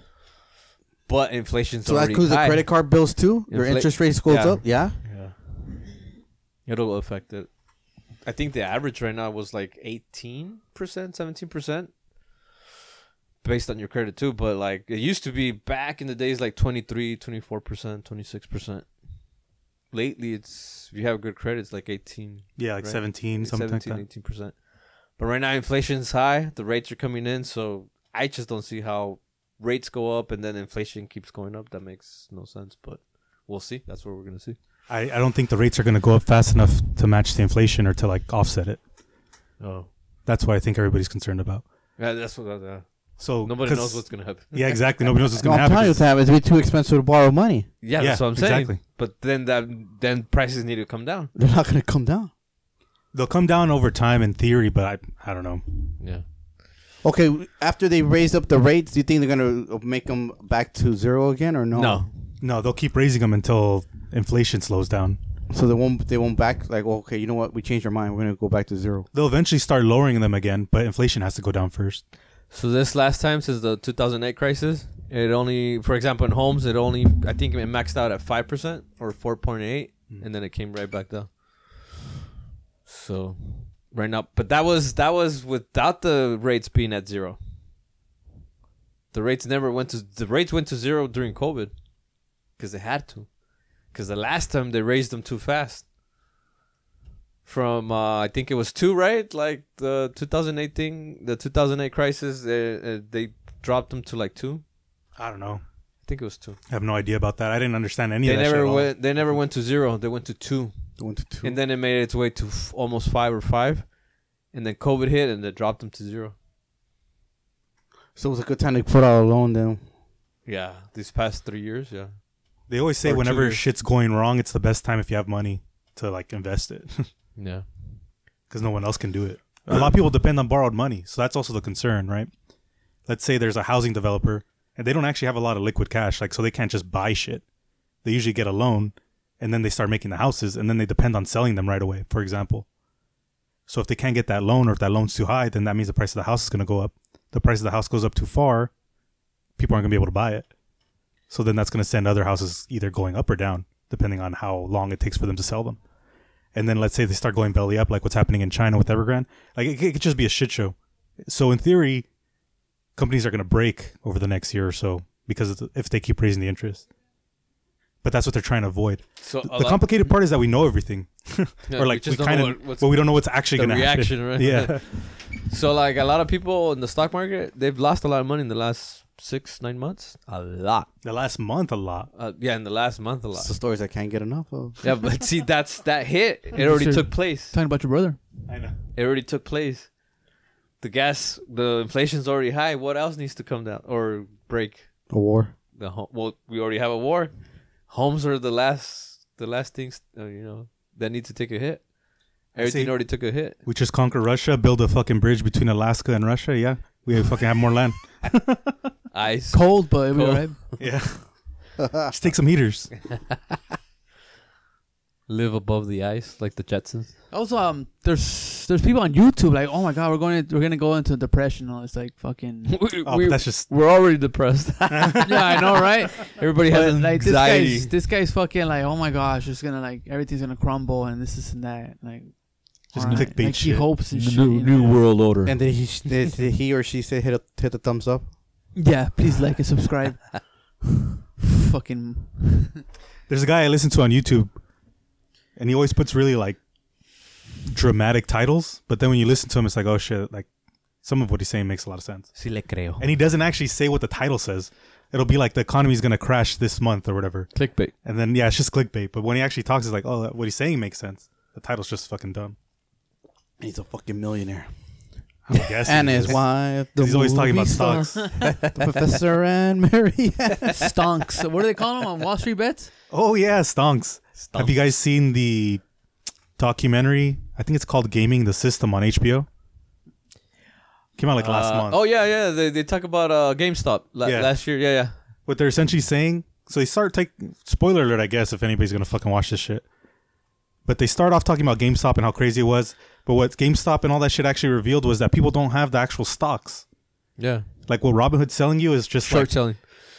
[SPEAKER 1] But inflation's
[SPEAKER 3] So that
[SPEAKER 1] already
[SPEAKER 3] includes the
[SPEAKER 1] high.
[SPEAKER 3] credit card bills too. Your
[SPEAKER 1] Inflate-
[SPEAKER 3] interest rate goes
[SPEAKER 1] Yeah.
[SPEAKER 3] up. Yeah.
[SPEAKER 1] Yeah. It'll affect it. I think the average right now was like 18%, 17% based on your credit too, but like it used to be back in the days like 23, 24%, 26%. Lately it's if you have good credit it's like 18,
[SPEAKER 4] Yeah, like
[SPEAKER 1] Right.
[SPEAKER 4] 17, something
[SPEAKER 1] 17,
[SPEAKER 4] like
[SPEAKER 1] 18%. But right now inflation's high, the rates are coming in, so I just don't see how rates go up and then inflation keeps going up. That makes no sense, but we'll see. That's what we're going to see.
[SPEAKER 4] that. I, I don't think the rates are going to go up fast enough to match the inflation or to like offset it.
[SPEAKER 1] Oh.
[SPEAKER 4] That's what I think everybody's concerned about.
[SPEAKER 1] Yeah, that's what. Uh,
[SPEAKER 4] So
[SPEAKER 1] nobody
[SPEAKER 4] 'cause-
[SPEAKER 1] knows what's gonna happen.
[SPEAKER 4] Yeah, exactly. Nobody knows
[SPEAKER 3] (laughs)
[SPEAKER 4] what's going to
[SPEAKER 3] I'm
[SPEAKER 4] happen.
[SPEAKER 3] telling you,
[SPEAKER 4] 'cause-
[SPEAKER 3] Sam, it's gonna be too expensive to borrow money. (laughs)
[SPEAKER 1] Yeah,
[SPEAKER 4] Yeah,
[SPEAKER 1] that's what I'm saying.
[SPEAKER 4] exactly.
[SPEAKER 1] But then that then prices need to come down.
[SPEAKER 3] They're not gonna come down.
[SPEAKER 4] They'll come down over time in theory, but I I don't know.
[SPEAKER 1] Yeah.
[SPEAKER 3] Okay, after they raise up the rates, do you think they're gonna uh, make them back to zero again or no?
[SPEAKER 4] no, they'll keep raising them until inflation slows down.
[SPEAKER 3] So they won't. They won't back. Like, well, okay, you know what? We changed our mind. We're gonna go back to zero.
[SPEAKER 4] They'll eventually start lowering them again, but inflation has to go down first.
[SPEAKER 1] So this last time since the 2008 crisis, it only, for example, in homes, it only, I think it maxed out at five percent or 4.8, and then it came right back down. So, right now, but that was that was without the rates being at zero. The rates never went to the rates went to zero during COVID, because they had to, because the last time they raised them too fast. From uh, I think it was two, right? Like the 2008 thing, the 2008 crisis, they, uh, they dropped them to like two.
[SPEAKER 4] I don't know.
[SPEAKER 1] I think it was two.
[SPEAKER 4] I have no idea about that. I didn't understand any
[SPEAKER 1] They
[SPEAKER 4] of that. shit
[SPEAKER 1] never
[SPEAKER 4] at all.
[SPEAKER 1] went. They never went to zero. They went to two,
[SPEAKER 3] One to two.
[SPEAKER 1] and then it made its way to f- almost five or five, and then COVID hit and they dropped them to zero.
[SPEAKER 3] so it was a good time to put out a loan then.
[SPEAKER 1] Yeah, these past three years. Yeah,
[SPEAKER 4] They always say
[SPEAKER 1] Or two
[SPEAKER 4] whenever
[SPEAKER 1] years.
[SPEAKER 4] shit's going wrong, it's the best time if you have money to like invest it, (laughs)
[SPEAKER 1] yeah.
[SPEAKER 4] because no one else can do it. A lot of people depend on borrowed money, so that's also the concern, right? Let's say there's a housing developer and they don't actually have a lot of liquid cash, like so they can't just buy shit. They usually get a loan, and then they start making the houses, and then they depend on selling them right away. For example, so if they can't get that loan, or if that loan's too high, then that means the price of the house is going to go up. The price of the house goes up too far, people aren't going to be able to buy it. So then that's going to send other houses either going up or down, depending on how long it takes for them to sell them. And then let's say they start going belly up, like what's happening in China with Evergrande. Like it, it could just be a shit show. So in theory, companies are going to break over the next year or so because of the- if they keep raising the interest. But that's what they're trying to avoid.
[SPEAKER 1] So
[SPEAKER 4] The complicated part is that we know everything, or like we, kind of, but we don't know what's actually
[SPEAKER 1] the
[SPEAKER 4] going to happen.
[SPEAKER 1] reaction, right? (laughs)
[SPEAKER 4] Yeah,
[SPEAKER 1] So like a lot of people in the stock market, they've lost a lot of money in the last six nine months. A lot.
[SPEAKER 4] the last month a lot.
[SPEAKER 1] Uh, yeah, in the last month, a
[SPEAKER 3] It's
[SPEAKER 1] lot.
[SPEAKER 3] the stories I can't get enough of.
[SPEAKER 1] yeah, but see, that's that hit. It already
[SPEAKER 2] Sure.
[SPEAKER 1] took place.
[SPEAKER 2] Talking about your brother.
[SPEAKER 4] I know.
[SPEAKER 1] It already took place. The gas, the inflation's already high. What else needs to come down or break?
[SPEAKER 3] A war.
[SPEAKER 1] The home, well, we already have a war. Homes are the last, the last things uh, you know that need to take a hit. Everything
[SPEAKER 4] see.
[SPEAKER 1] already took a hit.
[SPEAKER 4] We just conquer Russia, build a fucking bridge between Alaska and Russia. Yeah, we fucking have more land.
[SPEAKER 1] Ice.
[SPEAKER 2] Cold, but it'll be
[SPEAKER 1] Cold.
[SPEAKER 2] alright.
[SPEAKER 4] Yeah, just take some heaters.
[SPEAKER 1] Live above the ice like the Jetsons.
[SPEAKER 2] Also, um, there's there's people on YouTube like, oh my god, we're going to, we're gonna go into depression. and It's like
[SPEAKER 4] (laughs)
[SPEAKER 2] fucking.
[SPEAKER 1] (laughs) we,
[SPEAKER 4] Oh, but that's just
[SPEAKER 1] are already depressed.
[SPEAKER 2] yeah, I know, right?
[SPEAKER 1] Everybody has
[SPEAKER 2] But, like this
[SPEAKER 1] anxiety.
[SPEAKER 2] guy's this guy's fucking like, oh my gosh, it's gonna like everything's gonna crumble and this, this and that. Like,
[SPEAKER 4] Just
[SPEAKER 2] alright.
[SPEAKER 4] clickbait
[SPEAKER 2] Like he
[SPEAKER 4] shit.
[SPEAKER 2] hopes and
[SPEAKER 1] (laughs)
[SPEAKER 2] shit.
[SPEAKER 1] new,
[SPEAKER 2] you know?
[SPEAKER 1] world order.
[SPEAKER 3] And then he did, did he or she say hit a, hit the thumbs up.
[SPEAKER 2] Yeah, please like and
[SPEAKER 1] (laughs)
[SPEAKER 2] subscribe. fucking
[SPEAKER 4] there's a guy I listen to on YouTube, and he always puts really like dramatic titles. But then when you listen to him, it's like, oh shit! Like some of what he's saying makes a lot of sense.
[SPEAKER 1] Si le creo.
[SPEAKER 4] And he doesn't actually say what the title says. It'll be like the economy's gonna crash this month or whatever.
[SPEAKER 1] Clickbait.
[SPEAKER 4] And then yeah, it's just clickbait. But when he actually talks, it's like, oh, what he's saying makes sense. The title's just fucking dumb.
[SPEAKER 3] And he's a fucking millionaire.
[SPEAKER 4] I'm
[SPEAKER 3] (laughs)
[SPEAKER 4] guessing.
[SPEAKER 3] And his
[SPEAKER 4] It's-
[SPEAKER 3] wife. The
[SPEAKER 4] He's always talking
[SPEAKER 3] movie star,
[SPEAKER 4] about stocks.
[SPEAKER 3] the professor and Mary.
[SPEAKER 2] stonks. What do they call them on Wall Street
[SPEAKER 4] (laughs)
[SPEAKER 2] bets?
[SPEAKER 4] Oh yeah, stonks. Have you guys seen the documentary? I think it's called "Gaming the System" on HBO. Came out (laughs) like last
[SPEAKER 1] Uh,
[SPEAKER 4] month.
[SPEAKER 1] Oh yeah, yeah. They, they talk about uh, GameStop la-
[SPEAKER 4] Yeah.
[SPEAKER 1] last year. Yeah, yeah.
[SPEAKER 4] What they're essentially saying, so they start take spoiler alert, I guess, if anybody's gonna fucking watch this shit. But they start off talking about GameStop and how crazy it was. But what GameStop and all that shit actually revealed was that people don't have the actual stocks.
[SPEAKER 1] Yeah.
[SPEAKER 4] Like what Robinhood's selling you is just
[SPEAKER 1] Short
[SPEAKER 4] like
[SPEAKER 1] selling.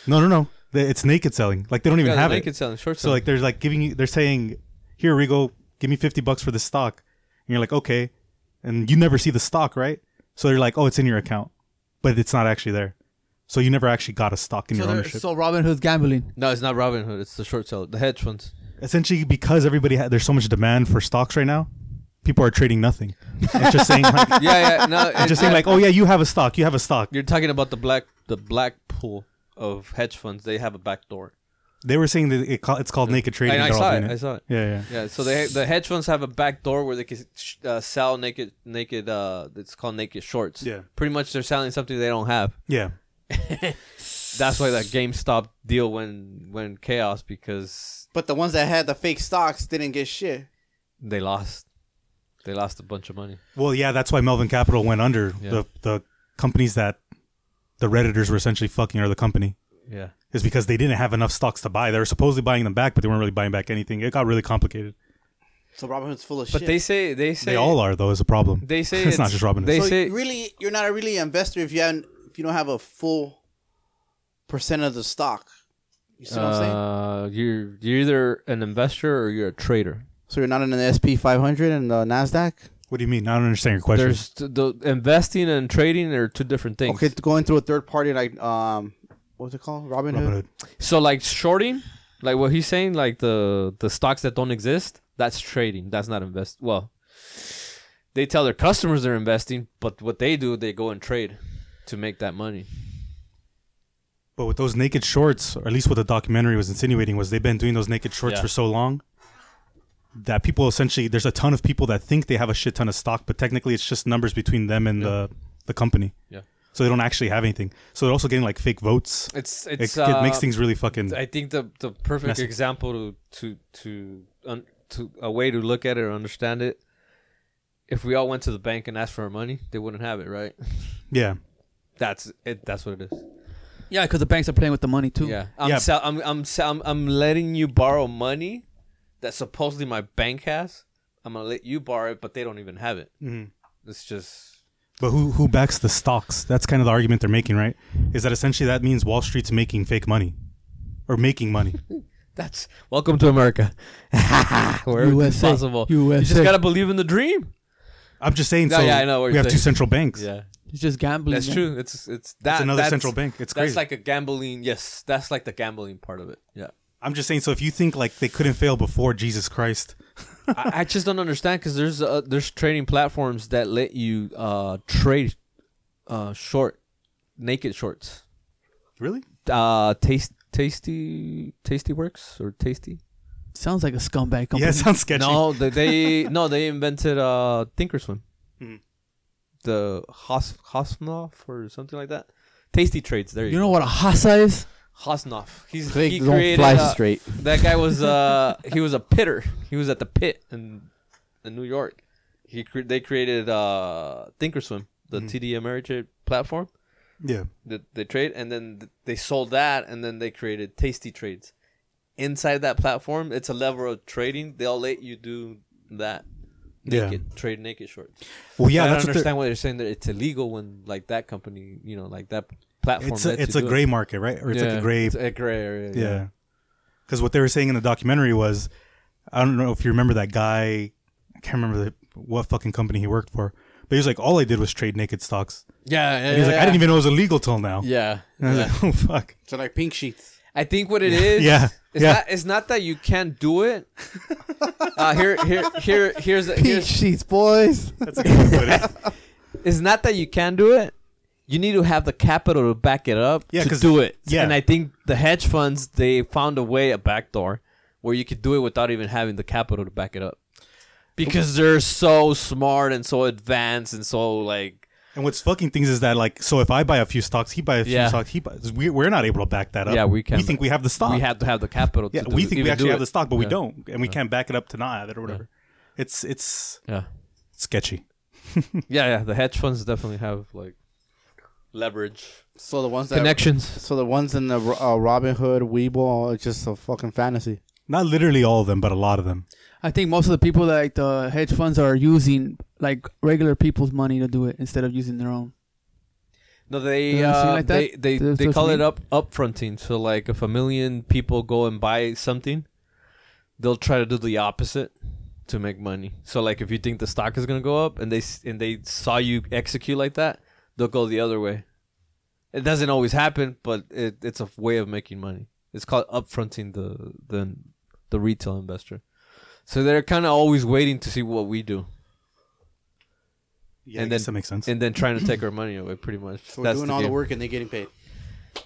[SPEAKER 4] no, no, no. They- It's naked selling. Like they don't even
[SPEAKER 1] yeah,
[SPEAKER 4] have
[SPEAKER 1] naked
[SPEAKER 4] it.
[SPEAKER 1] selling. Short
[SPEAKER 4] So
[SPEAKER 1] selling.
[SPEAKER 4] like they're like giving you they're saying, Here Rigo, give me fifty bucks for the stock. And you're like, Okay. And you never see the stock, right? So they're like, Oh, it's in your account. But it's not actually there. So you never actually got a stock
[SPEAKER 2] So,
[SPEAKER 4] in your
[SPEAKER 2] they're-
[SPEAKER 4] ownership.
[SPEAKER 2] so Robin Hood's gambling.
[SPEAKER 1] no, it's not Robinhood. It's the short seller, the hedge funds.
[SPEAKER 4] Essentially because everybody ha- there's so much demand for stocks right now, people are trading nothing. it's just saying
[SPEAKER 1] (laughs)
[SPEAKER 4] like
[SPEAKER 1] Yeah, yeah. (laughs) No,
[SPEAKER 4] it's
[SPEAKER 1] it's
[SPEAKER 4] just saying like, Oh yeah, you have a stock, you have a stock.
[SPEAKER 1] you're talking about the black, the black pool of hedge funds. They have a back door.
[SPEAKER 4] They were saying that it ca- it's called naked trading.
[SPEAKER 1] And I
[SPEAKER 4] they're all
[SPEAKER 1] saw
[SPEAKER 4] doing
[SPEAKER 1] it. I saw it.
[SPEAKER 4] Yeah, yeah.
[SPEAKER 1] Yeah, so they the hedge funds have a back door where they can sh- uh, sell naked, naked. Uh, it's called naked shorts.
[SPEAKER 4] Yeah.
[SPEAKER 1] pretty much they're selling something they don't have.
[SPEAKER 4] Yeah.
[SPEAKER 1] That's why that GameStop deal went went chaos because
[SPEAKER 3] but the ones that had the fake stocks didn't get shit.
[SPEAKER 1] they lost. They lost a bunch of money.
[SPEAKER 4] Well, yeah, that's why Melvin Capital went under.
[SPEAKER 1] Yeah.
[SPEAKER 4] The the companies that the redditors were essentially fucking are the company
[SPEAKER 1] Yeah.
[SPEAKER 4] is because they didn't have enough stocks to buy. They were supposedly buying them back, but they weren't really buying back anything. It got really complicated.
[SPEAKER 3] So Robinhood's full of
[SPEAKER 1] But
[SPEAKER 3] shit.
[SPEAKER 1] they say they say
[SPEAKER 4] they all are though is a problem.
[SPEAKER 1] They say
[SPEAKER 4] (laughs) it's, not just Robinhood.
[SPEAKER 1] They
[SPEAKER 3] so
[SPEAKER 1] say
[SPEAKER 3] you really, you're not a really investor if you haven't, if you don't have a full percent of the stock. You see what I'm saying?
[SPEAKER 1] uh, you're you're either an investor or you're a trader.
[SPEAKER 3] So you're not in the SP 500 and the Nasdaq.
[SPEAKER 4] what do you mean? I don't understand your question.
[SPEAKER 1] There's t- the investing and trading are two different things.
[SPEAKER 3] Okay, going through a third party like um, what's it called? Robinhood.
[SPEAKER 4] Robinhood.
[SPEAKER 1] So like shorting, like what he's saying, like the the stocks that don't exist, that's trading. That's not invest. Well, they tell their customers they're investing, but what they do, they go and trade to make that money.
[SPEAKER 4] But with those naked shorts, or at least what the documentary was insinuating, was they've been doing those naked shorts
[SPEAKER 1] Yeah.
[SPEAKER 4] for so long that people essentially there's a ton of people that think they have a shit ton of stock, but technically it's just numbers between them and the the company.
[SPEAKER 1] Yeah.
[SPEAKER 4] So they don't actually have anything. So they're also getting like fake votes.
[SPEAKER 1] It's
[SPEAKER 4] It,
[SPEAKER 1] it's
[SPEAKER 4] it
[SPEAKER 1] uh,
[SPEAKER 4] makes things really fucking.
[SPEAKER 1] I think the the perfect
[SPEAKER 4] Messy.
[SPEAKER 1] example to to to un, to a way to look at it or understand it. If we all went to the bank and asked for our money, they wouldn't have it, right?
[SPEAKER 4] yeah.
[SPEAKER 1] That's it. That's what it is.
[SPEAKER 2] Yeah, because the banks are playing with the money too.
[SPEAKER 1] Yeah, I'm
[SPEAKER 4] Yeah.
[SPEAKER 1] sell- I'm I'm sell- I'm I'm letting you borrow money that supposedly my bank has. I'm gonna let you borrow it, but they don't even have it.
[SPEAKER 4] Mhm.
[SPEAKER 1] It's just
[SPEAKER 4] But who who backs the stocks? That's kind of the argument they're making, right? Is that essentially that means Wall Street's making fake money, or making money?
[SPEAKER 1] (laughs) that's welcome to America, (laughs) where everything's
[SPEAKER 2] USA.
[SPEAKER 1] possible. You
[SPEAKER 2] USA.
[SPEAKER 1] just gotta believe in the dream.
[SPEAKER 4] I'm just saying.
[SPEAKER 1] No,
[SPEAKER 4] so
[SPEAKER 1] yeah, I know what
[SPEAKER 4] we
[SPEAKER 1] you're
[SPEAKER 4] have two
[SPEAKER 1] saying.
[SPEAKER 4] central banks.
[SPEAKER 1] Yeah,
[SPEAKER 2] It's just gambling.
[SPEAKER 1] that's
[SPEAKER 2] man.
[SPEAKER 1] true. It's it's that
[SPEAKER 4] That's another
[SPEAKER 1] that's-
[SPEAKER 4] central bank. It's
[SPEAKER 1] that's
[SPEAKER 4] crazy.
[SPEAKER 1] like a gambling. Yes, that's like the gambling part of it. Yeah,
[SPEAKER 4] I'm just saying. So if you think like they couldn't fail before Jesus Christ,
[SPEAKER 1] I, I just don't understand because there's uh, there's trading platforms that let you uh, trade uh, short, naked shorts.
[SPEAKER 4] really?
[SPEAKER 1] uh taste tasty tasty works or tasty
[SPEAKER 2] Sounds like a scumbag company.
[SPEAKER 4] (laughs) Yeah, it sounds sketchy.
[SPEAKER 1] no they, they (laughs) no they invented uh thinkorswim
[SPEAKER 4] Mhm.
[SPEAKER 1] the Hos, hosnoff or something like that tasty trades there you,
[SPEAKER 2] you
[SPEAKER 1] go.
[SPEAKER 2] know what a hasa is?
[SPEAKER 1] hosnoff he's
[SPEAKER 3] Click,
[SPEAKER 1] he
[SPEAKER 3] don't
[SPEAKER 1] created
[SPEAKER 3] fly
[SPEAKER 1] uh,
[SPEAKER 3] straight.
[SPEAKER 1] that guy was uh (laughs) he was a pitter he was at the pit in in new york he cre- they created uh thinkorswim the td ameritrade platform
[SPEAKER 4] Yeah.
[SPEAKER 1] that they trade, and then th- they sold that, and then they created Tasty Trades. Inside that platform, it's a level of trading. They'll let you do that.
[SPEAKER 4] Yeah.
[SPEAKER 1] Naked, Trade naked shorts.
[SPEAKER 4] Well, yeah,
[SPEAKER 1] I don't
[SPEAKER 4] that's what they're-
[SPEAKER 1] understand why they're saying that it's illegal when like that company, you know, like that platform.
[SPEAKER 4] It's a,
[SPEAKER 1] lets
[SPEAKER 4] it's
[SPEAKER 1] you
[SPEAKER 4] a
[SPEAKER 1] do it.
[SPEAKER 4] gray market, right? Or it's like
[SPEAKER 1] Yeah,
[SPEAKER 4] a gray.
[SPEAKER 1] It's a gray area.
[SPEAKER 4] yeah. Because what they were saying in the documentary was, I don't know if you remember that guy. I can't remember the, what fucking company he worked for, but he was like, all I did was trade naked stocks.
[SPEAKER 1] Yeah. yeah,
[SPEAKER 4] And he's like, I didn't even know it was illegal till now.
[SPEAKER 1] Yeah.
[SPEAKER 4] (laughs) And I was
[SPEAKER 1] yeah.
[SPEAKER 4] like, oh fuck.
[SPEAKER 3] So like pink sheets.
[SPEAKER 1] I think what it is,
[SPEAKER 4] Yeah,
[SPEAKER 1] it's
[SPEAKER 4] yeah.
[SPEAKER 1] not it's not that you can't do it. uh, here, here, here, here's
[SPEAKER 3] Pink
[SPEAKER 1] here's
[SPEAKER 3] sheets, boys.
[SPEAKER 4] (laughs) That's a good way to put
[SPEAKER 1] (laughs)
[SPEAKER 4] it.
[SPEAKER 1] it's not that you can do it. You need to have the capital to back it up
[SPEAKER 4] Yeah,
[SPEAKER 1] to
[SPEAKER 4] 'cause-
[SPEAKER 1] do it.
[SPEAKER 4] yeah.
[SPEAKER 1] And I think the hedge funds they found a way a backdoor where you could do it without even having the capital to back it up. Because they're so smart and so advanced and so like
[SPEAKER 4] And what's fucking things is that like, so if I buy a few stocks, he buy a few
[SPEAKER 1] Yeah.
[SPEAKER 4] stocks, he buys. We, we're not able to back that up.
[SPEAKER 1] Yeah, we can't
[SPEAKER 4] We think
[SPEAKER 1] back-
[SPEAKER 4] we have the stock.
[SPEAKER 1] we have to have the capital
[SPEAKER 4] Uh, Yeah,
[SPEAKER 1] to do
[SPEAKER 4] we
[SPEAKER 1] it-
[SPEAKER 4] think we
[SPEAKER 1] even
[SPEAKER 4] actually
[SPEAKER 1] do
[SPEAKER 4] have
[SPEAKER 1] it.
[SPEAKER 4] the stock, but we
[SPEAKER 1] Yeah.
[SPEAKER 4] don't, and we can't back it up to not have it or whatever. It's it's
[SPEAKER 1] Yeah.
[SPEAKER 4] sketchy.
[SPEAKER 1] Yeah, yeah. The hedge funds definitely have like leverage.
[SPEAKER 3] So the ones that
[SPEAKER 1] Connections.
[SPEAKER 3] So the ones in the uh, Robin Hood, Weeble, it's just a fucking fantasy.
[SPEAKER 4] Not literally all of them, but a lot of them.
[SPEAKER 2] I think most of the people that like the hedge funds are using like regular people's money to do it instead of using their own.
[SPEAKER 1] No, they
[SPEAKER 2] Does that seem
[SPEAKER 1] uh,
[SPEAKER 2] like
[SPEAKER 1] they
[SPEAKER 2] that?
[SPEAKER 1] they,
[SPEAKER 2] Does
[SPEAKER 1] they
[SPEAKER 2] that
[SPEAKER 1] call it
[SPEAKER 2] mean-
[SPEAKER 1] up upfronting. So like if a million people go and buy something, they'll try to do the opposite to make money. So like if you think the stock is gonna go up and they s- and they saw you execute like that, they'll go the other way. It doesn't always happen, but it, it's a way of making money. It's called upfronting the the the retail investor. So they're kind of always waiting to see what we do,
[SPEAKER 4] Yeah,
[SPEAKER 1] And
[SPEAKER 4] I guess
[SPEAKER 1] then-
[SPEAKER 4] that makes sense.
[SPEAKER 1] and then trying to take our money away. Pretty much.
[SPEAKER 3] So we're
[SPEAKER 1] That's
[SPEAKER 3] doing all the
[SPEAKER 1] game.
[SPEAKER 3] work and they're
[SPEAKER 1] (laughs)
[SPEAKER 3] getting paid.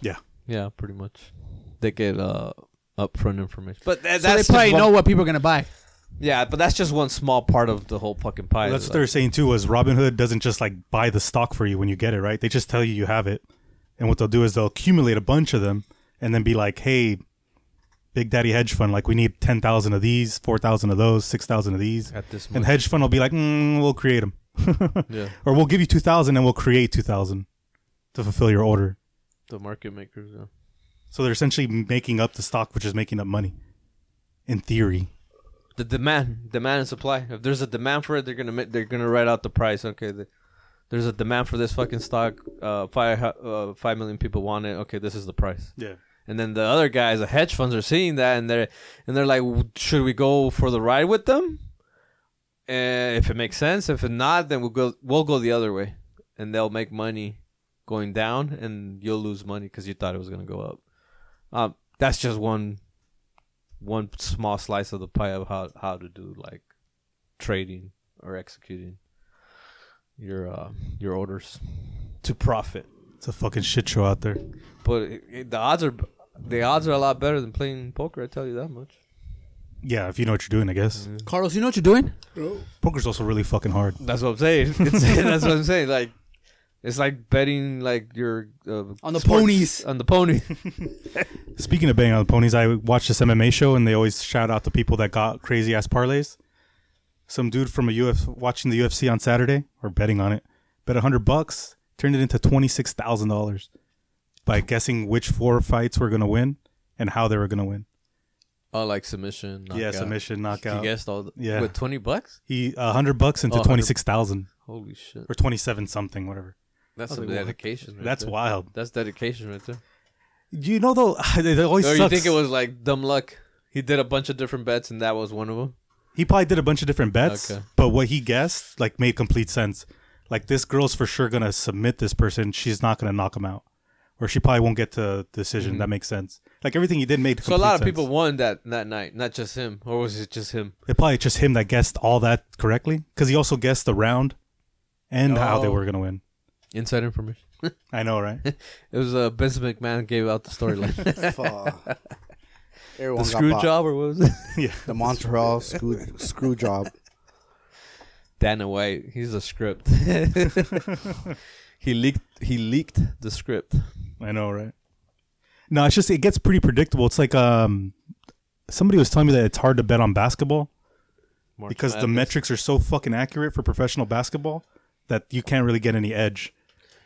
[SPEAKER 4] yeah,
[SPEAKER 1] Yeah, pretty much. They get uh upfront information, but tha-
[SPEAKER 2] So
[SPEAKER 1] that's
[SPEAKER 2] they probably
[SPEAKER 1] just one,
[SPEAKER 2] know what people are gonna buy.
[SPEAKER 1] Yeah, but that's just one small part of the whole fucking pie.
[SPEAKER 4] that's what
[SPEAKER 1] Like,
[SPEAKER 4] they're saying too. Was Robinhood doesn't just like buy the stock for you when you get it, right? They just tell you you have it, and what they'll do is they'll accumulate a bunch of them, and then be like, "Hey, Big Daddy hedge fund. Like we need ten thousand of these, four thousand of those, six thousand of these.
[SPEAKER 1] At this
[SPEAKER 4] And
[SPEAKER 1] moment,
[SPEAKER 4] hedge fund will be like, mm, we'll create them,
[SPEAKER 1] yeah,
[SPEAKER 4] (laughs) or we'll give you two thousand and we'll create two thousand to fulfill your order.
[SPEAKER 1] the market makers. Yeah.
[SPEAKER 4] So they're essentially making up the stock, which is making up money, in theory.
[SPEAKER 1] The demand, demand and supply. If there's a demand for it, they're gonna make, they're gonna write out the price. Okay, the, there's a demand for this fucking stock. Uh, five hu- uh, five million people want it. Okay, this is the price.
[SPEAKER 4] Yeah.
[SPEAKER 1] And then the other guys, the hedge funds, are seeing that, and they're and they're like, "W- should we go for the ride with them? Uh, if it makes sense. If not, then we'll go we'll go the other way, and they'll make money going down, and you'll lose money because you thought it was gonna go up. Um, that's just one one small slice of the pie of how how to do like trading or executing your uh, your orders to profit.
[SPEAKER 4] It's a fucking shit show out there.
[SPEAKER 1] But it, it- the odds are the odds are a lot better than playing poker. I tell you that much.
[SPEAKER 4] Yeah, if you know what you're doing, I guess.
[SPEAKER 2] Carlos, you know what you're doing?
[SPEAKER 4] Poker's also really fucking hard.
[SPEAKER 1] That's what I'm saying. (laughs) It's, that's what I'm saying. Like it's like betting like your uh,
[SPEAKER 2] On the
[SPEAKER 1] sports-
[SPEAKER 2] ponies.
[SPEAKER 1] on the pony. (laughs)
[SPEAKER 4] Speaking of betting on the ponies, I watched this MMA show and they always shout out the people that got crazy ass parlays. Some dude from a UF watching the UFC on Saturday or betting on it, bet hundred bucks, turned it into twenty six thousand dollars by guessing which four fights were gonna win and how they were gonna win.
[SPEAKER 1] oh, like submission. Knockout.
[SPEAKER 4] Yeah, submission,
[SPEAKER 1] You
[SPEAKER 4] knockout.
[SPEAKER 1] guessed all. The,
[SPEAKER 4] Yeah.
[SPEAKER 1] with twenty bucks.
[SPEAKER 4] He uh, hundred bucks into
[SPEAKER 1] Oh, 100.
[SPEAKER 4] twenty six thousand
[SPEAKER 1] Holy shit.
[SPEAKER 4] or twenty seven something, whatever.
[SPEAKER 1] That's
[SPEAKER 4] I was
[SPEAKER 1] some
[SPEAKER 4] like, what?
[SPEAKER 1] dedication. Right
[SPEAKER 4] That's
[SPEAKER 1] there.
[SPEAKER 4] wild.
[SPEAKER 1] That's dedication right there.
[SPEAKER 4] You know though, (sighs) it always
[SPEAKER 1] Or you
[SPEAKER 4] sucks.
[SPEAKER 1] think it was like dumb luck? He did a bunch of different bets, and that was one of them.
[SPEAKER 4] He probably did a bunch of different bets,
[SPEAKER 1] Okay.
[SPEAKER 4] but what he guessed like made complete sense. Like this girl's for sure gonna submit this person. She's not gonna knock him out, or she probably won't get to decision. That makes sense. Like everything he did made.
[SPEAKER 1] Mm-hmm. So a
[SPEAKER 4] Complete
[SPEAKER 1] lot of
[SPEAKER 4] sense.
[SPEAKER 1] people won that that night, not just him, or was it just him?
[SPEAKER 4] It probably just him that guessed all that correctly because he also guessed the round and how they
[SPEAKER 1] Oh.
[SPEAKER 4] were gonna win.
[SPEAKER 1] Inside information.
[SPEAKER 4] I know, right?
[SPEAKER 1] (laughs) It was uh, Vince McMahon gave out the storyline. (laughs)
[SPEAKER 3] Fuck. Everyone
[SPEAKER 1] the
[SPEAKER 3] got
[SPEAKER 1] screw
[SPEAKER 3] bought.
[SPEAKER 1] job or what was (laughs) it?
[SPEAKER 4] yeah.
[SPEAKER 3] The Montreal screw, screw job.
[SPEAKER 1] Dana White. He's a script. (laughs) he leaked. He leaked the script.
[SPEAKER 4] I know, right? No, it's just it gets pretty predictable. It's like um, somebody was telling me that it's hard to bet on basketball
[SPEAKER 1] March
[SPEAKER 4] because the
[SPEAKER 1] Madness.
[SPEAKER 4] metrics are so fucking accurate for professional basketball that you can't really get any edge.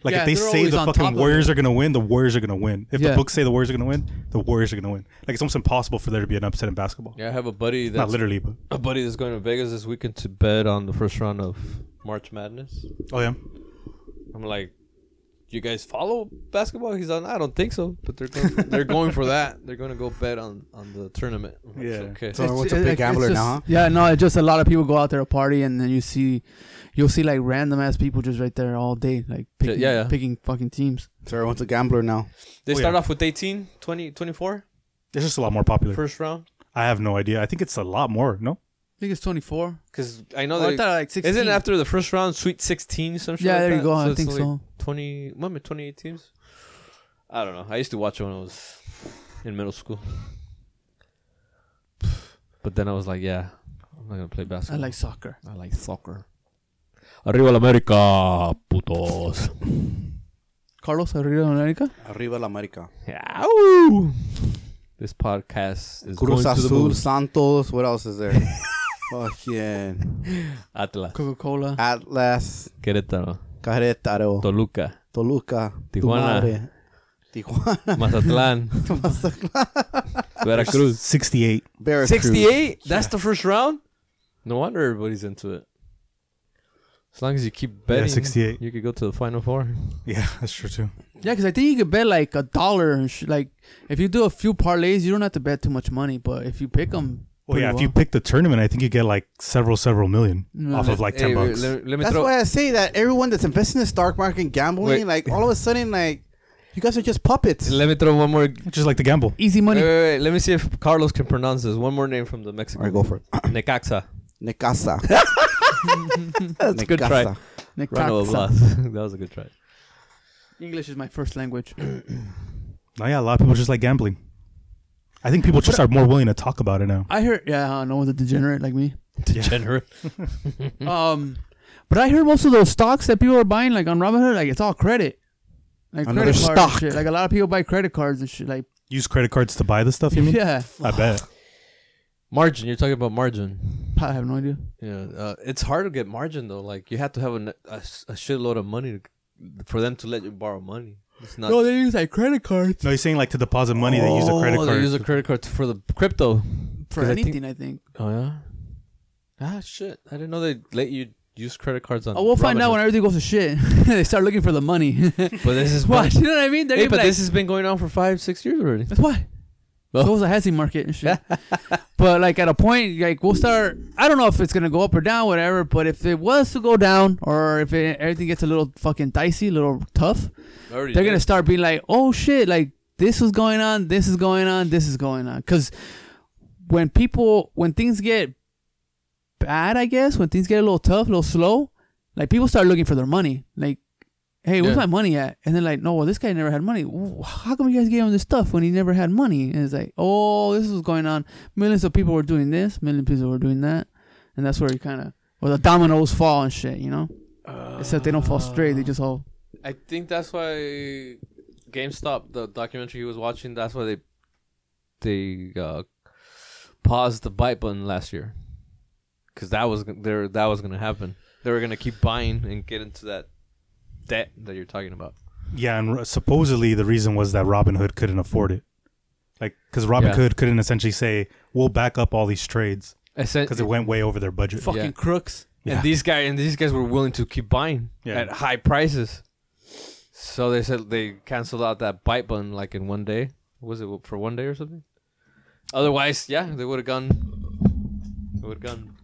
[SPEAKER 4] Like
[SPEAKER 2] Yeah,
[SPEAKER 4] if they
[SPEAKER 2] they're
[SPEAKER 4] say
[SPEAKER 2] always
[SPEAKER 4] the
[SPEAKER 2] on top
[SPEAKER 4] fucking
[SPEAKER 2] of
[SPEAKER 4] Warriors are gonna win, the Warriors are gonna win. If
[SPEAKER 2] Yeah.
[SPEAKER 4] the books say the Warriors are gonna win, the Warriors are gonna win. Like it's almost impossible for there to be an upset in basketball.
[SPEAKER 1] Yeah, I have a buddy
[SPEAKER 4] Not
[SPEAKER 1] that's
[SPEAKER 4] literally, but
[SPEAKER 1] a buddy that's going to Vegas this weekend to bet on the first round of March Madness.
[SPEAKER 4] oh yeah,
[SPEAKER 1] I'm like, you guys follow basketball? He's on. I don't think so, but they're going, (laughs) they're going for that. They're going to go bet on on the tournament. I'm like,
[SPEAKER 4] Yeah.
[SPEAKER 1] Okay.
[SPEAKER 3] So everyone's a big gambler
[SPEAKER 2] just,
[SPEAKER 3] now, huh?
[SPEAKER 2] Yeah, no, it's just a lot of people go out there to party, and then you see, you'll see like random ass people just right there all day, like picking,
[SPEAKER 1] yeah, yeah.
[SPEAKER 2] picking fucking teams.
[SPEAKER 3] So everyone's a gambler now.
[SPEAKER 1] They
[SPEAKER 4] Oh,
[SPEAKER 1] start
[SPEAKER 4] yeah.
[SPEAKER 1] off with 18, 20, 24,
[SPEAKER 4] it's just a lot more popular.
[SPEAKER 1] first round.
[SPEAKER 4] I have no idea. I think it's a lot more. No,
[SPEAKER 2] I think it's twenty four.
[SPEAKER 1] Because I know
[SPEAKER 2] Oh,
[SPEAKER 1] they
[SPEAKER 2] I thought like sixteen.
[SPEAKER 1] Isn't it after the first round, Sweet 16, some shit?
[SPEAKER 2] Yeah,
[SPEAKER 1] like
[SPEAKER 2] there you
[SPEAKER 1] that?
[SPEAKER 2] go. I
[SPEAKER 1] it's
[SPEAKER 2] think so.
[SPEAKER 1] 20, what am I, 28 teams? I don't know. I used to watch it when I was in middle school. But then I was like, yeah, I'm not going to play
[SPEAKER 2] I
[SPEAKER 1] basketball.
[SPEAKER 2] like soccer.
[SPEAKER 1] I like soccer. Arriba la América, putos.
[SPEAKER 2] Carlos Arriba America.
[SPEAKER 3] Arriba la América.
[SPEAKER 1] Ow! This podcast is going
[SPEAKER 3] Cruz
[SPEAKER 1] to the
[SPEAKER 3] Azul,
[SPEAKER 1] moon.
[SPEAKER 3] Santos. What else is there?
[SPEAKER 1] (laughs)
[SPEAKER 3] Fucking
[SPEAKER 1] Atlas,
[SPEAKER 2] Coca Cola.
[SPEAKER 3] Atlas,
[SPEAKER 1] Querétaro,
[SPEAKER 3] Querétaro,
[SPEAKER 1] Toluca,
[SPEAKER 3] Toluca, tu
[SPEAKER 1] Tijuana.
[SPEAKER 3] madre. Tijuana,
[SPEAKER 1] Mazatlán,
[SPEAKER 3] (laughs)
[SPEAKER 1] (laughs) Veracruz.
[SPEAKER 4] sixty-eight.
[SPEAKER 3] Veracruz.
[SPEAKER 1] 68? That's the first round? No wonder everybody's into it. As long as you keep betting,
[SPEAKER 4] 68.
[SPEAKER 1] you could go to the final four.
[SPEAKER 4] Yeah, that's true too.
[SPEAKER 2] Yeah, because I think you could bet like a dollar. and sh- Like if you do a few parlays, you don't have to bet too much money. But if you pick them,
[SPEAKER 4] Well, yeah, if you pick the tournament, I think you get like several, several million
[SPEAKER 2] No.
[SPEAKER 4] off of like ten
[SPEAKER 1] Hey,
[SPEAKER 4] bucks.
[SPEAKER 1] Let, let me
[SPEAKER 3] That's
[SPEAKER 1] throw.
[SPEAKER 3] why I say that everyone that's investing in the stock market and gambling,
[SPEAKER 1] Wait.
[SPEAKER 3] like all of a sudden, like you guys are just puppets.
[SPEAKER 1] Let me throw one more. Wait,
[SPEAKER 4] Just like the gamble.
[SPEAKER 2] easy money.
[SPEAKER 1] wait, wait, Let me see if Carlos can pronounce this. One more name from the
[SPEAKER 3] All
[SPEAKER 1] Mexican.
[SPEAKER 3] right,
[SPEAKER 1] (laughs)
[SPEAKER 3] go for it.
[SPEAKER 1] Necaxa.
[SPEAKER 3] Necaxa.
[SPEAKER 1] (laughs) That's a good try.
[SPEAKER 3] Necaxa.
[SPEAKER 1] Rondo of
[SPEAKER 2] Necaxa.
[SPEAKER 1] applause. (laughs) that was a good
[SPEAKER 4] (laughs)
[SPEAKER 1] try.
[SPEAKER 2] English is my first language.
[SPEAKER 4] Oh, yeah, a lot of people just like gambling. I think people just are more willing to talk about it now.
[SPEAKER 2] I heard. Yeah, uh, I know the degenerate like me.
[SPEAKER 1] Degenerate. Hmm.
[SPEAKER 2] Um, but I heard most of those stocks that people are buying, like on Robinhood, like it's all credit, like
[SPEAKER 3] Another
[SPEAKER 2] credit card and
[SPEAKER 3] stock.
[SPEAKER 2] shit. Like a lot of people buy credit cards and shit. Like
[SPEAKER 4] use credit cards to buy the stuff. You
[SPEAKER 2] (laughs)
[SPEAKER 4] mean?
[SPEAKER 2] yeah,
[SPEAKER 4] I bet.
[SPEAKER 1] Margin. You're talking about margin.
[SPEAKER 2] I have no idea.
[SPEAKER 1] Yeah, uh, it's hard to get margin though. Like you have to have a, n- a s- a shitload of money to, for them to let you borrow money. It's not.
[SPEAKER 2] No, they use like credit cards
[SPEAKER 4] No, he's saying like to deposit money, they use a credit
[SPEAKER 1] Oh,
[SPEAKER 4] card.
[SPEAKER 1] They use a credit card for the crypto.
[SPEAKER 2] for
[SPEAKER 1] 'Cause I think-
[SPEAKER 2] anything. I think.
[SPEAKER 1] Oh yeah. Ah shit! I didn't know they let you use credit cards on.
[SPEAKER 2] Oh, we'll find out when
[SPEAKER 1] Robinhood.
[SPEAKER 2] everything goes to shit. (laughs) they start looking for the money. (laughs)
[SPEAKER 1] But this is
[SPEAKER 2] what you know what I mean? They're
[SPEAKER 1] Hey,
[SPEAKER 2] gonna be
[SPEAKER 1] but
[SPEAKER 2] like,
[SPEAKER 1] this has been going on for five, six years already.
[SPEAKER 2] That's why.
[SPEAKER 1] Well-
[SPEAKER 2] So was the housing market and shit. (laughs) but like at a point, like we'll start. I don't know if it's gonna go up or down, whatever. But if it was to go down, or if it, everything gets a little fucking dicey, a little tough, they're gonna start being like, "Oh shit! Like this was going on, this is going on, this is going on." Because when people, when things get bad, I guess when things get a little tough, a little slow, like people start looking for their money. Like, hey, where's
[SPEAKER 1] Yeah.
[SPEAKER 2] my money at? And they're like, "No, well, this guy never had money. W- How come you guys gave him this stuff when he never had money?" And it's like, "Oh, this was going on. Millions of people were doing this. Millions of people were doing that." And that's where you kind of, where the dominoes fall and shit, you know. Except they don't fall straight; they just all
[SPEAKER 1] I think that's why GameStop, the documentary he was watching, that's why they they uh, paused the buy button last year, because that was gon- there that was gonna happen. They were gonna keep buying and get into that debt that you're talking about.
[SPEAKER 4] Yeah, and r- supposedly the reason was that Robin Hood couldn't afford it, like because Robin
[SPEAKER 1] Yeah.
[SPEAKER 4] Hood couldn't essentially say we'll back up all these trades because it
[SPEAKER 1] Essentially,
[SPEAKER 4] went way over their budget.
[SPEAKER 2] fucking
[SPEAKER 1] Yeah.
[SPEAKER 2] crooks.
[SPEAKER 4] Yeah.
[SPEAKER 1] and these guy and these guys were willing to keep buying
[SPEAKER 4] Yeah.
[SPEAKER 1] at high prices. So they said they canceled out that buy button like in one day. Was it for one day or something? Otherwise, yeah, they would have gone. They would have gone.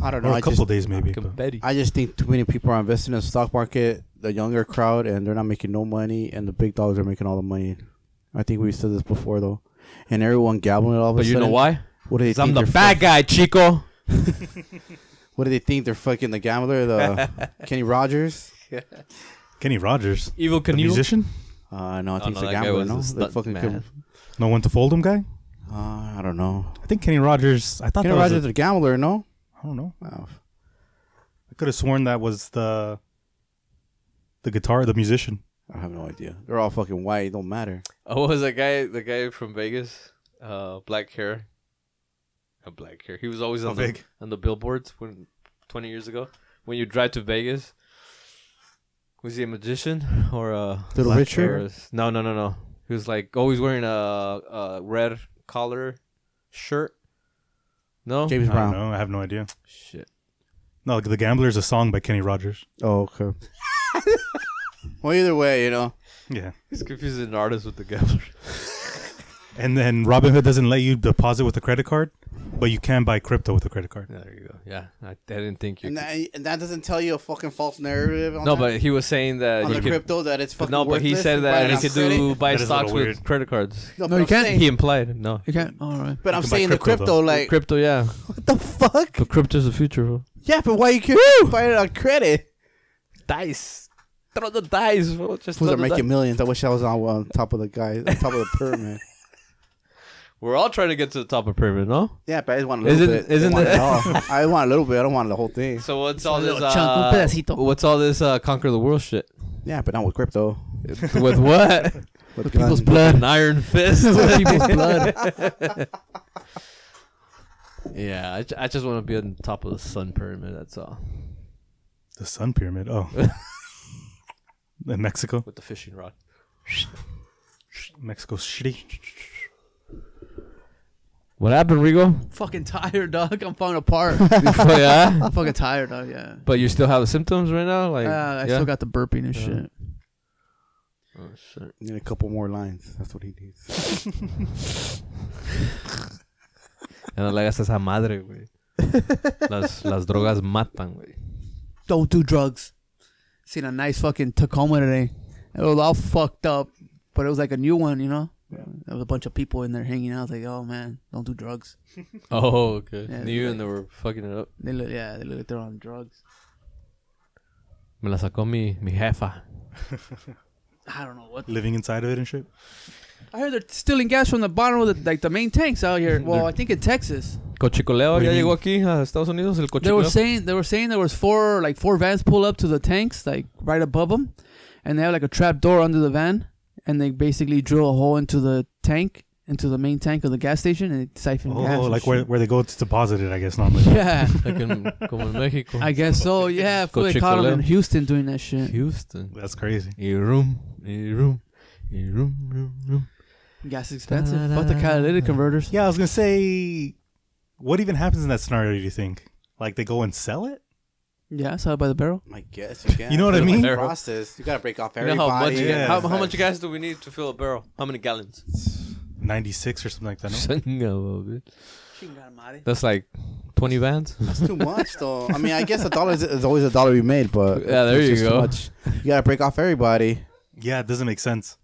[SPEAKER 3] I don't know.
[SPEAKER 4] Or
[SPEAKER 3] I
[SPEAKER 4] a couple
[SPEAKER 3] just,
[SPEAKER 4] days maybe. but-
[SPEAKER 1] Confetti.
[SPEAKER 3] I just think too many people are investing in the stock market, the younger crowd, and they're not making no money, and the big dogs are making all the money. I think we said this before though, and everyone gambling all of a
[SPEAKER 1] But you
[SPEAKER 3] sudden.
[SPEAKER 1] know why?
[SPEAKER 3] What do they
[SPEAKER 1] 'Cause I'm
[SPEAKER 3] think
[SPEAKER 1] the
[SPEAKER 3] they're
[SPEAKER 1] bad
[SPEAKER 3] fuck-
[SPEAKER 1] guy, Chico.
[SPEAKER 3] What do they think they're fucking the
[SPEAKER 1] (laughs)
[SPEAKER 3] gambler, the Kenny Rogers?
[SPEAKER 4] Kenny Rogers,
[SPEAKER 1] Evil
[SPEAKER 4] the musician,
[SPEAKER 3] Uh, no, I think
[SPEAKER 1] Oh, no,
[SPEAKER 3] it's the
[SPEAKER 1] that guy
[SPEAKER 3] gambler.
[SPEAKER 1] was a
[SPEAKER 3] No, the
[SPEAKER 1] stunt
[SPEAKER 3] fucking.
[SPEAKER 1] man.
[SPEAKER 3] Kim-
[SPEAKER 4] no one to fold him guy.
[SPEAKER 3] Uh, I don't know.
[SPEAKER 4] I think Kenny Rogers. I thought
[SPEAKER 3] Kenny
[SPEAKER 4] that was.
[SPEAKER 3] Rogers,
[SPEAKER 4] a-
[SPEAKER 3] the gambler. No.
[SPEAKER 4] I don't know.
[SPEAKER 3] Oh,
[SPEAKER 4] I could have sworn that was the the guitar, the musician.
[SPEAKER 3] I have no idea. They're all fucking white. It don't matter.
[SPEAKER 1] Oh, what was that guy? The guy from Vegas, uh, black hair. Uh, black hair. He was always
[SPEAKER 4] How
[SPEAKER 1] on the,
[SPEAKER 4] big?
[SPEAKER 1] on the billboards when twenty years ago. When you drive to Vegas, was he a magician or a
[SPEAKER 3] Little
[SPEAKER 1] black-
[SPEAKER 3] Richard?
[SPEAKER 1] or a s- no, no, no, no. He was like always wearing a, a red collar shirt. No.
[SPEAKER 3] James
[SPEAKER 4] I don't
[SPEAKER 3] Brown.
[SPEAKER 4] know. I have no idea.
[SPEAKER 1] Shit.
[SPEAKER 4] No, the Gambler is a song by Kenny Rogers.
[SPEAKER 3] Oh,
[SPEAKER 1] (laughs)
[SPEAKER 3] okay. well, either way, you know.
[SPEAKER 4] Yeah.
[SPEAKER 1] He's confusing an artist with the gambler.
[SPEAKER 4] And then Robinhood doesn't let you deposit with a credit card, but you can buy crypto with a credit card.
[SPEAKER 1] (laughs) There you go. Yeah, I, I didn't think you.
[SPEAKER 3] And
[SPEAKER 1] could-
[SPEAKER 3] that, and that doesn't tell you a fucking false narrative. On
[SPEAKER 1] no,
[SPEAKER 3] that-
[SPEAKER 1] but he was saying that
[SPEAKER 3] on
[SPEAKER 1] he
[SPEAKER 3] the
[SPEAKER 1] could.
[SPEAKER 3] crypto that it's
[SPEAKER 1] But
[SPEAKER 3] fucking.
[SPEAKER 1] no, but he
[SPEAKER 3] worthless
[SPEAKER 1] said
[SPEAKER 3] and
[SPEAKER 1] that
[SPEAKER 3] buy it
[SPEAKER 1] he
[SPEAKER 3] on
[SPEAKER 1] could
[SPEAKER 3] credit.
[SPEAKER 1] do buy
[SPEAKER 4] That is a little
[SPEAKER 1] stocks with
[SPEAKER 4] weird.
[SPEAKER 1] credit cards.
[SPEAKER 3] No,
[SPEAKER 2] you
[SPEAKER 3] I'm
[SPEAKER 2] can't.
[SPEAKER 3] saying-
[SPEAKER 1] He implied no.
[SPEAKER 2] You can't. All right.
[SPEAKER 3] But I'm
[SPEAKER 4] can buy
[SPEAKER 3] saying the
[SPEAKER 4] crypto,
[SPEAKER 3] crypto,
[SPEAKER 4] though.
[SPEAKER 3] like
[SPEAKER 1] crypto, yeah,
[SPEAKER 3] what the fuck?
[SPEAKER 1] but crypto's the future, bro.
[SPEAKER 3] Yeah, but why you can't buy it on credit?
[SPEAKER 1] Dice, throw the dice, bro. Just
[SPEAKER 3] Fools
[SPEAKER 1] throw
[SPEAKER 3] are
[SPEAKER 1] the
[SPEAKER 3] making
[SPEAKER 1] di-
[SPEAKER 3] millions. I wish I was on, on top of the guy, on top of the pyramid.
[SPEAKER 1] We're all trying to get to the top of pyramid, no?
[SPEAKER 3] (laughs) Yeah, but I just want a little
[SPEAKER 1] Isn't-
[SPEAKER 3] bit. I
[SPEAKER 1] isn't
[SPEAKER 3] want
[SPEAKER 1] it-
[SPEAKER 3] it all. I want a little bit. I don't want the whole thing.
[SPEAKER 1] So what's all this?
[SPEAKER 2] little chunk, un
[SPEAKER 1] Uh,
[SPEAKER 2] pedacito.
[SPEAKER 1] what's all this uh, conquer the world shit?
[SPEAKER 3] Yeah, but not with crypto.
[SPEAKER 1] (laughs) With what?
[SPEAKER 3] With,
[SPEAKER 2] People's
[SPEAKER 3] guns.
[SPEAKER 2] blood.
[SPEAKER 1] An iron fist. (laughs)
[SPEAKER 2] (laughs) People's blood.
[SPEAKER 1] yeah, I, ju- I just want to be on top of the sun pyramid. That's all.
[SPEAKER 4] The Sun Pyramid. Oh. In Mexico.
[SPEAKER 1] With the fishing rod.
[SPEAKER 4] Mexico City.
[SPEAKER 1] What happened, Rigo?
[SPEAKER 2] (laughs) fucking tired, dog. I'm falling (laughs) apart.
[SPEAKER 1] oh, yeah,
[SPEAKER 2] I'm fucking tired, dog. Yeah.
[SPEAKER 1] but you still have the symptoms right now. Like,
[SPEAKER 2] Uh, I
[SPEAKER 1] yeah?
[SPEAKER 2] still got the burping and shit.
[SPEAKER 1] Oh, shit.
[SPEAKER 3] Need a couple more lines. That's what he needs.
[SPEAKER 1] Ya no le hagas esa madre, güey. Las, las drogas matan, güey.
[SPEAKER 2] Don't do drugs. Seen a nice fucking Tacoma today. It was all fucked up, but it was like a new one, you know. There was a bunch of people in there hanging out. I was like, oh man, don't do drugs.
[SPEAKER 1] Oh, okay.
[SPEAKER 2] Yeah,
[SPEAKER 1] Knew
[SPEAKER 2] like-
[SPEAKER 1] and they were fucking it up.
[SPEAKER 2] They look, yeah, they look like they're on drugs.
[SPEAKER 1] Me la sacó mi, mi jefa.
[SPEAKER 2] I don't know what.
[SPEAKER 4] Living inside of it and shit.
[SPEAKER 2] I heard they're stealing gas from the bottom of the like the main tanks out (laughs) here. Well, I think in Texas.
[SPEAKER 1] Cochicoleo
[SPEAKER 4] What do
[SPEAKER 1] ya
[SPEAKER 4] you
[SPEAKER 1] llegó aquí a Estados Unidos, el
[SPEAKER 2] They were
[SPEAKER 1] cochicoleo.
[SPEAKER 2] saying they were saying there was four like four vans pull up to the tanks like right above them, and they have like a trap door under the van, and they basically drill a hole into the tank, into the main tank of the gas station, and they siphon
[SPEAKER 4] Oh,
[SPEAKER 2] gas. and
[SPEAKER 4] like where,
[SPEAKER 2] shit.
[SPEAKER 4] where they go to deposit it, I guess
[SPEAKER 1] (laughs)
[SPEAKER 4] normally.
[SPEAKER 2] Yeah,
[SPEAKER 1] Like in como en Mexico.
[SPEAKER 2] I guess
[SPEAKER 4] (laughs)
[SPEAKER 2] so. Yeah,
[SPEAKER 1] Go
[SPEAKER 2] fool, they caught 'em
[SPEAKER 1] Chick-fil-A.
[SPEAKER 2] in Houston doing that shit.
[SPEAKER 1] Houston.
[SPEAKER 4] That's crazy.
[SPEAKER 1] Y room, y room, y room, room, room.
[SPEAKER 2] Gas expensive. Fuck the catalytic converters.
[SPEAKER 4] Yeah, I was gonna say, what even happens in that scenario? Do you think like they go and sell it?
[SPEAKER 2] Yeah, sell it by the barrel.
[SPEAKER 3] I guess you can.
[SPEAKER 4] You know what I
[SPEAKER 3] It's a
[SPEAKER 4] mean?
[SPEAKER 3] Process. You gotta break off
[SPEAKER 1] You know
[SPEAKER 3] everybody.
[SPEAKER 1] how much,
[SPEAKER 4] you Yeah.
[SPEAKER 1] how, how much gas do we need to fill a barrel? How many gallons?
[SPEAKER 4] Ninety six or something like that. No?
[SPEAKER 1] That's like 20 vans.
[SPEAKER 3] That's too much, though. I mean, I guess a dollar is, is always a dollar we made, but
[SPEAKER 1] Yeah, there
[SPEAKER 3] it's
[SPEAKER 1] you
[SPEAKER 3] just too
[SPEAKER 1] go.
[SPEAKER 3] much. You gotta break off everybody.
[SPEAKER 4] Yeah, it doesn't make sense.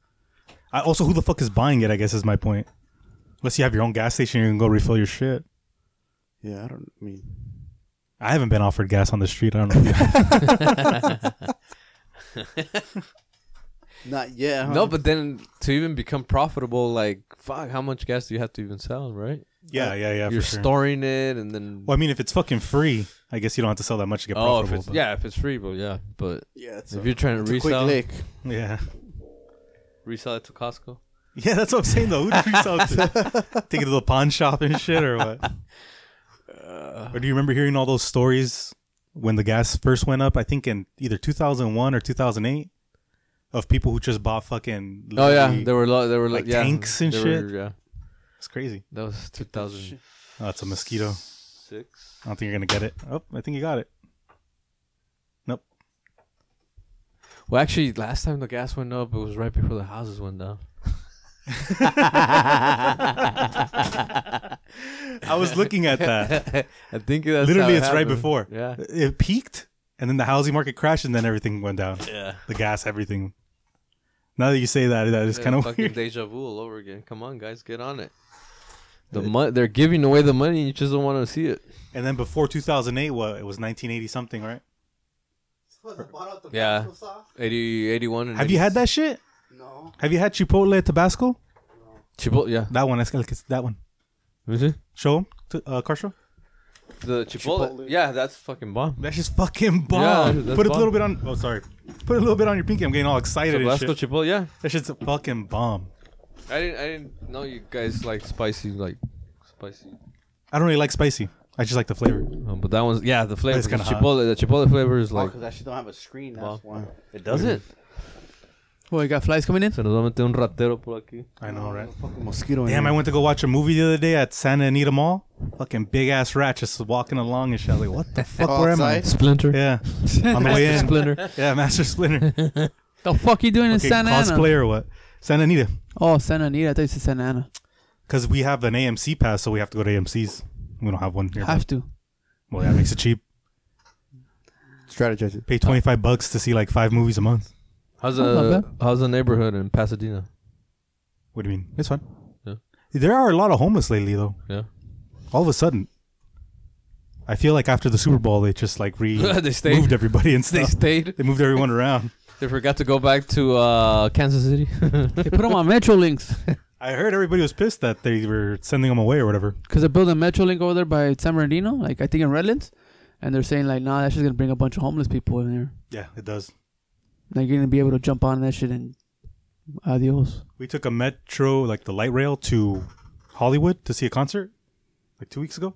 [SPEAKER 4] I, also, who the fuck is buying it? I guess is my point. Unless you have your own gas station, you can go refill your shit.
[SPEAKER 3] Yeah, I don't I mean.
[SPEAKER 4] I haven't been offered gas on the street. I don't know. if you-
[SPEAKER 3] Not yet. Huh?
[SPEAKER 1] (laughs) No, but then to even become profitable, like, fuck, how much gas do you have to even sell, right?
[SPEAKER 4] yeah, yeah, yeah.
[SPEAKER 1] You're
[SPEAKER 4] for sure.
[SPEAKER 1] storing it and then.
[SPEAKER 4] Well, I mean, if it's fucking free, I guess you don't have to sell that much to get
[SPEAKER 1] oh, if
[SPEAKER 4] profitable.
[SPEAKER 1] it's,
[SPEAKER 4] but-
[SPEAKER 1] yeah, if it's free, but yeah. But
[SPEAKER 3] yeah, it's
[SPEAKER 1] if
[SPEAKER 3] a,
[SPEAKER 1] you're trying
[SPEAKER 3] it's
[SPEAKER 1] to
[SPEAKER 3] a quick
[SPEAKER 1] resell,
[SPEAKER 3] lick.
[SPEAKER 4] yeah, (laughs)
[SPEAKER 1] resell it to Costco.
[SPEAKER 4] yeah. That's what I'm saying though. Who do you sell it to? Take it to the pawn shop and shit, or what? or do you remember hearing all those stories when the gas first went up? I think in either 2001 or 2008, of people who just bought fucking.
[SPEAKER 1] Oh yeah,
[SPEAKER 4] literally-
[SPEAKER 1] there were lo- there were lo-
[SPEAKER 4] like
[SPEAKER 1] yeah,
[SPEAKER 4] tanks and
[SPEAKER 1] there
[SPEAKER 4] shit?
[SPEAKER 1] were- yeah,
[SPEAKER 4] it's crazy.
[SPEAKER 1] that was two thousand
[SPEAKER 4] Oh, it's a mosquito.
[SPEAKER 1] six.
[SPEAKER 4] I don't think you're gonna get it. Oh, I think you got it. Nope.
[SPEAKER 1] Well, actually, last time the gas went up, it was right before the houses went down. (laughs)
[SPEAKER 4] I was looking
[SPEAKER 1] (laughs)
[SPEAKER 4] at that.
[SPEAKER 1] I think that's
[SPEAKER 4] Literally,
[SPEAKER 1] how it
[SPEAKER 4] it's right
[SPEAKER 1] happened.
[SPEAKER 4] before.
[SPEAKER 1] Yeah,
[SPEAKER 4] It peaked, and then the housing market crashed, and then everything went down.
[SPEAKER 1] yeah.
[SPEAKER 4] The gas, everything. Now that you say that, that is kind of
[SPEAKER 1] fucking
[SPEAKER 4] weird.
[SPEAKER 1] deja vu all over again. Come on, guys, get on it. The mo- they're giving away the money, and you just don't want to see it.
[SPEAKER 4] And then before 2008, what it was 1980 something, right?
[SPEAKER 1] Yeah, 80, 81 and
[SPEAKER 4] Have you had that shit?
[SPEAKER 3] No.
[SPEAKER 4] Have you had Chipotle Tabasco?
[SPEAKER 1] Chipotle? Yeah,
[SPEAKER 4] That one. That's like it's that one.
[SPEAKER 1] Is it?
[SPEAKER 4] Show 'em, t- uh, car show.
[SPEAKER 1] the Chipotle. Yeah, that's fucking bomb.
[SPEAKER 4] That's just fucking bomb.
[SPEAKER 1] Yeah, that's
[SPEAKER 4] Put a little
[SPEAKER 1] bomb.
[SPEAKER 4] bit on. Oh, sorry. Put a little bit on your pinky. I'm getting all excited. And
[SPEAKER 1] Tabasco
[SPEAKER 4] shit.
[SPEAKER 1] Chipotle. Yeah,
[SPEAKER 4] That shit's a fucking bomb.
[SPEAKER 1] I didn't. I didn't know you guys like spicy, like spicy.
[SPEAKER 4] I don't really like spicy. I just like the flavor.
[SPEAKER 1] Um, but that one's yeah, the flavor.
[SPEAKER 4] It's
[SPEAKER 1] the
[SPEAKER 4] kinda hot.
[SPEAKER 1] chipotle. The chipotle flavor is like.
[SPEAKER 3] because I actually don't have a screen. That's
[SPEAKER 1] Well.
[SPEAKER 3] why.
[SPEAKER 1] It doesn't.
[SPEAKER 2] Well, Oh, you got flies coming in.
[SPEAKER 1] Se nos va a meter un ratero por aquí.
[SPEAKER 4] I know, right?
[SPEAKER 3] Fucking mosquito. in
[SPEAKER 4] Damn, I
[SPEAKER 3] here.
[SPEAKER 4] went to go watch a movie the other day at Santa Anita Mall. Fucking big ass rat just walking along and shit. I was Like, what the fuck?
[SPEAKER 3] Oh,
[SPEAKER 4] Where am I?
[SPEAKER 3] outside?
[SPEAKER 1] Splinter.
[SPEAKER 4] Yeah, on the way in.
[SPEAKER 1] Splinter.
[SPEAKER 4] Yeah, Master Splinter.
[SPEAKER 2] The fuck you doing in
[SPEAKER 4] Okay,
[SPEAKER 2] Santa Ana?
[SPEAKER 4] cosplay or what? Santa Anita.
[SPEAKER 2] Oh, Santa Anita. I thought you said Santa Ana.
[SPEAKER 4] Because we have an AMC pass, so we have to go to AMC's. We don't have one here.
[SPEAKER 1] (laughs)
[SPEAKER 2] Have to.
[SPEAKER 4] Well, that makes it cheap.
[SPEAKER 3] Strategize it.
[SPEAKER 4] Pay 25 bucks to see like five movies a month.
[SPEAKER 1] How's
[SPEAKER 2] Oh, not
[SPEAKER 1] the How's the neighborhood in Pasadena?
[SPEAKER 4] What do you mean? It's fun.
[SPEAKER 1] Yeah.
[SPEAKER 4] There are a lot of homeless lately, though.
[SPEAKER 1] Yeah.
[SPEAKER 4] All of a sudden, I feel like after the Super Bowl, they just like re
[SPEAKER 1] (laughs) They stayed.
[SPEAKER 4] moved everybody and
[SPEAKER 1] They
[SPEAKER 4] stuff.
[SPEAKER 1] stayed.
[SPEAKER 4] They moved everyone around.
[SPEAKER 1] They forgot to go back to uh, Kansas (laughs) City.
[SPEAKER 2] They put them on Metrolinks
[SPEAKER 4] I heard everybody was pissed that they were sending them away or whatever.
[SPEAKER 2] because they're building Metrolink over there by San Bernardino, like I think in Redlands, and they're saying like, nah, that's just gonna bring a bunch of homeless people in there.
[SPEAKER 4] Yeah, it does.
[SPEAKER 2] Like you're gonna be able to jump on that shit and adios.
[SPEAKER 4] We took a metro, like the light rail, to Hollywood to see a concert like two weeks ago.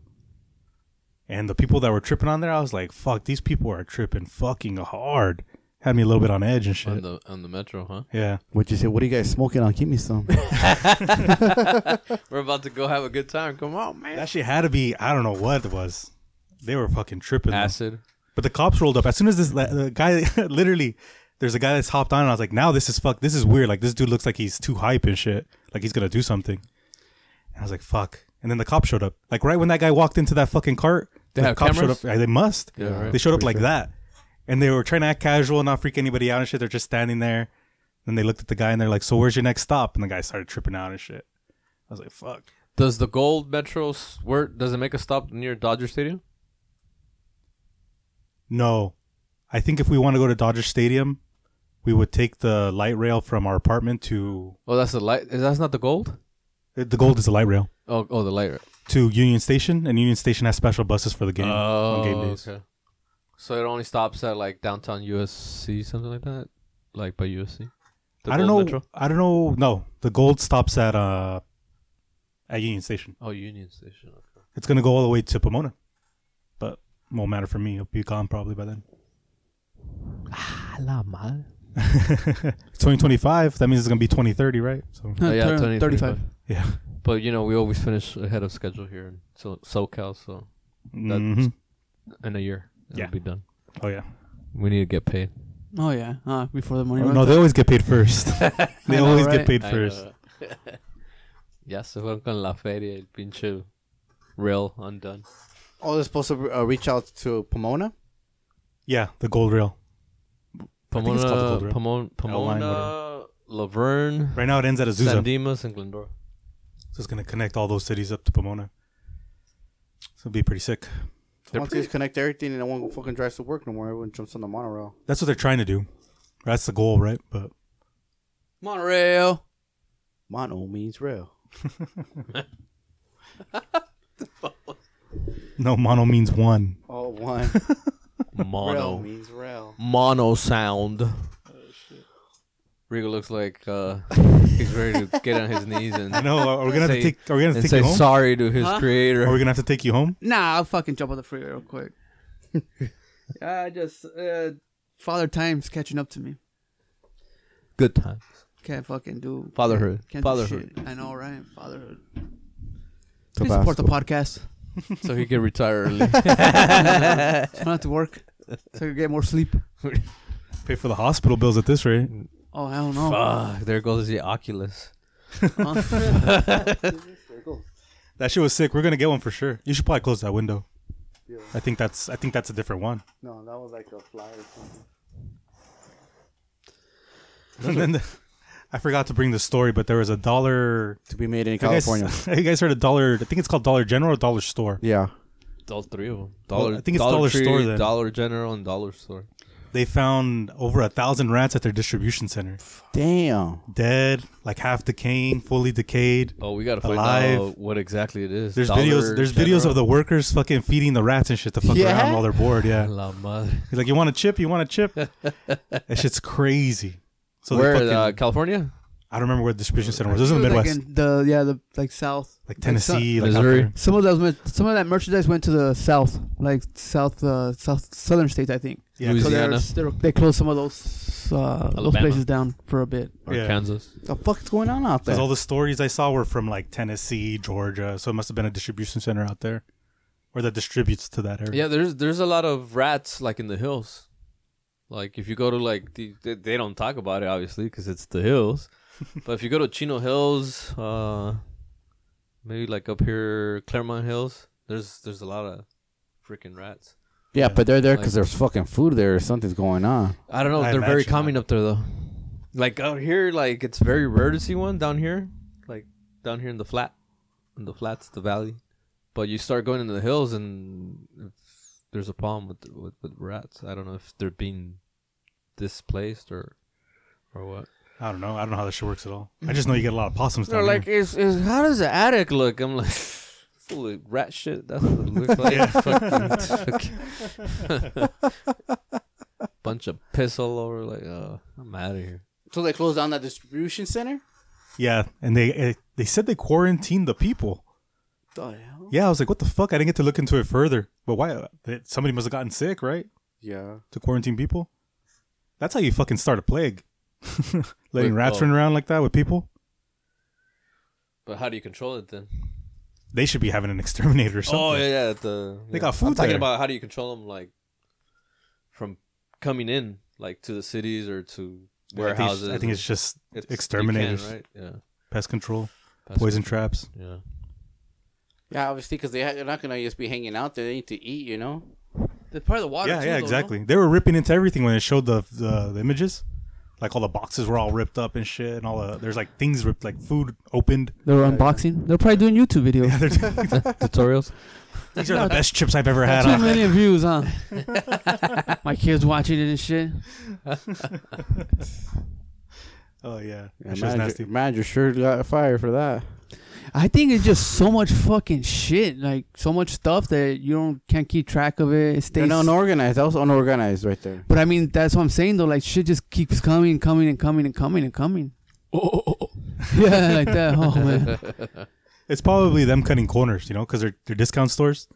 [SPEAKER 4] And the people that were tripping on there, I was like, fuck, these people are tripping fucking hard. Had me a little bit on edge and
[SPEAKER 1] on
[SPEAKER 4] shit.
[SPEAKER 1] the on the metro, huh?
[SPEAKER 4] Yeah.
[SPEAKER 3] What you say? What are you guys smoking on? Give
[SPEAKER 1] (laughs)
[SPEAKER 3] me some.
[SPEAKER 1] We're about to go have a good time. Come on, man.
[SPEAKER 4] That shit had to be, I don't know what it was. They were fucking tripping. though.
[SPEAKER 1] Acid.
[SPEAKER 4] But the cops rolled up as soon as this la- the guy (laughs) literally. There's a guy that's hopped on, and I was like, "Now this is fuck. This is weird. Like this dude looks like he's too hype and shit. Like he's gonna do something." And I was like, "Fuck!" And then the cop showed up. Like right when that guy walked into that fucking cart,
[SPEAKER 1] They
[SPEAKER 4] the
[SPEAKER 1] have
[SPEAKER 4] cop showed
[SPEAKER 1] cameras?
[SPEAKER 4] up. Yeah, they must.
[SPEAKER 1] Yeah, right.
[SPEAKER 4] They showed up like that, and they were trying to act casual, not freak anybody out and shit. They're just standing there. Then they looked at the guy and they're like, "So where's your next stop?" And the guy started tripping out and shit. I was like, "Fuck."
[SPEAKER 1] Does the gold metro s- where does it make a stop near Dodger Stadium?
[SPEAKER 4] No. I think if we want to go to Dodger Stadium, we would take the light rail from our apartment to uh,
[SPEAKER 1] Oh, that's the light. Is that's not the gold?
[SPEAKER 4] the gold is the light rail
[SPEAKER 1] Oh, oh, the light. rail.
[SPEAKER 4] to Union Station, and Union Station has special buses for the game
[SPEAKER 1] Oh,
[SPEAKER 4] on game days.
[SPEAKER 1] okay. So it only stops at like downtown USC, something like that, like by USC. The
[SPEAKER 4] I don't know.
[SPEAKER 1] Gold Metro?
[SPEAKER 4] I don't know. No, the gold stops at uh at Union Station.
[SPEAKER 1] Oh, Union
[SPEAKER 4] (laughs)
[SPEAKER 1] Station. okay.
[SPEAKER 4] It's gonna go all the way to Pomona, but won't matter for me. It'll be gone probably by then. (laughs) It's 2025. That means it's gonna be 2030, right? So
[SPEAKER 1] Oh, yeah,
[SPEAKER 2] Turn-
[SPEAKER 1] 20,
[SPEAKER 2] 35.
[SPEAKER 1] 35.
[SPEAKER 4] yeah.
[SPEAKER 1] But you know, we always finish ahead of schedule here in so SoCal, so
[SPEAKER 4] Mhm.
[SPEAKER 1] in a year it'll
[SPEAKER 4] Yeah.
[SPEAKER 1] be done.
[SPEAKER 4] Oh yeah.
[SPEAKER 1] We need to get paid.
[SPEAKER 2] Oh yeah, uh, before the money.
[SPEAKER 4] Oh,
[SPEAKER 2] runs
[SPEAKER 4] no,
[SPEAKER 2] out.
[SPEAKER 4] they always get paid
[SPEAKER 1] (laughs)
[SPEAKER 4] first. (laughs) they
[SPEAKER 2] I know,
[SPEAKER 4] always get
[SPEAKER 2] right?
[SPEAKER 4] paid
[SPEAKER 1] I
[SPEAKER 4] first.
[SPEAKER 1] know. (laughs) ya se fueron con la feria, el pinche rail undone.
[SPEAKER 3] All they're supposed to uh, reach out to Pomona.
[SPEAKER 4] Yeah, the gold rail. think it's called
[SPEAKER 1] Pomona,
[SPEAKER 4] the Gold Rail.
[SPEAKER 1] Pomona,
[SPEAKER 4] Outline,
[SPEAKER 1] Pomona, Laverne,
[SPEAKER 4] Right now it ends at Azusa,
[SPEAKER 1] San Dimas, and Glendora.
[SPEAKER 4] so it's gonna connect all those cities up to Pomona. So it'll be pretty sick.
[SPEAKER 1] They're
[SPEAKER 3] Once they disconnect everything and no one fucking drives to work no more, everyone jumps on the monorail.
[SPEAKER 4] That's what they're trying to do. That's the goal, right? But
[SPEAKER 2] Monorail.
[SPEAKER 3] Mono means rail.
[SPEAKER 4] no, mono means one.
[SPEAKER 3] Oh, one.
[SPEAKER 1] (laughs)
[SPEAKER 3] rail
[SPEAKER 1] Mono,
[SPEAKER 3] means rail.
[SPEAKER 1] mono sound. Rigo Oh, looks like uh, he's ready to get on his knees (laughs) and,
[SPEAKER 4] I know. Are we gonna have
[SPEAKER 1] Say-
[SPEAKER 4] to take? Are we gonna
[SPEAKER 1] and
[SPEAKER 4] have to take
[SPEAKER 1] say
[SPEAKER 4] you home?
[SPEAKER 1] sorry to his
[SPEAKER 2] Huh?
[SPEAKER 4] Are we
[SPEAKER 1] creator.
[SPEAKER 4] gonna have to take you home?
[SPEAKER 2] Nah, I'll fucking jump on the freeway real
[SPEAKER 4] (laughs)
[SPEAKER 2] quick. I just uh, Father Time's catching up to me.
[SPEAKER 1] Good times.
[SPEAKER 2] Can't fucking do
[SPEAKER 1] Fatherhood.
[SPEAKER 2] Can't
[SPEAKER 1] Fatherhood.
[SPEAKER 2] do shit. I know, right? Fatherhood. Please support the
[SPEAKER 1] (laughs)
[SPEAKER 2] podcast.
[SPEAKER 1] So he can retire early. (laughs)
[SPEAKER 2] So I don't have to work, so I can get more sleep.
[SPEAKER 4] Pay for the hospital bills at this rate.
[SPEAKER 2] (laughs)
[SPEAKER 1] Mm.
[SPEAKER 2] Oh, I don't know.
[SPEAKER 1] Fuck, there goes the Oculus.
[SPEAKER 4] That shit was sick. We're gonna get one for sure. You should probably close that window. I think that's. I think that's a different one.
[SPEAKER 3] No, that was like a flyer. or something.
[SPEAKER 4] (laughs) and then the, I forgot to bring the story, but there was a dollar.
[SPEAKER 3] To be made in
[SPEAKER 4] Have you guys- (laughs)
[SPEAKER 3] California.
[SPEAKER 4] Have you guys heard of dollar? I think it's called Dollar General or Dollar Store.
[SPEAKER 3] Yeah.
[SPEAKER 1] All three of them. Dollar,
[SPEAKER 4] I think it's
[SPEAKER 1] Dollar,
[SPEAKER 4] Dollar
[SPEAKER 1] Tree,
[SPEAKER 4] Store then.
[SPEAKER 1] Dollar General, and Dollar Store.
[SPEAKER 4] They found over a thousand rats at their distribution center.
[SPEAKER 3] Damn.
[SPEAKER 4] Dead, like half decaying, fully decayed.
[SPEAKER 1] Oh, we gotta find
[SPEAKER 4] Alive.
[SPEAKER 1] out what exactly it is.
[SPEAKER 4] There's
[SPEAKER 1] Dollar
[SPEAKER 4] videos. There's videos of the workers fucking feeding the rats and shit to fuck
[SPEAKER 3] Yeah?
[SPEAKER 4] around while they're bored.
[SPEAKER 1] General. (laughs)
[SPEAKER 4] Yeah,
[SPEAKER 1] La madre.
[SPEAKER 4] he's like, "You want a chip? You want
[SPEAKER 1] (laughs)
[SPEAKER 4] a chip?" that shit's crazy. So
[SPEAKER 1] Where?
[SPEAKER 4] they fucking,
[SPEAKER 1] uh, California,
[SPEAKER 4] I don't remember where the distribution center was. It was in the
[SPEAKER 2] Like
[SPEAKER 4] Midwest, like,
[SPEAKER 2] in the yeah, the like south,
[SPEAKER 4] Tennessee, like, out
[SPEAKER 1] Missouri.
[SPEAKER 4] there.
[SPEAKER 2] so- some of those, went- some of that merchandise went to the south, like south, uh, south, southern states, I think.
[SPEAKER 4] Yeah,
[SPEAKER 2] So they're-
[SPEAKER 1] Louisiana.
[SPEAKER 2] they're- they closed some of those uh, those
[SPEAKER 1] Alabama.
[SPEAKER 2] places down for a bit.
[SPEAKER 1] or
[SPEAKER 4] Yeah.
[SPEAKER 1] Kansas?
[SPEAKER 3] The fuck's going on out there?
[SPEAKER 4] Because all the stories I saw were from like Tennessee, Georgia, so it must have been a distribution center out there, or that distributes to that area.
[SPEAKER 1] Yeah, there's there's a lot of rats like in the hills. Like if you go to like the, they, they don't talk about it obviously because it's the hills, but if you go to Chino Hills, uh, maybe like up here Claremont Hills, there's there's a lot of freaking rats.
[SPEAKER 3] yeah, but they're there
[SPEAKER 1] Like-
[SPEAKER 3] because there's fucking food there or something's going on.
[SPEAKER 1] I don't know.
[SPEAKER 4] I
[SPEAKER 1] they're very
[SPEAKER 4] imagine
[SPEAKER 1] common
[SPEAKER 4] that.
[SPEAKER 1] up there though. Like out here, like it's very rare to see one down here, like down here in the flat, in the flats, the valley. But you start going into the hills, and if there's a problem with, with with rats. I don't know if they're being displaced or or what.
[SPEAKER 4] I don't know. I don't know how that shit works at all. I just know you get a lot of possums.
[SPEAKER 1] Mm. They're
[SPEAKER 4] down
[SPEAKER 1] like,
[SPEAKER 4] here.
[SPEAKER 1] is is how does the attic look? I'm (laughs) like. Holy rat shit! That's what it looks like. (laughs)
[SPEAKER 4] (laughs)
[SPEAKER 1] Fucking- (laughs) Bunch of piss all over. Like, uh, I'm out of here.
[SPEAKER 3] So they closed down that distribution center?
[SPEAKER 4] yeah, and they eh, they said they quarantined the people.
[SPEAKER 3] The hell?
[SPEAKER 4] Yeah, I was like, what the fuck? I didn't get to look into it further. But why? that- Somebody must have gotten sick, right?
[SPEAKER 3] Yeah.
[SPEAKER 4] To quarantine people. That's how you fucking start a plague. (laughs) Letting
[SPEAKER 1] Wait,
[SPEAKER 4] rats
[SPEAKER 1] oh.
[SPEAKER 4] run around like that with people.
[SPEAKER 1] But how do you control it then?
[SPEAKER 4] They should be having an exterminator or something.
[SPEAKER 1] Oh yeah, yeah, the,
[SPEAKER 4] They
[SPEAKER 1] yeah.
[SPEAKER 4] got food
[SPEAKER 1] I'm talking
[SPEAKER 4] there.
[SPEAKER 1] about how do you control them, like from coming in, like to the cities or to
[SPEAKER 4] I think it's-
[SPEAKER 1] warehouses.
[SPEAKER 4] I think it's just
[SPEAKER 1] It's- you
[SPEAKER 4] exterminators,
[SPEAKER 1] can, right? Yeah.
[SPEAKER 4] pest control,
[SPEAKER 1] Pest
[SPEAKER 4] poison traps.
[SPEAKER 1] Yeah.
[SPEAKER 3] Yeah, obviously, because they ha- they're not going to just be hanging out there. They need to eat, you know?
[SPEAKER 2] The part of the water.
[SPEAKER 4] yeah, yeah, exactly. They were ripping into everything when they showed the, the the images. Like all the boxes were all ripped up and shit, and all the there's like things ripped, like food opened. (laughs)
[SPEAKER 2] They were unboxing. They're probably doing YouTube videos.
[SPEAKER 4] These are
[SPEAKER 1] Tutorials.
[SPEAKER 2] (laughs)
[SPEAKER 4] the best chips I've ever had.
[SPEAKER 2] Two
[SPEAKER 4] (laughs) I'm
[SPEAKER 2] million views, huh? (laughs) My kids watching it and shit.
[SPEAKER 4] like, Oh yeah,
[SPEAKER 3] Yeah,
[SPEAKER 4] Oh, that shit's nasty.
[SPEAKER 3] manager sure got fired for that.
[SPEAKER 2] I think it's just so much fucking shit, like so much stuff that you don't can't keep track of it. It
[SPEAKER 3] They're
[SPEAKER 2] stays.
[SPEAKER 3] not unorganized. That was unorganized right there.
[SPEAKER 2] But I mean, that's what I'm saying though. Like shit just keeps coming, coming, and coming, and coming, and coming. Oh, (laughs) yeah, like that. Oh man,
[SPEAKER 4] It's probably them cutting corners, you know, because they're they're discount stores,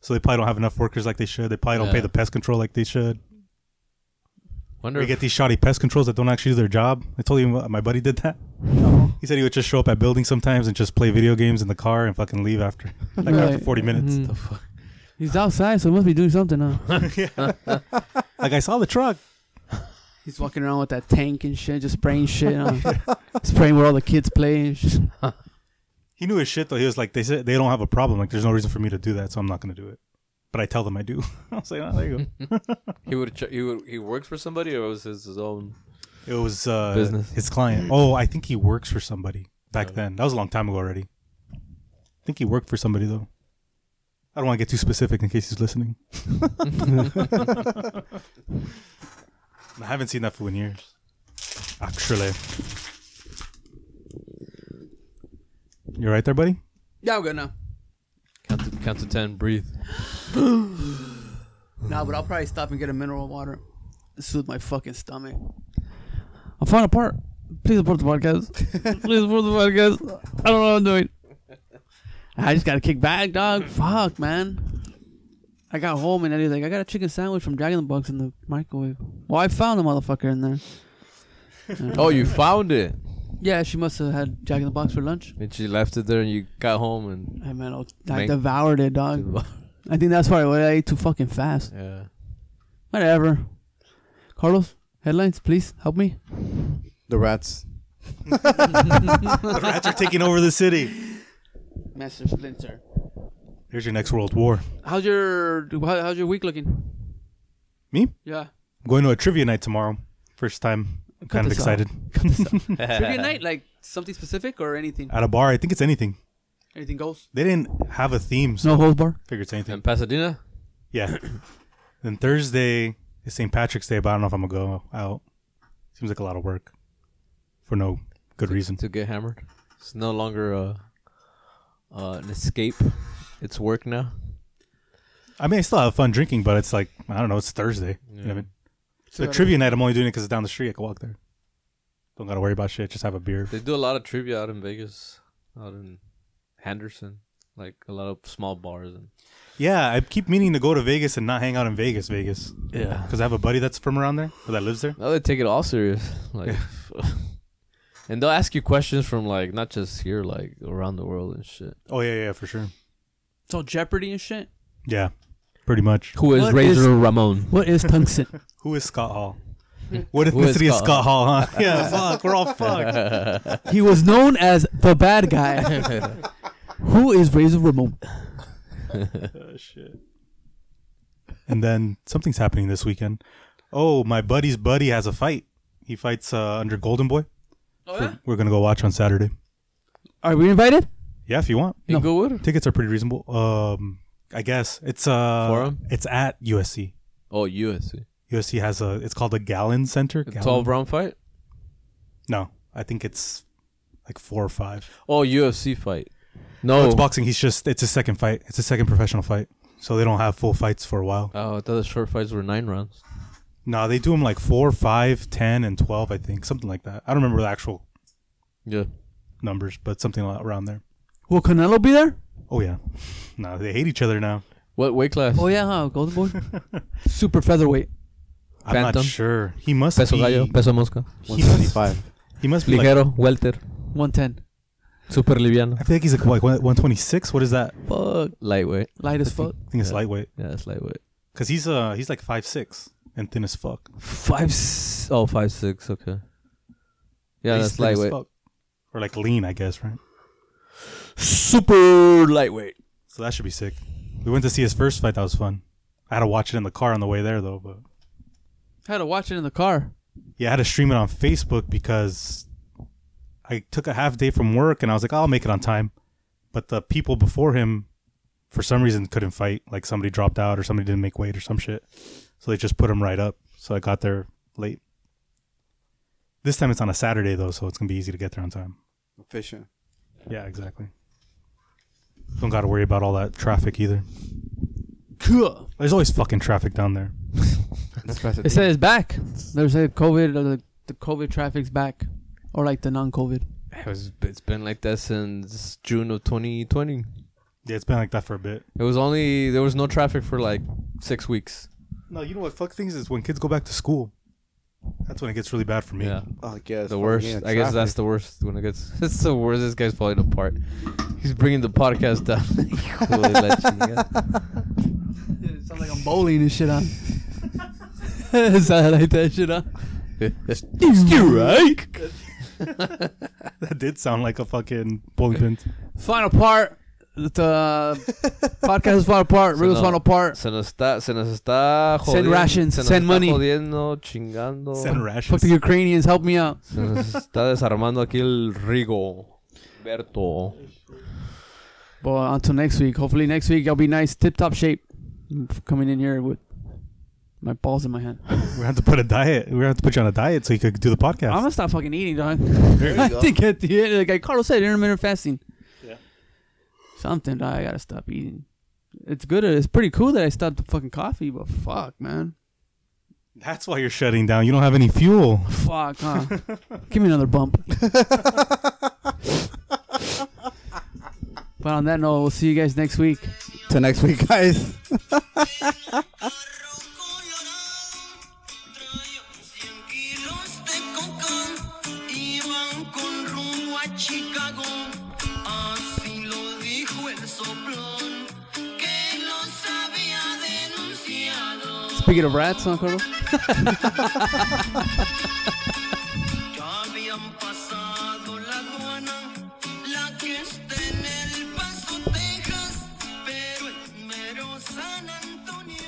[SPEAKER 4] so they probably don't have enough workers like they should. They probably don't pay
[SPEAKER 1] Yeah.
[SPEAKER 4] the pest control like they should.
[SPEAKER 1] Wonder
[SPEAKER 4] We
[SPEAKER 1] if,
[SPEAKER 4] get these shoddy pest controls that don't actually do their job. I told you my my buddy did that. He said he would just show up at buildings sometimes and just play video games in the car and fucking leave after (laughs) like after
[SPEAKER 2] Right.
[SPEAKER 4] forty minutes.
[SPEAKER 1] Mm.
[SPEAKER 2] Mhm. he's outside, so he must be doing something. Huh?
[SPEAKER 4] (laughs) Like I saw the truck.
[SPEAKER 2] He's walking around with that tank and shit, just spraying shit, huh?
[SPEAKER 4] (laughs)
[SPEAKER 2] spraying where all the kids play. And shit.
[SPEAKER 4] He knew his shit though. He was like, they said they don't have a problem. Like there's no reason for me to do that, so I'm not gonna do it. But I tell them I do. (laughs) I was like, oh, there you
[SPEAKER 1] (laughs)
[SPEAKER 4] go.
[SPEAKER 1] he would ch- he would he works for somebody or was his, his own
[SPEAKER 4] It was uh,
[SPEAKER 1] Business.
[SPEAKER 4] his client. Oh, I think he works for somebody back then. That was a long time ago already. I think he worked for somebody though. I don't want to get too specific in case he's listening. I haven't seen that fool in years. Actually, you're right there, buddy.
[SPEAKER 2] Yeah, I'm good now.
[SPEAKER 1] count to, count to ten breathe
[SPEAKER 2] Nah, but I'll probably stop and get a mineral water. Soothe my fucking stomach. I'm falling apart. Please support the podcast. Please support the podcast. I don't know what I'm doing. I just gotta kick back, dog. Fuck, man. I got home and Eddie's like, I got a chicken sandwich from Dragon Bugs in the microwave. Well, I found the motherfucker in there.
[SPEAKER 1] oh you found it
[SPEAKER 2] Yeah, she must have had Jack in the Box for lunch.
[SPEAKER 1] and she left it there and you got home and
[SPEAKER 2] Hey man, I'll- I
[SPEAKER 1] Make-
[SPEAKER 2] devoured it, dog. I think that's probably why I ate too fucking fast.
[SPEAKER 1] yeah
[SPEAKER 2] Whatever. Carlos, headlines, please help me.
[SPEAKER 3] The (laughs) rats.
[SPEAKER 4] The rats are taking over the city.
[SPEAKER 2] Master Splinter.
[SPEAKER 4] Here's your next world war.
[SPEAKER 2] How's your how, how's your week looking?
[SPEAKER 4] Me?
[SPEAKER 2] Yeah.
[SPEAKER 4] I'm going to a trivia night tomorrow. First time. I'm
[SPEAKER 2] Cut
[SPEAKER 4] kind of
[SPEAKER 2] this out.
[SPEAKER 4] excited.
[SPEAKER 2] Trivia night, like something specific or anything?
[SPEAKER 4] (laughs) At a bar, I think it's anything.
[SPEAKER 2] Anything goes?
[SPEAKER 4] They didn't have a theme, so
[SPEAKER 2] No holds bar.
[SPEAKER 4] I figure it's anything.
[SPEAKER 1] (laughs) in Pasadena
[SPEAKER 4] Yeah. (coughs) then Thursday is St. Patrick's Day, but I don't know if I'm gonna go out. Seems like a lot of work for no good reason.
[SPEAKER 1] to get hammered it's no longer a uh, an escape it's work now
[SPEAKER 4] I mean, I still have fun drinking, but it's like I don't know. It's Thursday. You know what I mean? So the trivia night, I'm only doing it because it's down the street. I can walk there. Don't gotta worry about shit. Just have a beer.
[SPEAKER 1] They do a lot of trivia out in Vegas, out in Henderson, like a lot of small bars and
[SPEAKER 4] Yeah, I keep meaning to go to Vegas and not hang out in Vegas, Vegas,
[SPEAKER 1] yeah.
[SPEAKER 4] because I have a buddy that's from around there or that lives there.
[SPEAKER 1] Now they take it all serious, like, (laughs) and they'll ask you questions from like not just here, like around the world and shit.
[SPEAKER 4] Oh yeah, yeah, for sure.
[SPEAKER 2] So Jeopardy and shit.
[SPEAKER 4] Yeah, pretty much.
[SPEAKER 1] Who is
[SPEAKER 2] What
[SPEAKER 1] Razor
[SPEAKER 2] is-
[SPEAKER 1] Ramon?
[SPEAKER 2] What is tungsten? (laughs)
[SPEAKER 4] Who is Scott Hall? (laughs) What
[SPEAKER 1] Who is
[SPEAKER 4] ethnicity is
[SPEAKER 1] Scott
[SPEAKER 4] Scott Hall? (laughs) Huh? Yeah, fuck, we're all fucked. (laughs)
[SPEAKER 2] he was known as the bad (laughs) guy. Who is Razor Ramon?
[SPEAKER 4] shit. And then something's happening this weekend. Oh, my buddy's buddy has a fight. He fights uh, under Golden Boy. We're, we're gonna go watch on Saturday.
[SPEAKER 2] Are we invited?
[SPEAKER 4] Yeah, if you want.
[SPEAKER 1] Inglewood?
[SPEAKER 4] Tickets are pretty reasonable. Um, I guess it's uh,
[SPEAKER 1] Forum?
[SPEAKER 4] it's at USC.
[SPEAKER 1] Oh, USC.
[SPEAKER 4] USC has a. It's called the Gallon Center.
[SPEAKER 1] The
[SPEAKER 4] Gallon?
[SPEAKER 1] Twelve round fight?
[SPEAKER 4] No, I think it's like four or five.
[SPEAKER 1] Oh, UFC fight.
[SPEAKER 4] Oh,
[SPEAKER 1] No.
[SPEAKER 4] it's boxing. He's just. It's his second fight. It's his second professional fight. So they don't have full fights for a while.
[SPEAKER 1] Oh, I thought the short fights were nine rounds.
[SPEAKER 4] No, they do them like four, five, ten, and twelve. I think something like that. I don't remember the actual
[SPEAKER 1] Yeah.
[SPEAKER 4] numbers, but something like- around there.
[SPEAKER 2] Will Canelo be there?
[SPEAKER 4] Oh yeah, (laughs) no, they hate each other now. (laughs)
[SPEAKER 1] What weight class?
[SPEAKER 2] Oh yeah, huh? Golden Boy. (laughs) Super featherweight.
[SPEAKER 4] I'm
[SPEAKER 1] Phantom.
[SPEAKER 4] not sure. He must
[SPEAKER 1] Peso
[SPEAKER 4] be.
[SPEAKER 1] gallo, peso mosca,
[SPEAKER 4] he, must,
[SPEAKER 3] 125.
[SPEAKER 4] he must be. Like,
[SPEAKER 1] ligero, welter,
[SPEAKER 2] One ten.
[SPEAKER 1] super liviano.
[SPEAKER 4] I feel like he's like, like 126. What is that?
[SPEAKER 1] Fuck. Lightweight.
[SPEAKER 2] Light as fuck.
[SPEAKER 4] I think it's
[SPEAKER 1] Yeah.
[SPEAKER 4] lightweight
[SPEAKER 1] Yeah, it's lightweight.
[SPEAKER 4] because he's uh he's like five six and thin as fuck.
[SPEAKER 1] Five s- oh five six okay. Yeah,
[SPEAKER 4] He's
[SPEAKER 1] that's
[SPEAKER 4] thin as
[SPEAKER 1] lightweight.
[SPEAKER 4] fuck. Or like lean, I guess, right?
[SPEAKER 1] Super lightweight.
[SPEAKER 4] So that should be sick. We went to see his first fight. That was fun. I had to watch it in the car on the way there though, but
[SPEAKER 2] Had to watch it in the car.
[SPEAKER 4] Yeah, I had to stream it on Facebook because I took a half day from work and I was like, I'll make it on time. But the people before him, for some reason, couldn't fight. Like somebody dropped out or somebody didn't make weight or some shit. So they just put him right up. So I got there late. This time it's on a Saturday though, so it's gonna be easy to get there on time.
[SPEAKER 3] Efficient.
[SPEAKER 4] Yeah, exactly. Don't got to worry about all that traffic either.
[SPEAKER 2] Cool.
[SPEAKER 4] There's always fucking traffic down there.
[SPEAKER 1] That's what I said.
[SPEAKER 2] It says back. There's a COVID. uh, The, the COVID traffic's back, or like the non-COVID.
[SPEAKER 1] It was, it's been like that since June of 2020.
[SPEAKER 4] Yeah, it's been like that for a bit.
[SPEAKER 1] It was only there was no traffic for like six weeks.
[SPEAKER 4] No, you know what fuck things is when kids go back to school. That's when it gets really bad for me.
[SPEAKER 1] Yeah,
[SPEAKER 3] Oh, yes.
[SPEAKER 1] the worst. I guess that's the worst when it gets. (laughs) It's the worst. This guy's falling apart. He's bringing the podcast down. Híjole la chingada.
[SPEAKER 2] It sounds like I'm bowling and (laughs) shit on. Sounds like that shit on.
[SPEAKER 1] you right?
[SPEAKER 4] (laughs) That did sound like a fucking bowling pin.
[SPEAKER 2] Final part. The podcast is final part.
[SPEAKER 1] So
[SPEAKER 2] Rigo's
[SPEAKER 1] no.
[SPEAKER 2] final part.
[SPEAKER 1] Se nos está, se nos está jodiendo.
[SPEAKER 2] Send rations,
[SPEAKER 1] se nos
[SPEAKER 2] send
[SPEAKER 1] está
[SPEAKER 2] money.
[SPEAKER 1] Jodiendo, chingando.
[SPEAKER 4] Send
[SPEAKER 2] Fuck
[SPEAKER 4] rations.
[SPEAKER 2] the Ukrainians. Help me out.
[SPEAKER 1] Se nos está desarmando aquí el Rigo. Berto.
[SPEAKER 2] But until next week. Hopefully next week I'll be nice, tip-top shape. I'm f- coming in here with my balls in my hand.
[SPEAKER 4] We're gonna have to put a diet. We're gonna have to put you on a diet so you could do the podcast.
[SPEAKER 2] I'm gonna stop fucking eating, dog.
[SPEAKER 3] you
[SPEAKER 2] (laughs) I
[SPEAKER 3] go.
[SPEAKER 2] think at the end, like Carlos said, intermittent fasting. Yeah. Something, dog. I gotta stop eating. It's good. It's pretty cool that I stopped the fucking coffee, but fuck, man.
[SPEAKER 4] That's why you're shutting down. You don't have any fuel.
[SPEAKER 2] Fuck, huh?
[SPEAKER 3] (laughs)
[SPEAKER 2] Give me another bump. but on that note, we'll see you guys next week.
[SPEAKER 3] Till next week, guys.
[SPEAKER 6] Arroz colorado, traían 100 kilos de coca, iban con rumbo a Chicago, así lo dijo el soplón, que los había denunciado.
[SPEAKER 2] Speaking of rats, huh, Carlos?
[SPEAKER 6] Ya habían pasado la aduana, la que está en El Paso, Texas, pero en mero San Antonio.